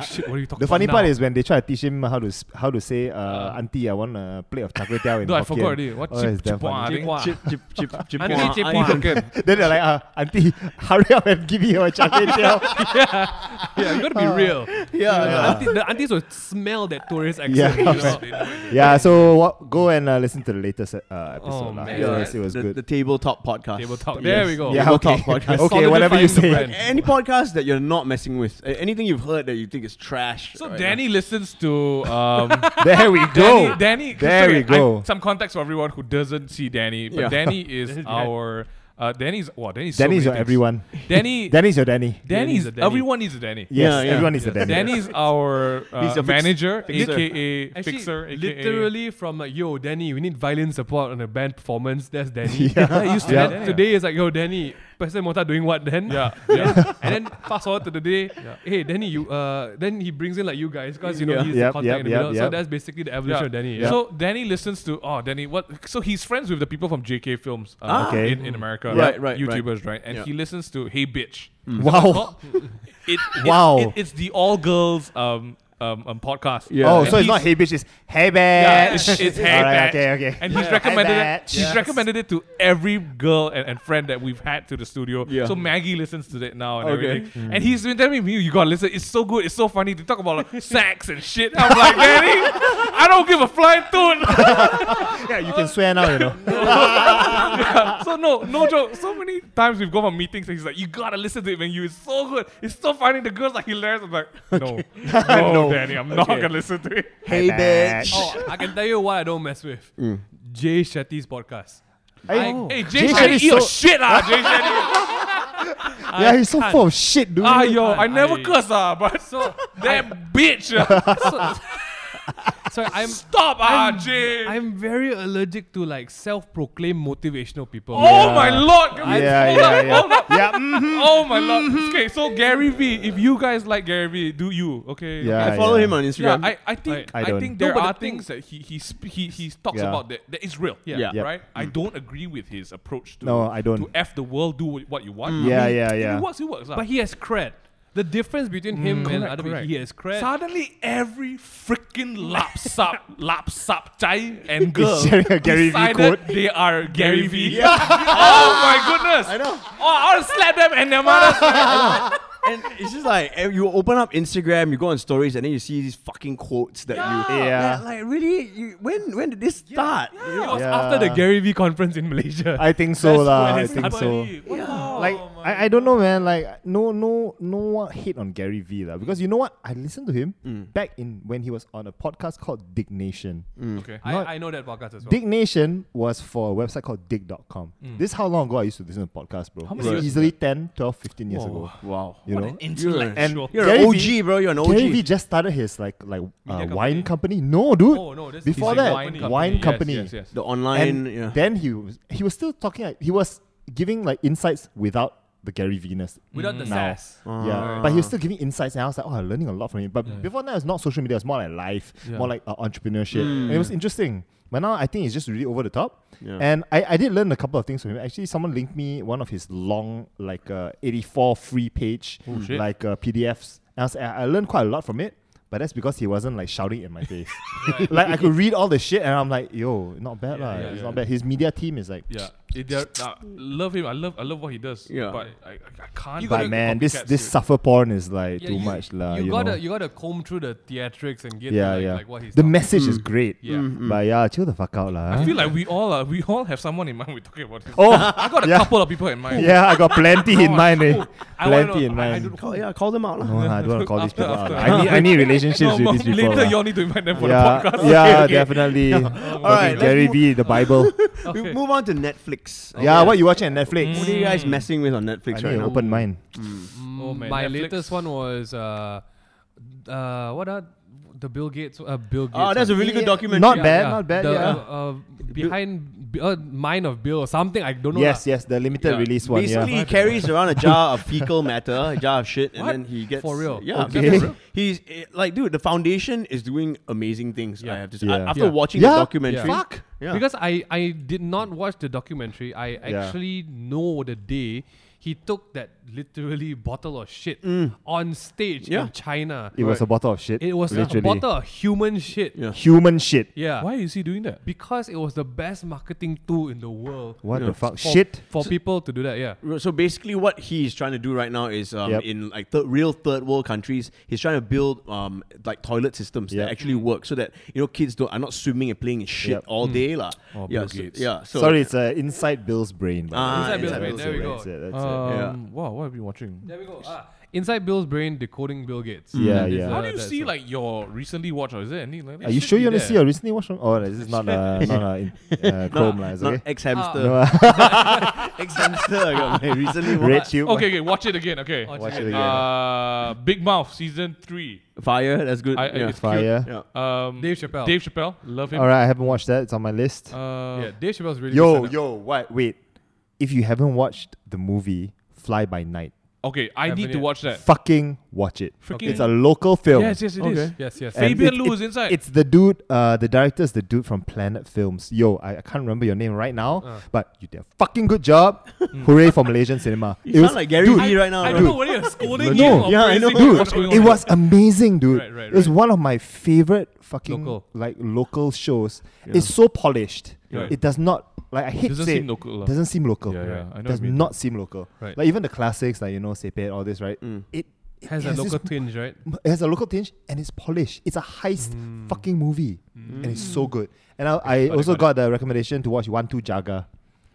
F: Shit, what are you talking
D: The funny
F: about
D: part
F: now?
D: is when they try to teach him how to sp- how to say, uh, Auntie, I want a plate of char kway teow in
E: No, I
D: Hokkien."
E: forgot already. What
D: Oh,
E: chip-
D: it's damn
E: chipua, I
D: funny.
E: think.
F: Chipua.
C: Chip, chip, chip, chip.
F: Ah, Auntie
C: Wah,
F: Chip
C: I-
F: Wah.
D: *laughs*
F: Hokkien.
D: Then they're like, uh, Auntie, hurry up and give me your char kway teow.
F: Yeah, you gotta be real.
C: *laughs* Yeah,
F: Ah. The
C: yeah.
F: auntie- the aunties will smell that tourist accent.
D: Yeah. *laughs*
F: you know?
D: yeah, so what, go and uh, listen to the latest uh, episode.
F: Oh,
D: lah.
F: man.
D: Yes, it was
C: the,
D: good.
C: The tabletop podcast.
F: Table talk. There we go.
D: Yeah,
C: Table
D: okay.
C: Talk podcast.
D: *laughs* okay, whatever you
F: Solidifying
D: say.
F: the brand.
C: Any podcast that you're not messing with, a- anything you've heard that you think is trash.
F: Oh,
E: So
C: right
E: Danny listens to um,
D: There we
E: Danny.
D: *laughs* go.
E: Danny
D: There
E: sorry,
D: we
E: I-
D: go. *laughs*
E: some context for everyone who doesn't see Danny, but
C: Yeah.
E: Danny is our Uh, Danny's wow, Danny's.
D: Danny's
E: so
D: your
E: many things.
D: everyone.
E: Danny.
D: *laughs* Danny's your Danny.
E: Danny's.
F: Danny's a Danny.
E: Everyone needs a Danny.
D: Yes,
C: Yeah, yeah.
D: everyone is a Danny.
E: Danny's our uh,
C: He's a fix-
E: manager,
C: fixer.
E: aka
F: Actually,
E: fixer, aka
F: literally from like, yo, Danny, we need violin support on a band performance. That's
D: *laughs*
F: Danny. *laughs*
D: Yeah.
F: I used to
D: Yeah.
F: that. Today it's like, yo, Danny, Pastor Mota doing what then? *laughs*
E: Yeah, yeah.
F: and then fast forward to the day, hey, Danny, you, uh, then he brings in like you guys because you know
C: Yeah.
F: he's
D: Yep,
F: the contact
D: yep,
F: in the
D: yep,
F: middle. So
D: yep.
F: that's basically the evolution of Danny. Yeah.
E: So Danny listens to oh Danny what so he's friends with the people from JK Films uh,
D: Ah. Okay.
E: in, in America
C: Right,
E: uh,
C: right, right.
E: YouTubers right and
C: Yeah.
E: he listens to Hey *laughs* Bitch
D: Wow.
E: Mm. it, it-
D: Wow.
E: it- it's the all girls um um, um podcast
C: Yeah.
D: *laughs* Oh,
E: And
D: so it's
E: he's-
F: *laughs*
D: not hey bitch, it's hey bitch.
E: yeah, *laughs* it's, it's Hey
D: Alright,
E: Bitch
D: Okay, okay.
E: and
D: Yeah.
E: he's recommended
D: Hey
E: it,
D: Bitch.
E: he's recommended it to every girl and, and friend that we've had to the studio
C: Yeah.
E: so Maggie listens to it now and
C: Okay.
E: everything and he's been telling me you gotta listen it's so good it's so funny they talk about like, *laughs* sex and shit I'm like Danny I don't give a flying toot
D: Yeah, you can swear now, you
E: *laughs*
D: know.
E: Yeah, *laughs* so no, no joke. So many times we've gone for meetings and he's like, "You gotta listen to it, man. You it's so good. It's so funny. The girls are hilarious."
D: *laughs*
E: I'm like, "No, no,
D: No.
E: Danny, I'm not gonna listen to it."
D: hey bitch.
F: oh, I can tell you what I don't mess with. Jay Shetty's podcast.
D: Hey,
F: Oh.
E: Hey,
D: Jay
E: Jay, Shetty,
D: Shetty's
E: eat your
D: so-
E: shit, ah, Jay
D: *laughs*
E: Shetty.
D: yeah, he's so full of shit, dude.
E: ah, yo, I
F: I-
E: never curse, ah, but
F: So,
E: *laughs* that bitch. ah.
D: *laughs*
F: sorry, I'm.
E: Stop, ah, Jay.
F: I'm very allergic to like self-proclaimed motivational people.
E: oh my lord.
D: yeah,
E: I'm- *laughs*
D: yeah, yeah. yeah, mhm.
E: Oh my lord. Okay, so Gary V, if you guys like Gary V, do you? Okay.
D: Yeah,
C: I follow
D: yeah.
C: him on Instagram.
E: Yeah, I, I think
F: Right.
D: I
E: I,
D: don't.
E: think
F: No,
E: there
F: but
E: are
F: the thing-
E: things that he he sp- he, he talks
D: Yeah. Mm-hmm.
E: about that, that is real. Yeah,
C: Yeah. Yep.
E: right. I don't agree with his approach to
D: No, I don't.
E: to f the world, do wh- what you want. I
D: Yeah,
E: mean,
D: yeah,
E: If
D: yeah.
E: it works, it works. ah. lah.
F: But he has cred. The difference between him and other people, he has cred.
E: Suddenly, every freaking
D: *laughs*
E: lapsap, lapsap guy and girl
D: sharing a Gary V
E: *laughs* decided
D: quote.
E: they are Gary V. *laughs* oh my
D: *laughs*
E: goodness! I know. Oh, I'll slap them and their *laughs* mothers.
C: and it's just like eh, you open up Instagram, you go on stories, and then you see these fucking quotes that you.
D: Yeah.
C: Like really, you, when when did this start? You
F: It
C: know?
F: was
D: Yeah.
F: after the Gary V conference in Malaysia.
D: I think so,
F: *laughs*
D: lah. I think so.
E: Somebody-
F: Oh
E: Wow.
D: Like I, I don't know man like no no no one hate on Gary Vee lah because you know what I listened to him
C: Mm.
D: back in when he was on a podcast called Dignation.
E: Okay.
F: I,
D: Not-
F: I know that podcast as well.
D: Dignation was for a website called dig.com. This is how long ago I used to listen to podcasts, bro. How
F: Mm. many years
D: easily 10, 12, 15 years ago.
C: Wow.
D: You know?
E: Intellectual.
C: You're
D: Gary
C: an OG,
D: Vee-
C: bro. You're an OG.
D: Gary Vee just started his like like uh,
F: company?
D: wine company. No, dude.
F: Oh, no, that's
D: Before
F: his
D: that,
F: wine company.
D: wine
E: Yes,
D: company.
E: yes, yes.
C: the online.
D: And
C: yeah.
D: then he was he was still talking. Like, he was giving like insights without the Gary Venus.
F: Without the
D: now.
F: sass.
D: Yeah, but he was still giving insights, and I was like, oh, I'm learning a lot from him. But before that, it was not social media; it was more like life, more like uh, entrepreneurship, and it was interesting. But now I think it's just really over the top.
C: Yeah.
D: And I, I did learn a couple of things from him. Actually, someone linked me one of his long, like uh, 84 free page, like uh, PDFs. And I, was, I, I learned quite a lot from it. But that's because he wasn't like shouting in my face. *laughs* like I could read all the shit, and I'm like, yo, not bad, lah.
E: yeah,
D: it's
E: yeah.
D: not bad. His media team is like,
E: Yeah, it, they're- uh, love him. I love I love what he does.
C: Yeah.
E: but I, I, I can't.
F: You
D: but
F: gotta
D: man, this
E: copycats,
D: this
E: dude.
D: suffer porn is like
F: Yeah,
D: too
F: you-
D: much, lah.
F: You
D: you
F: gotta
D: know?
F: you gotta comb through the theatrics and get
D: yeah,
F: like,
D: yeah.
F: like what he's
D: the
F: talking-
D: message is great.
E: Yeah.
D: But yeah, chill the fuck out, lah. eh.
E: I feel like we all are. We all have someone in mind. We're talking about. This.
D: *laughs* oh,
E: I got a
D: yeah.
E: couple of people in mind.
D: *laughs* Yeah, I got plenty in mind. Eh.
E: I
D: *laughs*
E: wanna
D: Plenty
E: know-
D: in
E: I- I
D: mind.
E: don't-
C: Call, yeah, call them out. lah.
D: no, nah, I don't want to call these
E: After-
D: people out.
E: after.
D: lah. I need, I need relationships
E: No,
D: with these people.
E: later,
D: lah.
E: y'all need to invite them for
D: yeah,
C: *laughs*
E: the podcast.
D: yeah, definitely. *laughs* All
C: right,
D: right,
C: let's
D: Gary
C: move-
D: V, the Bible.
C: We move on to Netflix.
D: yeah, what you watching on Netflix?
C: What are you
F: Mm.
C: guys messing with on Netflix
D: I
C: Mm. right
D: need an
C: now?
D: open mind.
E: Oh, man,
F: My
E: Netflix.
F: latest one was uh, uh, what are the Bill Gates? Uh, Bill Gates.
C: Oh, that's a
F: one.
C: really good
D: Yeah,
C: documentary.
D: not
F: Yeah,
D: bad,
F: yeah.
D: not bad.
F: The,
D: yeah.
F: uh, uh, behind B- uh, mind of Bill or something. I don't know.
D: yes,
F: lah.
D: yes, the limited
E: Yeah.
D: release one.
C: Basically,
D: yeah.
C: he carries around a jar *laughs* of fecal matter, a jar of shit, and
F: What?
C: then he gets
F: For real?
C: Yeah,
D: Okay.
C: because he's eh, like, dude, the foundation is doing amazing things. I have to say.
D: Yeah.
C: A- After
F: Yeah.
C: watching
D: Yeah.
C: the documentary,
D: Yeah. Fuck.
C: yeah.
F: Because I, I did not watch the documentary. I actually know the day he took that literally bottle of shit on stage
C: Yeah.
F: in China.
D: Mm. It was a bottle of shit.
F: It was
D: literally.
F: a bottle of human shit.
C: Yeah.
D: *laughs* Human shit.
F: Yeah.
E: Why is he doing that?
F: Because it was the best marketing tool in the world.
D: What the fuck?
F: For,
D: Shit.
F: For people to do that, yeah.
C: So basically, what he's trying to do right now is um,
D: Yep.
C: in like th- real third world countries, he's trying to build um, like toilet systems
D: Yep.
C: that actually work, so that you know kids don't are not swimming and playing in shit
D: Yep. Mm.
C: all day, lah.
E: Oh,
C: yeah,
E: Bill
C: so,
E: Gates.
C: yeah. So
D: Sorry, it's uh, inside Bill's brain. by the way.
C: Ah,
F: Inside Bill's
D: Inside
F: brain, there we
D: brain,
F: go.
D: That's it, that's it.
E: Um,
C: Yeah.
E: Wow, what have you been watching?
F: There we go. Ah, Inside Bill's brain, decoding Bill Gates.
D: Yeah,
F: That is,
D: yeah.
E: How
F: uh,
E: do you
F: that's
E: see
F: a-
E: like your recently watched or is there any like?
D: Are you
E: should
D: sure
E: be
D: you want to
E: there.
D: see your recently watched one? Oh, this is not uh, not uh,
E: *laughs*
D: in, uh, Chrome, lah. It's
C: Not
D: okay.
C: ex hamster. *laughs* ex hamster. I got my
D: *laughs*
C: recently
D: Red
C: watched
D: Tube.
E: Okay, okay, watch it again. Okay,
D: Watch it again.
E: Uh, Big Mouth season three.
C: Fire. That's good.
E: I-
C: yeah.
E: it's
D: Fire.
C: yeah.
E: Um,
F: Dave Chappelle.
E: Dave Chappelle, love him.
D: All right, I haven't watched that. It's on my list.
E: Uh,
F: yeah, Dave Chappelle's really
D: yo,
F: good stand-up.
D: yo, what? Wait. If you haven't watched the movie Fly by Night,
E: Okay, I
F: Haven't
E: need to
F: yet.
E: watch that.
D: fucking watch it.
E: Freaking-
D: It's a local film.
E: Yes, yes, it is.
C: Okay.
F: Yes, yes.
D: And
E: Fabian
D: it-
E: Lou
D: it-
E: is inside.
D: It's the dude, uh, the director's the dude from Planet Films. Yo, I, I can't remember your name right now,
E: Uh.
D: but you did a fucking good
E: *laughs*
D: job. Hooray for Malaysian cinema.
C: You
D: It
C: sound
D: was-
C: like Gary
D: dude,
C: Vee right now.
F: I
C: bro.
F: don't know whether you're scolding
D: No.
F: him or
C: Yeah, I
F: praising
C: know.
F: him.
D: Dude,
F: What's going
D: it
F: on?
D: was amazing, dude.
F: Right, right,
D: It was
F: right.
D: one of my favorite fucking
F: Local.
D: like local shows. It's so polished.
E: Right.
D: It does not like I hate
E: Doesn't
D: to say
E: seem
D: it,
E: local, lah.
D: Doesn't seem local.
E: Yeah, yeah, I know
D: does
E: what you mean.
D: not seem local.
F: Right.
D: Like even the classics, like you know, Sepet, all this, right? It, it
F: has a
D: this
F: local twinge, right?
D: m- it has a local tinge and it's polished. It's a heist fucking movie, and it's so good. And I, I
E: Mm. got it,
D: also
E: got
D: got the recommendation to watch One Two Jaga.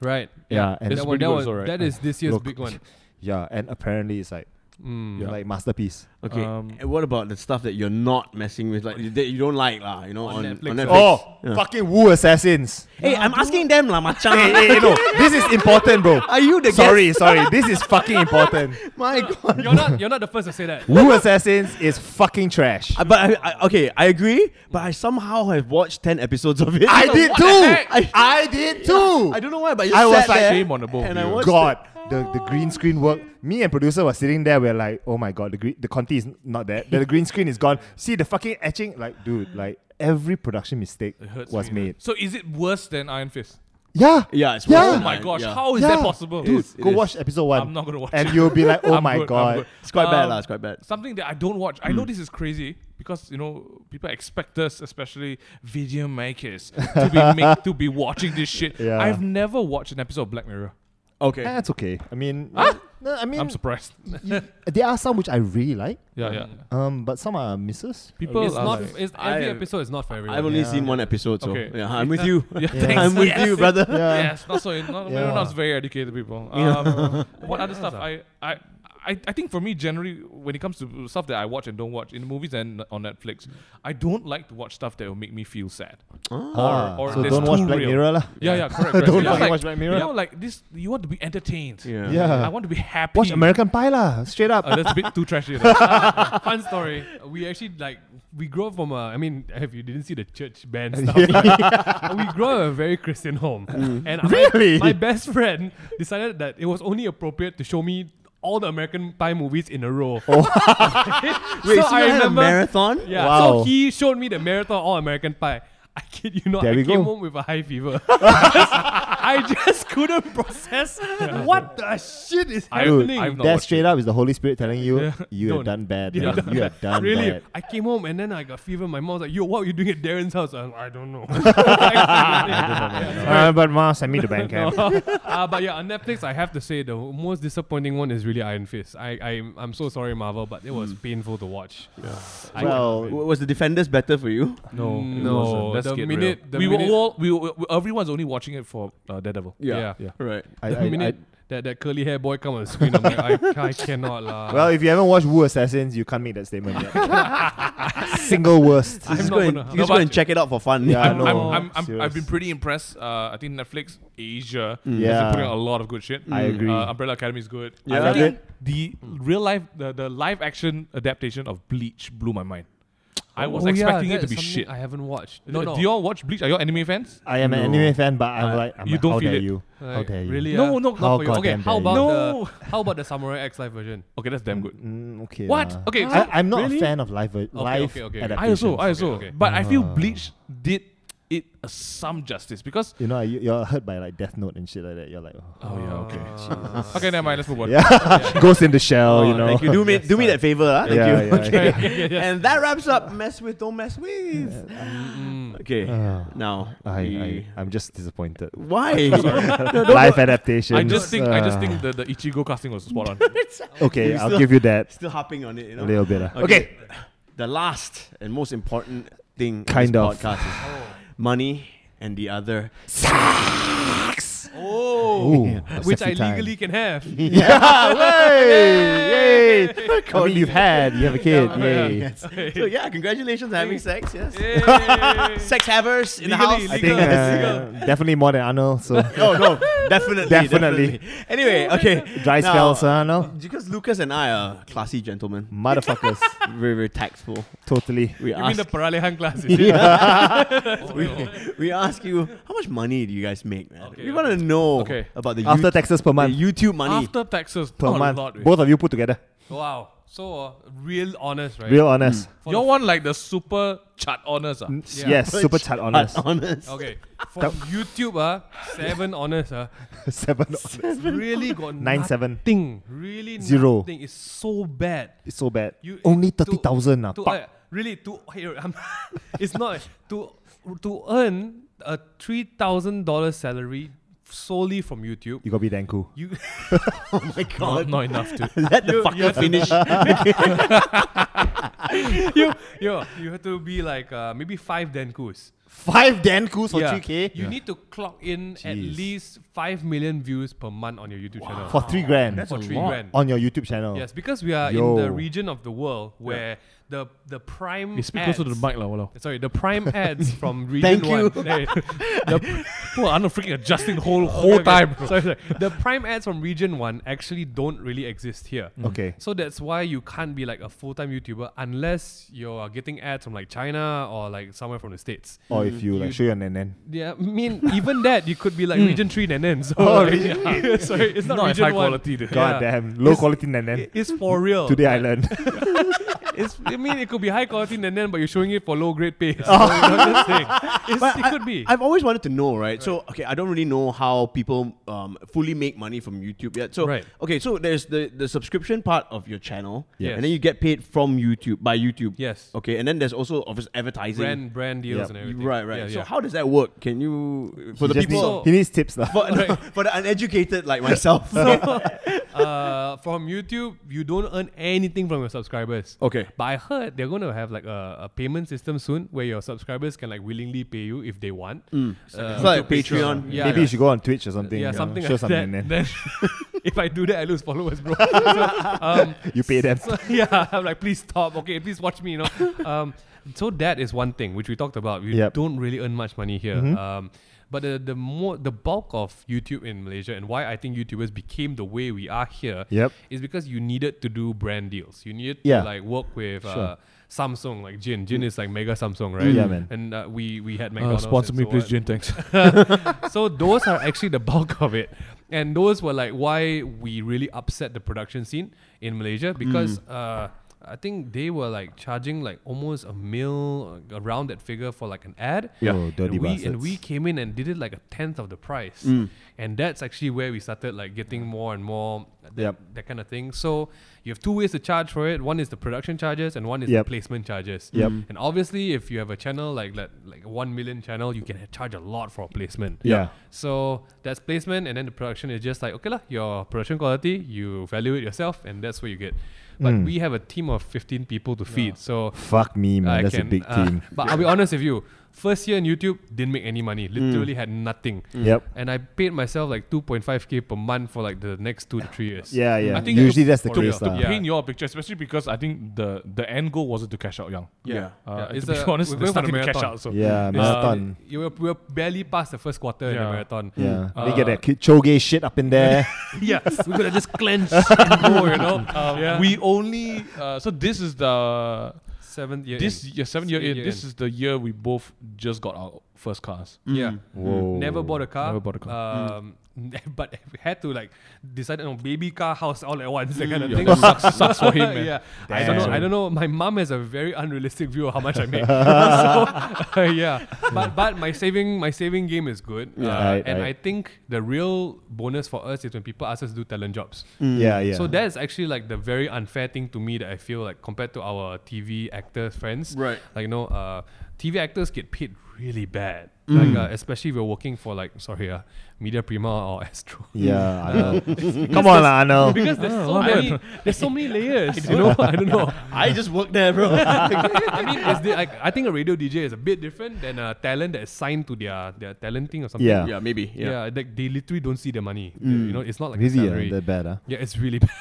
F: Right.
D: Yeah, and
F: that
E: It's
F: one,
E: pretty good
F: that one,
E: also, right?
F: that is this year's
D: Local.
F: big one.
D: yeah, and apparently it's like
E: Mm.
D: like masterpiece.
C: Okay.
E: Um,
C: and what about the stuff that you're not messing with, like you- that you don't like, lah? You know, on, on
F: Netflix.
C: Netflix.
D: Oh,
C: Yeah.
D: fucking Wu assassins.
C: Hey, I'm asking them, lah, macam.
D: hey,
C: *laughs*
D: hey, hey, Eh, no, this is important, bro.
C: Are you the
D: sorry, sorry. This is fucking important.
C: My God.
F: You're not, you're not the first to say that.
D: Wu Assassins is fucking trash.
C: I- Uh, But I, I, okay, I agree. But I somehow have watched ten episodes of it. *laughs*
D: I did too.
C: I-
D: I, did too.
C: I don't know why, but you
D: I was
C: sat
D: like-
C: there
E: Shame on the both of
C: and I
E: you.
C: watched
D: God, the, the green screen work. Me and producer were sitting there. We're like, oh my god, the green, the Conti is not there. The, the green screen is gone. See the fucking etching. Like, dude, like every production mistake
E: Hurts
D: was
E: me.
D: made.
E: So is it worse than Iron Fist?
D: Yeah,
C: Yeah, it's
D: yeah.
C: worse
E: Oh
C: than
E: my
C: Iron-
E: gosh,
C: yeah.
E: how is
D: yeah.
E: that possible?
D: Dude,
C: is, it
D: go
C: is.
D: watch episode one.
E: I'm not gonna watch
D: And
E: it.
D: you't be like, oh
E: *laughs* I'm
D: my
E: good, I'm
D: god.
E: good.
C: It's quite bad,
E: Um,
C: lah. It's quite bad.
E: Something that I don't watch. I know this is crazy because you know people expect us, especially video makers, to be make, to be watching this shit.
D: Yeah.
E: I've never watched an episode of Black Mirror.
C: Okay.
D: Eh, That's okay. I mean, no, I mean,
E: Ah! I'm surprised. *laughs*
D: you- there are some which I really like.
E: Yeah, yeah.
D: Um, but some are misses.
E: People
F: It's
E: are *laughs*
F: not.
E: like-
F: It's, every
C: I-
F: episode is not for everyone.
C: *laughs* I've only
D: Yeah.
C: seen one episode, so
E: Okay.
C: yeah, I'm with you.
E: Yeah,
C: I'm
E: thanks.
C: with
E: Yes.
C: you, brother.
D: Yeah.
E: Yes, not so. Not,
D: Yeah.
E: We're not very educated
C: *laughs*
E: people. Um, what other stuff? I, I, I, I think for me, generally, when it comes to stuff that I watch and don't watch in movies and on Netflix, I don't like to watch stuff that will make me feel sad.
D: Ah,
E: or
D: so
E: there's
D: don't watch
E: too
D: Black
E: real.
D: Mirror lah.
E: Yeah, yeah, *laughs* correct. correct.
D: Don't
E: Yeah,
D: fucking
E: like-
D: watch Black Mirror.
E: You know, like this, you want to be entertained.
C: Yeah.
D: Yeah.
E: I want to be
D: *laughs*
E: happy.
D: Watch American Pie lah. Straight up. *laughs*
E: Uh, that's a bit too *laughs* trashy. though.
F: *laughs* Fun story. We actually like we grew up from a. I mean, if you didn't see the church band stuff, we grew up in a very Christian home, and my-
D: Really?
F: my, best friend decided that it was only appropriate to show me all the American Pie movies in a row.
C: Wait,
F: So
C: so,
F: I
C: you had a
F: remember-
C: marathon?
F: Yeah.
D: Wow.
F: So he showed me the marathon all American Pie. I kid you not.
D: There
F: I
D: we
F: came
D: go.
F: home with a high fever. *laughs* I just
E: *laughs*
F: couldn't process what the shit is
E: I-
D: Dude,
F: happening.
E: I've not
D: that
E: watched
D: straight up is the Holy Spirit telling you,
E: Yeah.
D: you
E: Don't.
D: have done bad.
E: Yeah.
D: man. You have
E: *laughs*
D: done
F: really,
D: bad.
F: I came home and then I got fever. My mom's like, "Yo, what are you doing at Darren's house?" I'm like, I
E: *laughs*
F: don't know. *laughs* Yeah.
D: Uh, but Ma, send me to
E: *laughs*
D: bank camp.
F: *laughs* uh, but yeah, on Netflix, I have to say the most disappointing one is really Iron Fist. I, I I'm so sorry, Marvel, but it
E: Hmm.
F: was painful to watch. I-
D: Well,
C: W- Was the defenders better for you?
E: no, it
F: No,
E: wasn't. Let's
F: the
E: get
F: minute-
E: real.
F: the
E: we
F: minute-
E: were all we were, we- everyone's only watching it for uh, Daredevil.
F: Yeah.
E: yeah.
C: Right.
D: I,
E: *laughs*
F: the
D: I,
F: minute that, that curly hair boy come on the screen, I'm like, *laughs* I, I cannot lah.
D: I- well, if you haven't watched Wu Assassins, you can't make that statement yet.
E: *laughs*
D: Single worst.
F: I'm
C: Just
F: not
C: go and,
F: gonna-
C: just
E: No,
C: go
E: but-
C: and check it out for fun.
D: Yeah,
E: I'm,
D: I
E: I'm,
D: know.
E: I'm, I'm, I've
D: Oh, Serious. Mm.
E: been pretty impressed. Uh, I think Netflix Asia
D: Yeah.
E: has been putting out a lot of good shit.
D: I agree.
E: Uh, Umbrella Academy is good.
D: I
E: I
D: love
E: think
D: it.
E: the real life, the, the live action adaptation of Bleach blew my mind. I was
F: Oh, yeah,
E: expecting
F: that
E: it to
F: is
E: be
F: something
E: shit.
F: I haven't watched. No,
E: Uh,
F: no.
E: Do you all watch Bleach? Are you all anime fans?
D: *laughs* I am an anime fan, but I'm like, I'm
E: you
D: like,
E: don't
D: how
E: feel
D: dare
E: it.
D: you? how
F: Like,
D: dare you?
F: Really?
E: No,
F: ah?
E: no,
F: not
D: how
F: for you. Okay,
D: goddamn dare
F: how about
D: you.
E: No.
F: the how about the Samurai X Live *laughs* version?
E: Okay, that's damn good.
D: Mm, okay.
E: What?
D: lah.
E: Okay, so-
D: I, I'm not
E: really?
D: a fan of live okay, live
F: okay, okay. I
E: I also,
D: adaptations.
E: I also.
F: okay.
E: But I feel Bleach did it uh, some justice because.
D: You know, you, you're hurt by like Death Note and shit like that. You're like, oh.
E: Oh yeah, *sighs* okay. okay, never mind. Let's move
D: *laughs*
E: on.
D: yeah, Ghost in the Shell.
C: Oh,
D: you know,
C: Thank you. Do me, do me that favor. ah. Thank
D: Yeah,
C: you.
D: yeah,
C: okay. *laughs*
F: yeah, yeah, yeah.
C: And that wraps up Mess With, Don't Mess With. Mm. Okay.
D: Ah.
C: now.
D: *laughs* I, I,
C: we-
D: I'm just disappointed.
C: *laughs* Why?
D: *laughs* live adaptation.
E: I just think, I just think the, the Ichigo casting was spot on.
D: Uh, Okay,
C: We
D: I'll
C: still-
D: give you
C: *laughs*
D: that
C: Still hopping on it, you
D: a
C: know?
D: little bit. ah.
C: *laughs* Okay. The last and most important thing in
D: Kind
C: this
D: of.
C: podcast is money and the other sex.
F: Oh,
G: Ooh, a
F: which I
G: sexy time.
F: legally *laughs* can
D: *laughs*
F: have.
D: Yeah, way, yay. I mean, you've had, you have a kid,
F: Yeah,
D: yay.
C: *laughs*
F: yeah.
C: So *laughs* yeah, congratulations on having sex. Yes.
F: Yay.
C: Sex havers in
F: Legally,
C: the house.
D: I
F: legally.
D: think uh,
F: Legal.
D: definitely more than Arnold. So
C: Oh no, *laughs* definitely,
D: Definitely.
C: Anyway,
F: *laughs*
C: okay.
D: *laughs* dry
C: Now,
D: spells, uh, huh? No,
C: Because Lucas and I are classy gentlemen,
D: motherfuckers,
C: very very tactful.
D: totally.
C: We
F: You mean
C: ask,
F: the Paralehan classes?
C: we, we ask you how much money do you guys make, man?
F: Okay,
C: we want to know
E: Okay.
C: about the
D: After
C: YouTube,
D: taxes per
C: the
D: month,
C: YouTube money. *laughs*
F: After taxes,
D: per
F: not a
D: month,
F: lot, eh.
D: both of you put together.
F: Wow. So uh, real honest, right?
D: Real honest.
F: For the-
E: You're one like the super chat honors. Ah.
D: S-
F: Mm. Yeah.
D: Yes, super chat honest.
C: honest.
F: Okay. For YouTube, uh, seven honest,
D: *laughs*
F: uh,
D: *laughs* Seven honest.
F: really got
D: Nine seven.
F: nothing. Really
D: Zero.
F: nothing. It's so bad.
D: It's so bad.
F: You
D: Only
F: to-
D: thirty thousand. Uh,
F: to,
D: fuck.
F: uh, really to *laughs* here, I'm it's not to to earn a three thousand dollar salary solely from YouTube.
D: you gotta be damn cool.
F: You
D: *laughs*
F: *laughs*
C: Oh my
F: not,
C: god.
F: not enough to
C: *laughs* Let the
F: You-
C: fucker
F: you-
C: finish.
F: you you you have to be like uh, maybe five Denkus.
D: Five damn cools
F: Yeah.
D: Oh, k.
F: You need to clock in at
D: Jeez.
F: least five million views per month on your YouTube channel.
D: for three grand
F: for three grand.
D: on your YouTube channel.
F: Yes, because we are in
D: Yo.
F: the region of the world where the the prime
E: You speak closer to the
F: ads-
E: mic, lah. walao.
F: Sorry, the
D: *laughs*
F: prime ads from region
C: Thank you.
F: one. Hey, the,
E: Well, I'm not freaking adjusting the whole
F: Okay,
E: whole
F: *laughs* okay.
E: time.
F: Sorry, sorry. The prime ads from region one actually don't really exist here.
D: Okay.
F: So that's why you can't be like a full time YouTuber unless you're getting ads from like China or like somewhere from the States.
D: Or Oh, if you like
F: You-
D: show your nanan.
F: Yeah, I mean, even that, you could be like region three and then. So
D: Oh,
F: like,
D: region
F: *laughs* yeah. sorry, it's not,
E: Not as
F: region
E: high
F: one.
E: quality, dude.
D: God
F: Yeah.
D: damn, low
F: It's-
D: quality nanan.
F: It- It's for real.
D: Today I
F: *laughs*
D: learned.
F: It's, I mean, it could be high quality and then, but you're showing it for low grade pay. So, you know, just saying. It's-
C: But
F: it
C: I-
F: could be.
C: I've always wanted to know, right? So, okay, I don't really know how people um, fully make money from YouTube yet. So,
F: Right.
C: okay, so there's the, the subscription part of your channel,
F: Yes.
C: and then you get paid from YouTube by YouTube.
F: Yes.
C: Okay, and then there's also obviously advertising.
F: brand brand deals
D: Yep.
F: and
C: You-
F: everything.
C: right, right.
F: Yeah,
C: so,
F: yeah.
C: how does that work? Can you for the
D: he, just
C: people?
D: needs, he needs tips
C: *laughs*
D: lah.
C: for,
D: *laughs*
C: for the uneducated like myself. *laughs*
F: uh, from YouTube, you don't earn anything from your subscribers.
C: okay.
F: But I heard they're going to have like a, a payment system soon where your subscribers can like willingly pay you if they want. Uh,
C: So like Patreon.
F: Yeah,
D: Mm. Maybe
F: yeah.
D: you should go on Twitch or something.
F: yeah,
D: you know,
F: something
D: show
F: like
D: some
F: that.
D: nanan.
F: *laughs* Then if I do that, I lose
D: *laughs*
F: followers, bro. So, um,
D: You pay them.
F: so, *laughs* yeah, I'm like, please stop. Okay, please watch me. You
D: *laughs*
F: know. Um, so that is one thing which we talked about. We
D: Yep. Mm-hmm.
F: don't really earn much money here. Um, but the the more the bulk of YouTube in Malaysia and why I think YouTubers became the way we are here is
D: Yep.
F: because you needed to do brand deals. You needed
D: Yeah.
F: to like work with. Uh,
D: Sure. Mm.
F: Samsung, like Jin. Jin is like mega Samsung, right?
D: Yeah, man.
F: And uh, we we had
E: Uh,
F: McDonald's.
E: sponsor
F: and
E: me,
F: so
E: please,
F: on.
E: Jin. Thanks.
F: So those are actually the bulk *laughs* of it. And those were like why we really upset the production scene in Malaysia because
D: Hmm.
F: uh, I think they were like charging like almost a mil uh, around that figure for like an ad.
D: Yeah. Oh, dirty
F: and we, and
D: bastards.
F: we came in and did it like a tenth of the price.
D: Hmm.
F: And that's actually where we started like getting more and more that,
D: Yep.
F: that kind of thing. So you have two ways to charge for it. One is the production charges and one is
D: Yep.
F: the placement charges.
D: Yep.
F: And obviously if you have a channel like that like one million channel, you can charge a lot for a placement.
D: Yeah.
F: So that's placement, and then the production is just like okay lah, your production quality, you value it yourself, and that's what you get. But
D: Mm.
F: we have a team of fifteen people to feed, so
D: Fuck me, man.
F: I
D: That's
F: can.
D: a big
F: uh,
D: team.
F: *laughs* But I'll be honest with you, first year in YouTube didn't make any money. Literally had nothing.
D: Mm. Yep.
F: And I paid myself like two point five k per month for like the next two to three years.
D: Yeah, yeah.
E: think
D: Usually
E: to-
D: that's the
F: to-
D: case. uh,
F: to
D: lah.
F: Yeah.
E: Paint your picture, especially because I think the the end goal wasn't to cash out young.
C: Yeah.
E: Uh,
F: Yeah, it's
E: to be *laughs*
F: a-
E: honest, they're
F: we're going for the
E: starting to cash
F: marathon.
E: out. So
D: Yeah,
F: *laughs*
D: marathon.
F: You were, we were barely past the first quarter in the
E: Yeah.
F: marathon.
D: yeah.
F: Mm.
D: they get
F: Uh,
D: that ki- choge shit up in there.
F: *laughs* yeah, we could have just clenched *laughs* and go,
E: *laughs*
F: you know. Um, yeah.
E: we only uh, so this is the
F: seventh year.
E: this year seven year
F: Seven
E: in
F: year
E: this
F: in.
E: is the year we both just got our first cars.
F: in. yeah.
D: Whoa.
F: Never bought a car.
E: Oh, Never bought a car.
F: Um, *laughs* but had to like decide on baby car, house all at once. That kind
E: *laughs*
F: of
E: Yeah,
F: thing.
E: that sucks- sucks for him, man.
F: *laughs* yeah. I don't know.
D: Damn.
F: I don't know. My mom has a very unrealistic view of how much I make. *laughs* so, *laughs* yeah. But but my saving my saving game is good. Uh,
D: Right,
F: and
D: right.
F: I think the real bonus for us is when people ask us to do talent jobs.
D: Yeah, yeah.
F: So that is actually like the very unfair thing to me that I feel like compared to our TV actors friends.
C: Right.
F: Like you know, uh, TV actors get paid really bad. Like uh, especially if you're working for like sorry, uh, Media Prima or Astro.
D: Yeah, I know. Come on, lah, I know.
F: *laughs* Because there's so *laughs* many there's so many layers. You know, *laughs* I don't know.
C: I just work there, bro.
F: *laughs* I mean, is the, like, I think a radio DJ is a bit different than a talent that is signed to their their talent thing or something.
D: Yeah.
C: yeah, maybe. Yeah.
F: yeah. like, they literally don't see their money. They- You know, it's not like a
D: Busy,
F: salary.
D: uh, that bad, ah.
F: Yeah, it's really *laughs* bad.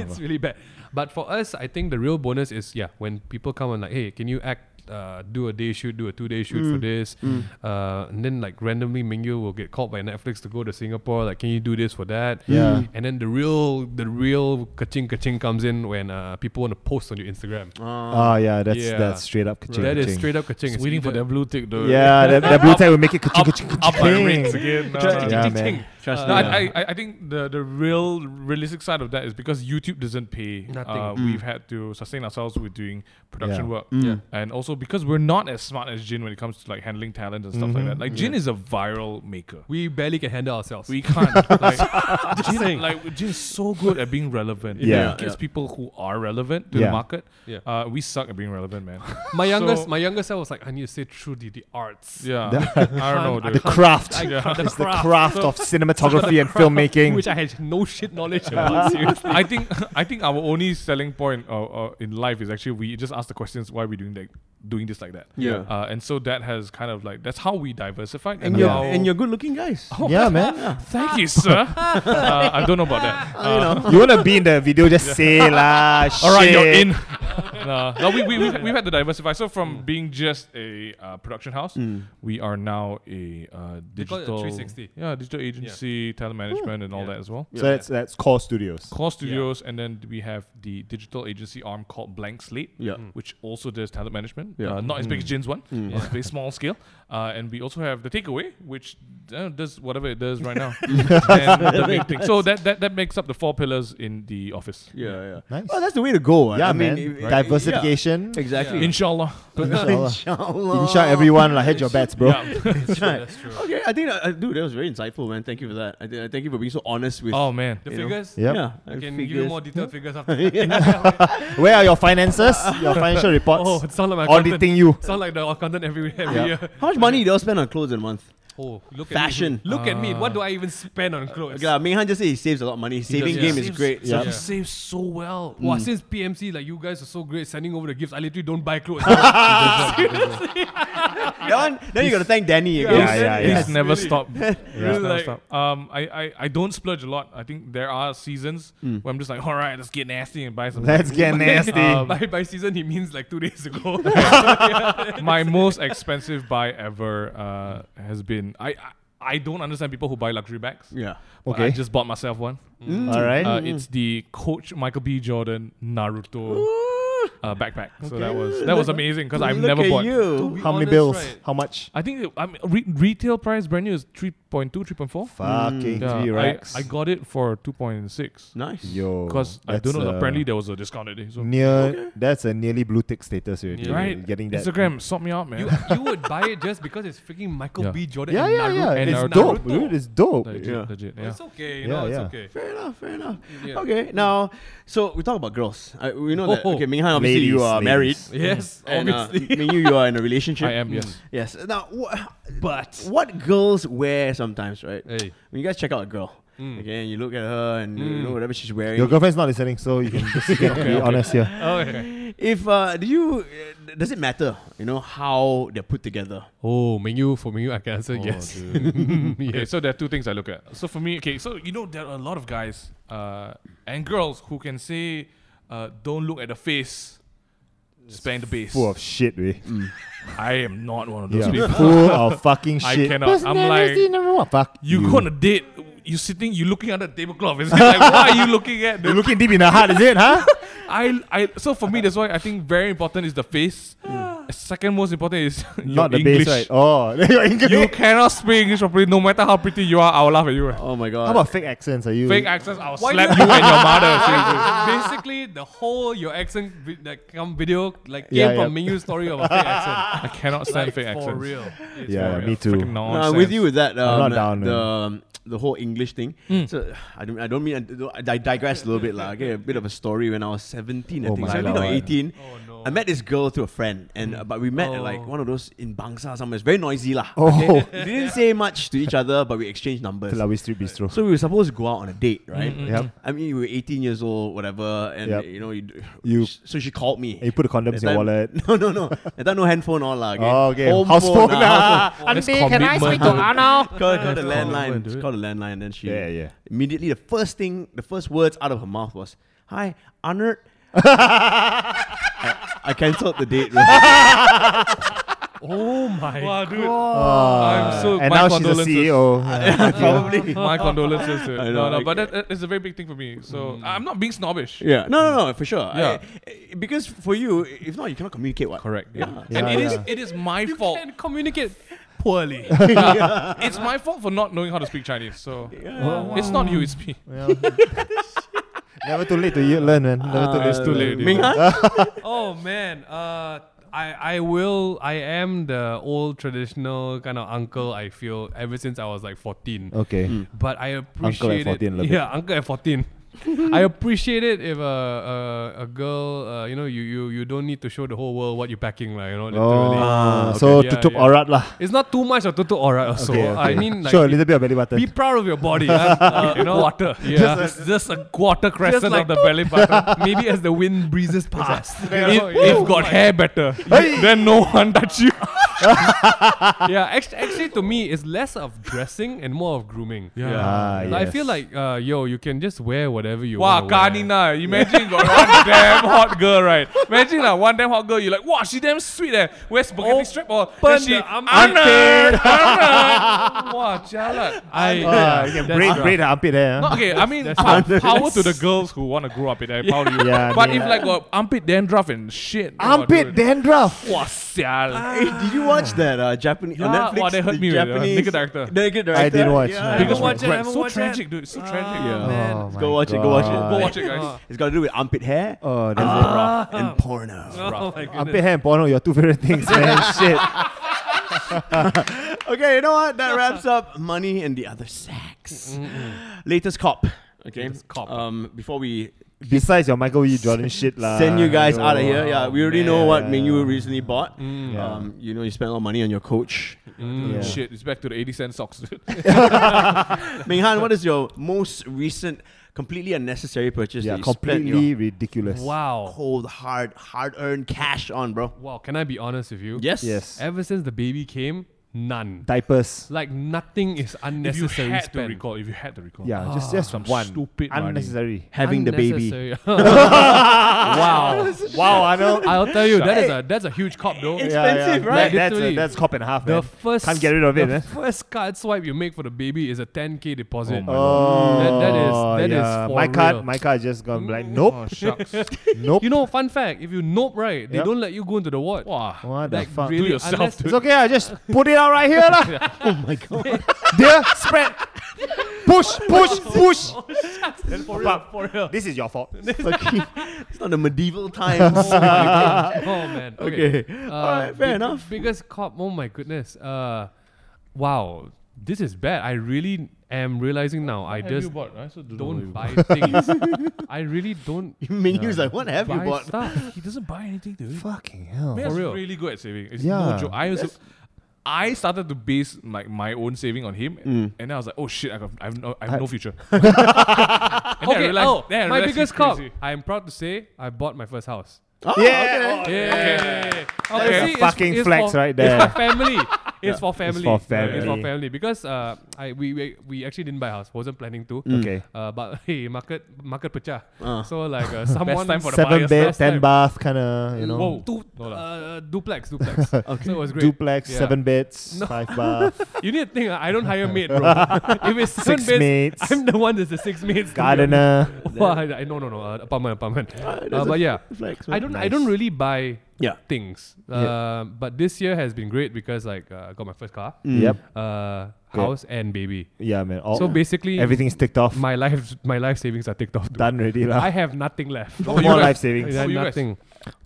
F: it's really bad. But for us, I think the real bonus is yeah, when people come and like, hey, can you act, uh, do a day shoot, do a two day shoot for
D: Mm.
F: this, uh, and then like randomly Mingyu will get called by Netflix to go to Singapore. Like, can you do this for that?
D: Yeah.
F: And then the real the real kaching kaching comes in when uh, people want to post on your Instagram.
E: Ah.
D: Oh yeah, that's
F: Yeah.
D: that's straight up kaching.
F: that is
D: kaching.
F: straight up kaching.
E: Just waiting for
F: either-
E: that blue tick, though.
D: Yeah,
E: *laughs*
D: that, that blue tag will make it kaching, kaching,
E: Up my
D: kaching.
E: rings again. No, no, no.
D: Yeah,
F: Ting, ting,
D: man.
F: ting.
C: Trust
E: No,
C: me.
E: I, I, I- I think the, the real realistic side of that is because YouTube doesn't pay.
F: Nothing.
E: Uh, We've had to sustain ourselves with doing production
D: Mm. Yeah. Mm.
E: work, and also because we're not as smart as Jin when it comes to like handling talent and stuff like
D: Mm-hmm.
E: that. Like Jin is a viral maker.
F: We barely can handle ourselves.
E: We can't *laughs*
D: *laughs*
E: like Jin, like Jin is so good at being relevant. It
D: Yeah.
E: gets people who are relevant to
D: Yeah.
E: the market.
F: Yeah.
E: Uh, we suck at being
D: *laughs*
E: relevant, man.
F: my youngest,
E: So-
F: my youngest self was like, I need to stay true to the arts.
E: yeah, I don't know.
D: The
E: Dude.
D: craft,
F: I-
E: Yeah.
F: the
D: it's the
F: craft.
D: craft of cinematography
E: *laughs*
D: and filmmaking.
F: which I had no shit knowledge about. Seriously,
E: I think I think our only selling point uh, uh, in life is actually we just ask the questions why we're doing that, doing this like that.
C: Yeah.
E: Uh, and so that has kind of like that's how we diversified.
C: and, you're,
E: how-
C: and
F: *laughs*
C: you're good looking guys.
F: Oh.
D: Yeah, man.
E: thank you, sir. *laughs* uh, I don't know about
F: *laughs*
E: that. Uh,
D: *laughs* You wanna be in the video? Just say lah.
E: *laughs* all right, you're
D: shit.
E: in. no, no, we we we've, we've had to diversify. So
F: Mm.
E: from being just a uh, production house,
D: Mm.
E: we are now a uh,
F: call it a
E: digital
F: 360.
E: Yeah, digital agency, talent management, and all
F: Yeah.
E: that as well.
D: So that's that's Core Studios.
E: Core Studios, and then we have the digital agency arm called Blank Slate,
C: Yeah.
F: Hmm.
C: Mm.
E: which also does talent management.
C: Yeah. Hmm.
E: Uh, not as big as Jin's one, it's very small scale. Uh, and we also have the Takeaway, which uh, does whatever it does right
C: *laughs*
E: now. and the main thing. So that, that that makes up the four pillars in the office.
C: Yeah, yeah.
D: Nice.
C: Well, Oh, that's the way to go.
D: Yeah,
C: I
D: man.
C: mean, if-
D: Diversification. uh,
C: yeah, exactly. *laughs*
E: Inshallah.
D: Inshallah.
C: Inshallah.
D: Inshallah, everyone, like, hedge your bets, bro.
C: Right. Okay, I think, uh, uh, dude, that was very insightful, man. Thank you for that. I think, thank you for being so honest with.
E: *laughs* Oh man.
F: the
C: you know?
F: figures.
D: Yep.
C: Yeah,
F: I
C: uh,
F: can give you
C: figures. *laughs*
F: more detailed figures after. that.
D: Where are your finances? Your financial reports?
F: Oh, it sounds like my
D: Auditing you.
F: Accountant. Sound *laughs* like the accountant every every
D: Yeah.
F: year.
C: How much money do you all spend on clothes in a month?
F: Oh, look
C: Fashion.
F: at me. Look at me. What do I even spend on clothes?
C: Okay, lah, Mehan just said he saves a lot of money. His saving
E: does,
C: game
E: yeah.
C: is
E: Saves-
C: great.
D: Yeah.
E: You save so well.
F: Wow, since PMC, like you guys are so great sending over the gifts, I literally don't buy clothes. *laughs*
C: That one, then you gotta thank Danny again.
D: Yeah, yeah, yeah.
E: It's never
F: *laughs*
E: stop. It's never
F: Like-
E: stop. Um, I, I, I don't splurge a lot. I think there are seasons where I'm just like, all right, let's get nasty and buy some.
D: Hmm.
E: Um,
D: Let's get
E: *laughs*
D: nasty.
F: *laughs* by, by season, he means like two days ago. *laughs*
E: my most expensive buy ever uh, has been I, I I don't understand people who buy luxury bags.
C: Yeah.
E: but
D: Okay. Mm.
E: I just bought myself one.
C: Mm.
D: All right.
E: Uh, it's the Coach Michael B. Jordan Naruto uh, backpack. So that was that was amazing because I've
C: Look
E: never
C: at
E: bought.
C: you.
D: How many
F: honest,
D: bills?
F: right?
D: How much?
E: I think it, I mean, re- retail price brand new is 3.2, 3.4.
D: Fucking
E: Yeah,
D: three
E: I-
D: racks.
E: I, got it for 2.6
C: Nice.
D: Yo,
E: because I don't
D: that's,
E: know.
D: uh,
E: apparently there was a discounted day. So
D: near. That's a nearly blue tick status already.
F: Yeah.
E: right,
D: Getting that.
E: Instagram sort me out, man.
F: you, you would buy it just because it's freaking Michael
E: Yeah.
F: B. Jordan.
D: Yeah,
F: and
D: yeah,
F: Naruto.
D: yeah.
E: and
D: It's
E: Naruto.
D: dope, dude. It's dope.
E: legit,
C: Yeah.
D: *laughs*
E: legit. Yeah.
F: It's okay, you
D: Yeah,
F: know,
D: yeah.
F: it's okay.
C: Fair enough, fair enough.
F: Yeah. Mm.
C: Okay, now, so we talk about girls. I, we know that,
F: Oh, oh.
C: okay, Minghan, obviously you
D: Ladies,
C: are
D: ladies.
C: married.
D: *laughs*
F: Yes,
C: And, uh, *laughs*
F: obviously.
C: Ming Yu, you are in a relationship.
E: I am yes.
D: Hmm.
C: Yes. Now, wha-
F: But-
C: what girls wear sometimes, right?
F: Hey. Mm.
C: When you guys check out a girl, okay, and you look at her and you know whatever she's wearing.
D: Your girlfriend's not listening, so
E: *laughs*
D: you can just you can be honest here.
E: Oh,
F: okay.
C: if uh, do you uh, does it matter? You know how they're put together.
F: Oh, Mingyu, for Mingyu, I can answer
D: Oh,
F: yes. *laughs*
E: Okay, so there are two things I look at. So for me, okay, so you know there are a lot of guys uh, and girls who can say, uh, "Don't look at the face, span the base."
D: Full of shit,
E: *laughs*
D: we.
E: I am not one of those
D: Yeah.
E: people.
D: *laughs* Full of fucking
E: I
D: shit.
E: cannot. I'm
D: Personality
E: like-
D: number one. Fuck
E: You go on a date, you sitting, you looking at the tablecloth. It's *laughs* like, what are you looking at?
D: You're
E: dude?
D: looking deep in the heart, is it, huh?
E: I, I. So for me, that's why I think very important is the face. Second most important is *laughs* *laughs* your
D: Not the
E: English.
D: base, right? Oh, *laughs* your English.
E: You cannot speak English properly. No matter how pretty you are, I will laugh at you.
C: Oh my god!
D: How about fake accents? Are you
E: Fake accents, I'll
F: Why
E: slap
F: do-
E: you and
F: *laughs*
E: your mother. seriously.
F: Basically, the whole your accent vi- like come video like
D: Yeah,
F: came from
D: yeah.
F: Mingyu's story of a fake *laughs* accent.
E: I cannot stand
F: Like,
E: fake accents.
F: For real. It's
D: Yeah,
F: for
D: me
F: real.
D: too.
E: Freaking
C: No, I'm
E: nonsense.
C: with you with that. Um,
D: not down,
C: the
D: man.
C: um, the whole English thing.
F: Hmm.
C: So I don't I don't mean I, I digress a little bit lah. Okay, a bit of a story when I was 17, I
D: Oh
C: think
D: my
C: 17 or
D: lord.
C: 18.
F: Oh, no. no.
C: I met this girl through a friend, and uh, but we met at like
F: Oh.
C: one of those in Bangsa somewhere. It's very noisy lah.
D: Oh.
C: we didn't say much to each other, but we exchanged numbers.
D: Telawi Street Bistro.
C: So we were supposed to go out on a date, right?
F: Mm-hmm.
E: mm-hmm.
D: Yep.
C: I mean, we were 18 years old, whatever, and
D: Yep.
C: you know, you,
D: You-
C: So she called me.
D: And you put the condoms
C: That
D: in your
C: time-
D: wallet.
C: *laughs* No, no, no. That time no handphone, all lah. Okay.
D: Oh, okay. House phone,
C: lah, house phone.
E: Auntie, can I speak to
C: Call, call the
E: phone, go
C: landline.
E: and do
C: Just
E: it.
C: call the landline, and then she.
D: Yeah, yeah.
C: Immediately, the first thing, the first words out of her mouth was, "Hi,
E: *laughs*
C: Arnold." I, I cancelled the date. bro.
E: *laughs*
F: oh my
D: *laughs*
F: god.
E: I'm so
D: Ah. and
E: my
D: now she's a
E: condolences. *laughs*
D: CEO. Yeah.
C: Probably.
E: My condolences. to-
C: I know,
E: no, no,
C: I
E: but
C: get
E: that, that is a very big thing for me. So
F: Mm.
E: I'm not being snobbish.
C: Yeah. No, no, no, for sure. I-
E: Yeah.
C: I- because for you, if not, you cannot communicate. What?
E: Correct. Yeah.
D: Yeah.
E: And it is
D: Yeah.
E: it is my
F: You
E: fault.
F: can communicate
D: *laughs*
F: poorly.
E: It's my fault for not knowing how to speak Chinese. So it's not you, it's me.
D: *laughs* Never too late to ye- learn, man. Never too late.
E: it's too late. dude.
C: Ming Han?
D: *laughs*
F: oh man, uh, I I will I am the old traditional kind of uncle. I feel ever since I was like fourteen.
D: Okay.
F: But I appreciate
D: 14, love
F: it.
D: it.
F: Yeah, uncle at
D: *laughs*
F: fourteen. I appreciate it if a a, a girl, uh, you know, you, you you don't need to show the whole world what you're packing, like you
D: Oh,
F: know, literally.
D: so
F: Ah, Yeah,
D: tutup
F: yeah.
D: aurat lah.
F: It's not too much or too, too alright. Also,
D: Okay,
F: I
D: okay.
F: mean, like,
D: sure, a little bit of belly button.
F: be proud of your
D: *laughs*
F: body. uh, uh, you know, quarter.
E: Yeah. Just a, just a quarter crescent
F: like-
E: of the belly
F: *laughs*
E: button.
F: Maybe as the wind breezes *laughs* past,
E: if,
F: it,
E: if got hair better, then no one touch you.
F: yeah, actually, actually, to me, it's less of dressing and more of grooming. Yeah.
D: Ah,
F: Like, I
D: yes.
F: feel like, uh, yo, you can just wear whatever you
E: Wow,
F: want.
E: Kanina. Imagine you got one damn hot girl, right? Imagine that one damn hot girl, you're like, wow, she damn sweet eh. Wears spaghetti strap or
F: Open
E: then she
F: the armpit.
E: Arnold, Arnold. Wow, jalan.
F: I,
D: Ah, you can
F: that's
D: braid,
F: rough.
D: braid the armpit there.
E: No,
D: huh?
E: okay, I mean, pow- power to the girls who want to grow up in there. Power to you.
D: Yeah, I
E: but
D: mean- uh,
E: if like got armpit dandruff and shit. oh,
D: Armpit
E: dude.
D: dandruff.
E: Wow, sial.
C: Hey, eh, did you watch that uh, Japanese on
E: Yeah,
C: Ah, Netflix?
E: wow, they hurt
C: the
E: me with, uh,
C: Japanese
E: naked actor.
C: Naked director.
D: I did watch.
C: Yeah.
D: I
E: Because
D: did
F: watch it, I
E: regret.
F: haven't
E: So
F: watched Ah. it.
E: tragic, dude. So tragic.
C: Yeah.
F: man.
D: Oh my
C: go watch it. Go watch it.
D: God.
E: Go watch it, guys.
C: It's got to do with armpit hair
D: Oh, that's
C: Ah,
D: it.
C: and porno.
F: *laughs* Oh my goodness.
D: Armpit hair and porno, your two favorite things, man. Shit.
C: Okay, you know what? *laughs* That wraps up money and the other sex. Latest cop. Mm-hmm. Okay.
F: cop.
C: Um, before we
D: Besides your Michael E. Jordan shit lah.
C: send you guys
D: know.
C: out of here, Uh, yeah, we already know what Mingyu recently bought.
F: Mm.
D: Yeah.
C: Um, you know, you spent a lot of money on your coach. *laughs*
D: Yeah.
E: Mm, Shit, it's back to the 80 cent socks,
F: *laughs*
E: dude.
C: Minghan, what is your most recent completely unnecessary purchase
D: Yeah,
C: that you spent
D: completely
C: your
D: ridiculous.
F: Wow.
C: cold, hard, hard-earned cash on, bro?
F: Wow. Can I be honest with you?
C: Yes.
D: Yes.
F: Ever since the baby came, none.
D: Diapers.
F: Like nothing is
E: if you
F: unnecessary
E: had to
F: spend.
E: recall, if you had to recall.
D: Yeah, just just
F: Ah,
E: some
D: one.
E: stupid money.
F: *laughs*
D: unnecessary.
C: Having the baby.
F: Unnecessary. *laughs* wow.
D: Wow,
F: *laughs*
D: Arnold.
F: I'll tell you, that is
C: Hey.
F: a that's a huge cop though.
C: It's- expensive, right?
F: Like,
D: that's a,
F: literally.
D: that's cop and a half,
F: The
D: man.
F: first
D: Can't get rid of it, eh?
F: the
D: man.
F: first card swipe you make for the baby is a 10k deposit.
D: Oh,
F: That- that is- that is
D: yeah.
F: for
D: my
F: real. Mm.
D: card. My card just gone like
E: Oh,
D: nope,
F: *laughs*
E: shucks.
D: nope.
F: You know, fun fact: if you nope right, they
D: Yep.
F: don't let you go into the ward.
E: Wow.
D: what the
F: Like,
D: fuck?
F: really,
E: Do yourself,
F: unless-
E: dude.
D: It's okay. I just put it out right here, lah.
F: *laughs*
D: Oh my god. *laughs* There, spread. Push,
F: *laughs* Oh,
D: push, push.
F: For
D: Pop
F: real,
D: up.
F: for real.
D: This is your
F: *laughs*
D: fault.
C: *laughs* It's not the *laughs* medieval times.
D: *laughs*
F: Oh man.
C: okay. *laughs* All right, fair
F: big-
C: enough.
F: Biggest cop. Oh my goodness. Uh, wow. This is bad. I really am realizing now. I *laughs* just
E: bought? I also don't,
F: don't buy *laughs* things. I really don't
C: Mingyu's like, what have you
F: buy
C: bought?
F: *laughs* stuff.
E: He doesn't buy anything, dude.
D: Fucking hell.
E: Man's
F: real.
E: really good at saving. It's
D: Yeah.
E: no joke. I also, I started to base like my own saving on him,
F: Mm.
E: and then I was like, oh shit, I, got, I have no, I have no
F: *laughs*
E: future. And then I
F: Okay.
E: realised-
F: oh,
E: then I
F: my
E: realised he's
F: biggest cop.
E: crazy.
F: I am proud to say I bought my first house.
C: Oh,
D: Yeah.
C: okay.
F: Yeah.
E: Okay.
F: You
E: That's
F: see, it's-
D: fucking
F: it's
D: flex
F: for- *laughs*
D: right
F: It's for
D: there.
F: family.
D: *laughs*
F: It's for family.
D: for
F: Yeah, It's for
D: family.
F: family because uh, I we, we we actually didn't buy a house. Wasn't planning to.
D: Okay.
F: Uh,
E: *laughs*
F: but hey, market market pecah. So
D: *laughs*
F: like uh, someone
E: time for the
D: Seven
E: buyers
D: bed,
E: last
D: ten
E: time.
D: bath, kind of you know.
F: Whoa, two,
E: No lah.
F: *laughs* uh, duplex, duplex. okay. So it was great.
D: Duplex,
F: Yeah.
D: seven beds,
F: No.
D: five
F: *laughs*
D: bath,
F: You need to think. uh, I don't hire maid,
D: *laughs*
F: bro. if it's seven
D: Six
F: beds,
D: maids.
F: I'm the one that's the six maids. to be honest.
D: gardener.
F: Wah, I, I, no, no, no. Uh, apartment, apartment. Uh,
C: Ah, that's a
F: but yeah,
C: flex,
F: I
C: man.
F: don't. I don't really buy
C: Yeah.
F: things. Uh, But this year has been great because like uh, I got my first car,
D: Yep.
F: uh, house, and baby.
D: Yeah, man. All,
C: Oh.
F: So basically,
D: everything's ticked off.
F: my life, my life savings are ticked off. dude.
C: *laughs*
D: Done already, lah.
F: I Oh, have nothing left.
D: No more
E: you guys-
D: life
F: I
D: savings.
F: have
E: you guys?
F: nothing.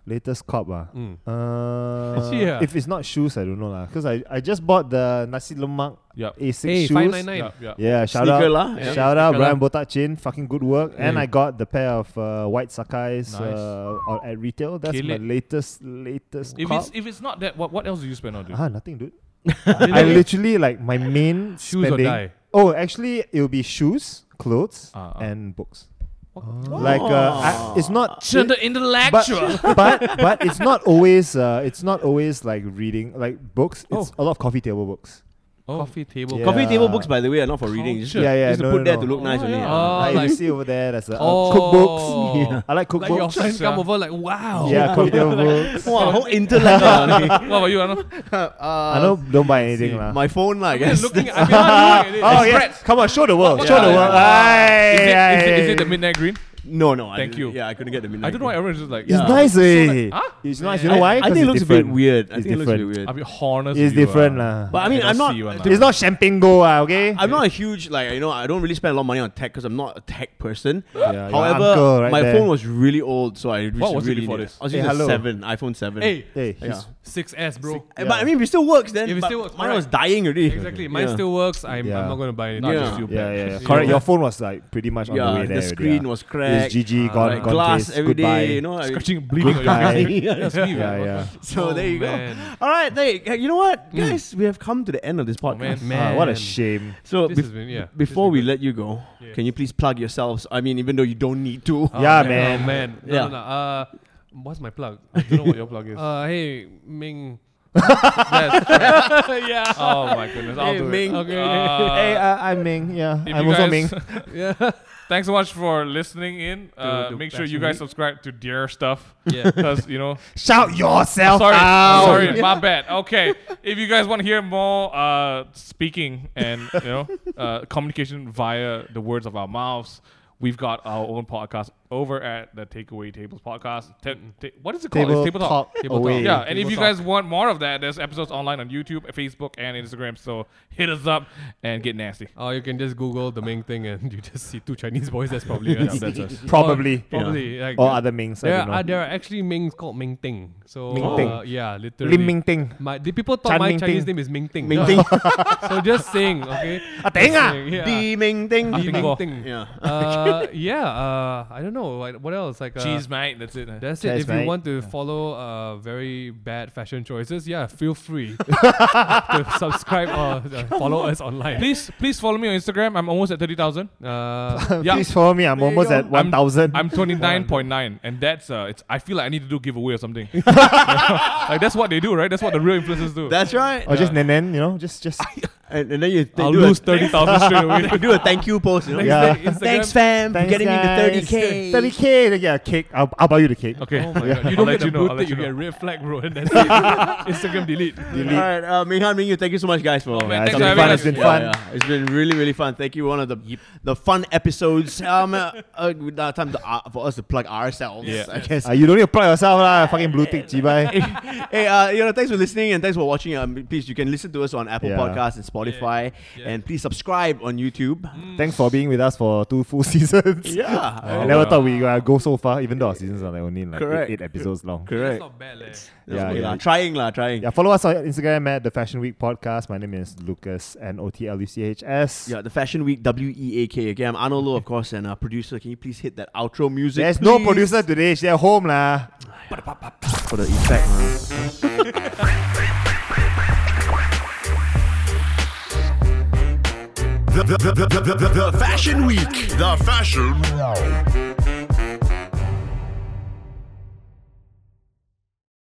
D: Latest cop ah. Uh,
F: Mm. Actually, yeah.
D: If it's not shoes, I don't know lah. Cause I, I just bought the nasi lemak
E: Yup.
D: A6
F: Hey,
D: shoes.
F: five nine nine.
E: Yup, yup.
D: Yeah, shout
C: Sneaker
D: out,
C: lah, yeah.
D: shout out,
F: Sneaker
D: Brian
F: lah.
D: Botak Chin, fucking good work. And I got the pair of uh, white Sakai's
E: Nice.
D: uh, on- at retail. That's
E: Kill
D: my
E: it.
D: latest, latest.
E: If
D: cop.
E: it's if it's not that, what what else do you spend on? Dude?
D: ah, nothing, dude. I literally like my main
E: Shoes or
D: spending.
E: die?
D: Oh, actually, it'll be shoes, clothes,
E: Ah, ah.
D: and books. Like uh, I, it's not it- but,
E: intellectual. *laughs*
D: *laughs* but but it's not always uh, it's not always like reading like books. It's a lot of coffee table books.
E: Oh.
C: *laughs*
F: Coffee table.
D: Yeah.
C: Oh, Coffee table books, by the way, are not for reading. It's Just,
D: Yeah, yeah,
C: just to
D: no,
C: put
D: no,
C: there
D: no.
C: to look nice only.
E: yeah.
C: ah.
F: Oh,
D: like,
F: like,
D: you see over there, that's uh,
F: Oh.
D: cookbooks. I like
F: like
E: *laughs*
F: your
D: cookbooks.
F: friends
E: Books,
F: come
E: uh,
F: over like, wow.
D: yeah, coffee table books.
C: Wow, whole intellect.
E: what about
D: *laughs*
E: you, Arno?
D: I don't don't buy
C: *laughs*
D: anything lah.
C: My phone, lah, I
F: They're
C: guess.
F: looking at me. I'm looking
E: *laughs*
F: at
D: Oh
F: it.
D: yeah, come on, show the world, show the
E: yeah,
D: world.
E: Is it,
D: Aye,
E: is, it, is it the
D: aye.
E: midnight green?
C: No, no. I
E: Thank
C: didn't-
E: you.
C: Yeah, I couldn't get the midnight.
E: I don't know why
C: Green.
E: everyone's just like,
D: It's
E: yeah.
D: nice, eh?
E: huh?
D: It's nice. You know why?
C: I
D: 'Cause
C: think it looks a bit
D: different.
C: weird. I
D: It's
C: think it looks a bit
D: different.
C: weird.
E: I'll be honest
D: It's
E: with you,
D: different
E: ah.
D: lah.
C: But I mean,
E: I
C: I'm
E: don't
C: not.
E: see you on
C: to
E: that.
C: be
D: It's not champagne go ah, okay?
C: I'm not a huge like you know I don't really spend a lot of money on tech because I'm not a tech person.
D: your
C: However,
D: uncle right
C: my
D: there.
C: phone was really old, so I
E: What was it
C: really
E: before
C: needed-
E: this?
C: I was
D: Hey,
C: using
D: hello.
C: a seven iPhone seven.
F: Hey,
D: Hey,
C: yeah.
D: he's-
F: 6S, bro.
C: Eh, But I mean, if it still works, then
F: If it
C: but
F: still works,
C: mine
F: alright.
C: was dying already.
F: Exactly. Mine
C: Yeah.
F: still works. I'm,
D: Yeah.
F: I'm not going to buy it.
C: Yeah.
F: just you
D: yeah,
F: back.
D: yeah, yeah.
F: Just you
D: Correct.
F: back.
E: *laughs*
D: Your phone was like pretty much on the
C: Yeah,
D: way
C: the
D: there.
C: screen was cracked.
D: It's GG,
F: Ah,
D: gone,
C: like
D: gone
C: glass
D: case.
C: every day,
D: Goodbye.
C: you know. I-
E: Scratching, bleeding. on your
D: guy.
E: face. That's me,
D: Yeah,
E: man.
D: yeah.
C: So
F: Oh,
C: there you
F: man.
C: go. All right, there. You, you know what, guys? We have come to the end of this
F: Oh, man.
C: podcast.
D: Ah, what a
F: Man.
D: shame.
C: So
F: This
C: bef-
F: has been- yeah, this
C: before
F: has
C: we
F: been
C: let you go, can you please plug yourselves? I mean, even though you don't need to. *laughs*
F: Oh,
D: Yeah,
F: Oh,
D: man.
F: man. No,
C: Yeah.
F: no, no. Uh, what's my plug?
E: I don't know what your plug is.
F: *laughs* Uh, hey, Ming.
E: That's-
F: *laughs* yeah.
E: oh my goodness, I'll
C: Hey,
E: do
C: Ming.
E: it.
F: Okay.
D: *laughs*
E: Uh,
D: hey, uh, I'm Ming. Yeah,
E: if
D: I'm
E: you
D: also
E: guys-
D: Ming.
E: *laughs*
F: yeah.
E: Thanks so much for listening in. Uh,
F: the
E: make sure you
F: fashion
E: guys
F: week.
E: subscribe to Dear Stuff.
F: Yeah.
E: *laughs* Because, you know,
D: Shout yourself
E: sorry,
D: out.
E: sorry, *laughs* my bad. Okay, if you guys want to hear more uh, speaking and you know uh, communication via the words of our mouths, we've got our own podcast over at the Takeaway Tables podcast. Ta- ta- what is it called?
D: Table
E: it's Table
D: Talk
E: Table
D: Away.
E: Talk. Yeah, and if
F: Table
E: you guys want more of that, there's episodes online on YouTube, Facebook, and Instagram. So hit us up and get nasty.
F: Oh, you can just Google the Ming thing and you just see two Chinese boys. That's probably us.
D: that's
F: *laughs*
D: us.
F: Or-
D: Probably.
F: Probably. Like,
D: Or other Mings. I
F: There
D: don't know.
F: are, there are actually Mings called Ming Ting. So
D: Ming
F: uh,
D: Ting.
F: yeah, literally.
D: Lim Ming Ting.
F: My the people thought
D: Chan
F: my
D: Ming
F: Chinese
D: Ting.
F: name is Ming Ting.
C: Ming
F: No.
C: Ting.
F: *laughs* so just saying, okay.
D: *laughs* Ah, Ting ah.
F: Yeah.
C: Ding, ding, ding,
F: Ah, Ting
C: ding.
F: Bo.
C: Yeah.
F: *laughs* Uh, yeah. Uh, I don't know. Like, What else? Like uh,
E: Cheese, mate. That's it. That's
F: That's it.
D: Cheers,
F: if
D: mate.
F: you want to follow uh, very bad fashion choices, yeah, feel *laughs* free to subscribe or uh, follow us online.
E: please, please follow me on Instagram. I'm almost at thirty thousand.
F: *laughs* Uh,
E: Yeah.
D: Please follow me. I'm almost at 1,000. *laughs*
E: I'm 29.9, and that's uh, it's. I feel like I need to do giveaway or something. *laughs* like that's what they do, right? That's what the real influencers do.
C: That's right.
D: Or just Nenen, you know?
C: *laughs*
D: Just, just.
C: And, and then you they
E: I'll
C: do
E: lose
C: a,
E: thirty thousand straight away.
F: *laughs*
C: they do a thank you post. You know?
D: Yeah.
C: *laughs*
F: Instagram-
C: Thanks, fam,
D: Thanks,
C: for getting
D: guys.
C: me to 30k.
D: 30k. then Yeah, cake. I'll, I'll buy you the cake.
E: Okay.
F: Oh my god!
E: I'll
F: You don't
E: let
F: get
E: you
F: a
E: know,
F: blue
E: I'll
F: tick,
E: let
F: you
E: you
F: get
E: know.
F: red flag, bro. *laughs* And that's it. Instagram delete.
C: All right, uh, Minghan, Mingyu, thank you so much, guys, for
E: man,
D: thanks for having us. It's been fun.
C: It's been really, really fun. Thank you. One of the the fun episodes. Um, *laughs* uh, uh, now time to, uh, for us to plug ourselves.
E: Yeah.
C: I guess.
D: Uh, you don't need to plug yourself, lah. Fucking blue tick,
C: *laughs*
D: jibai.
C: hey, uh, you know, thanks for listening and thanks for watching. Um, please, you can listen to us on Apple
D: Yeah. Mm.
C: Podcasts and Spotify, and please subscribe on YouTube.
D: Thanks for being with us for two full *laughs* seasons.
C: Yeah,
D: I never thought we uh, go so far, even though our seasons are like only like
C: Correct.
D: eight, eight episodes long.
F: That's
C: correct.
F: not bad, eh? leh.
D: Yeah,
C: Yeah,
D: yeah.
C: uh, trying lah, trying.
D: Yeah, follow us on Instagram at the Fashion Week Podcast. My name is Lucas N O T L U C H S.
C: Yeah, the Fashion Week W E A K. Again, I'm Arnold Low, of course, and uh, producer. Can you please hit that outro music?
D: There's no
C: please?
D: producer today. She's at home lah.
C: for the effect. Man.
B: The, the, the, the, the, the, the Fashion Week. The Fashion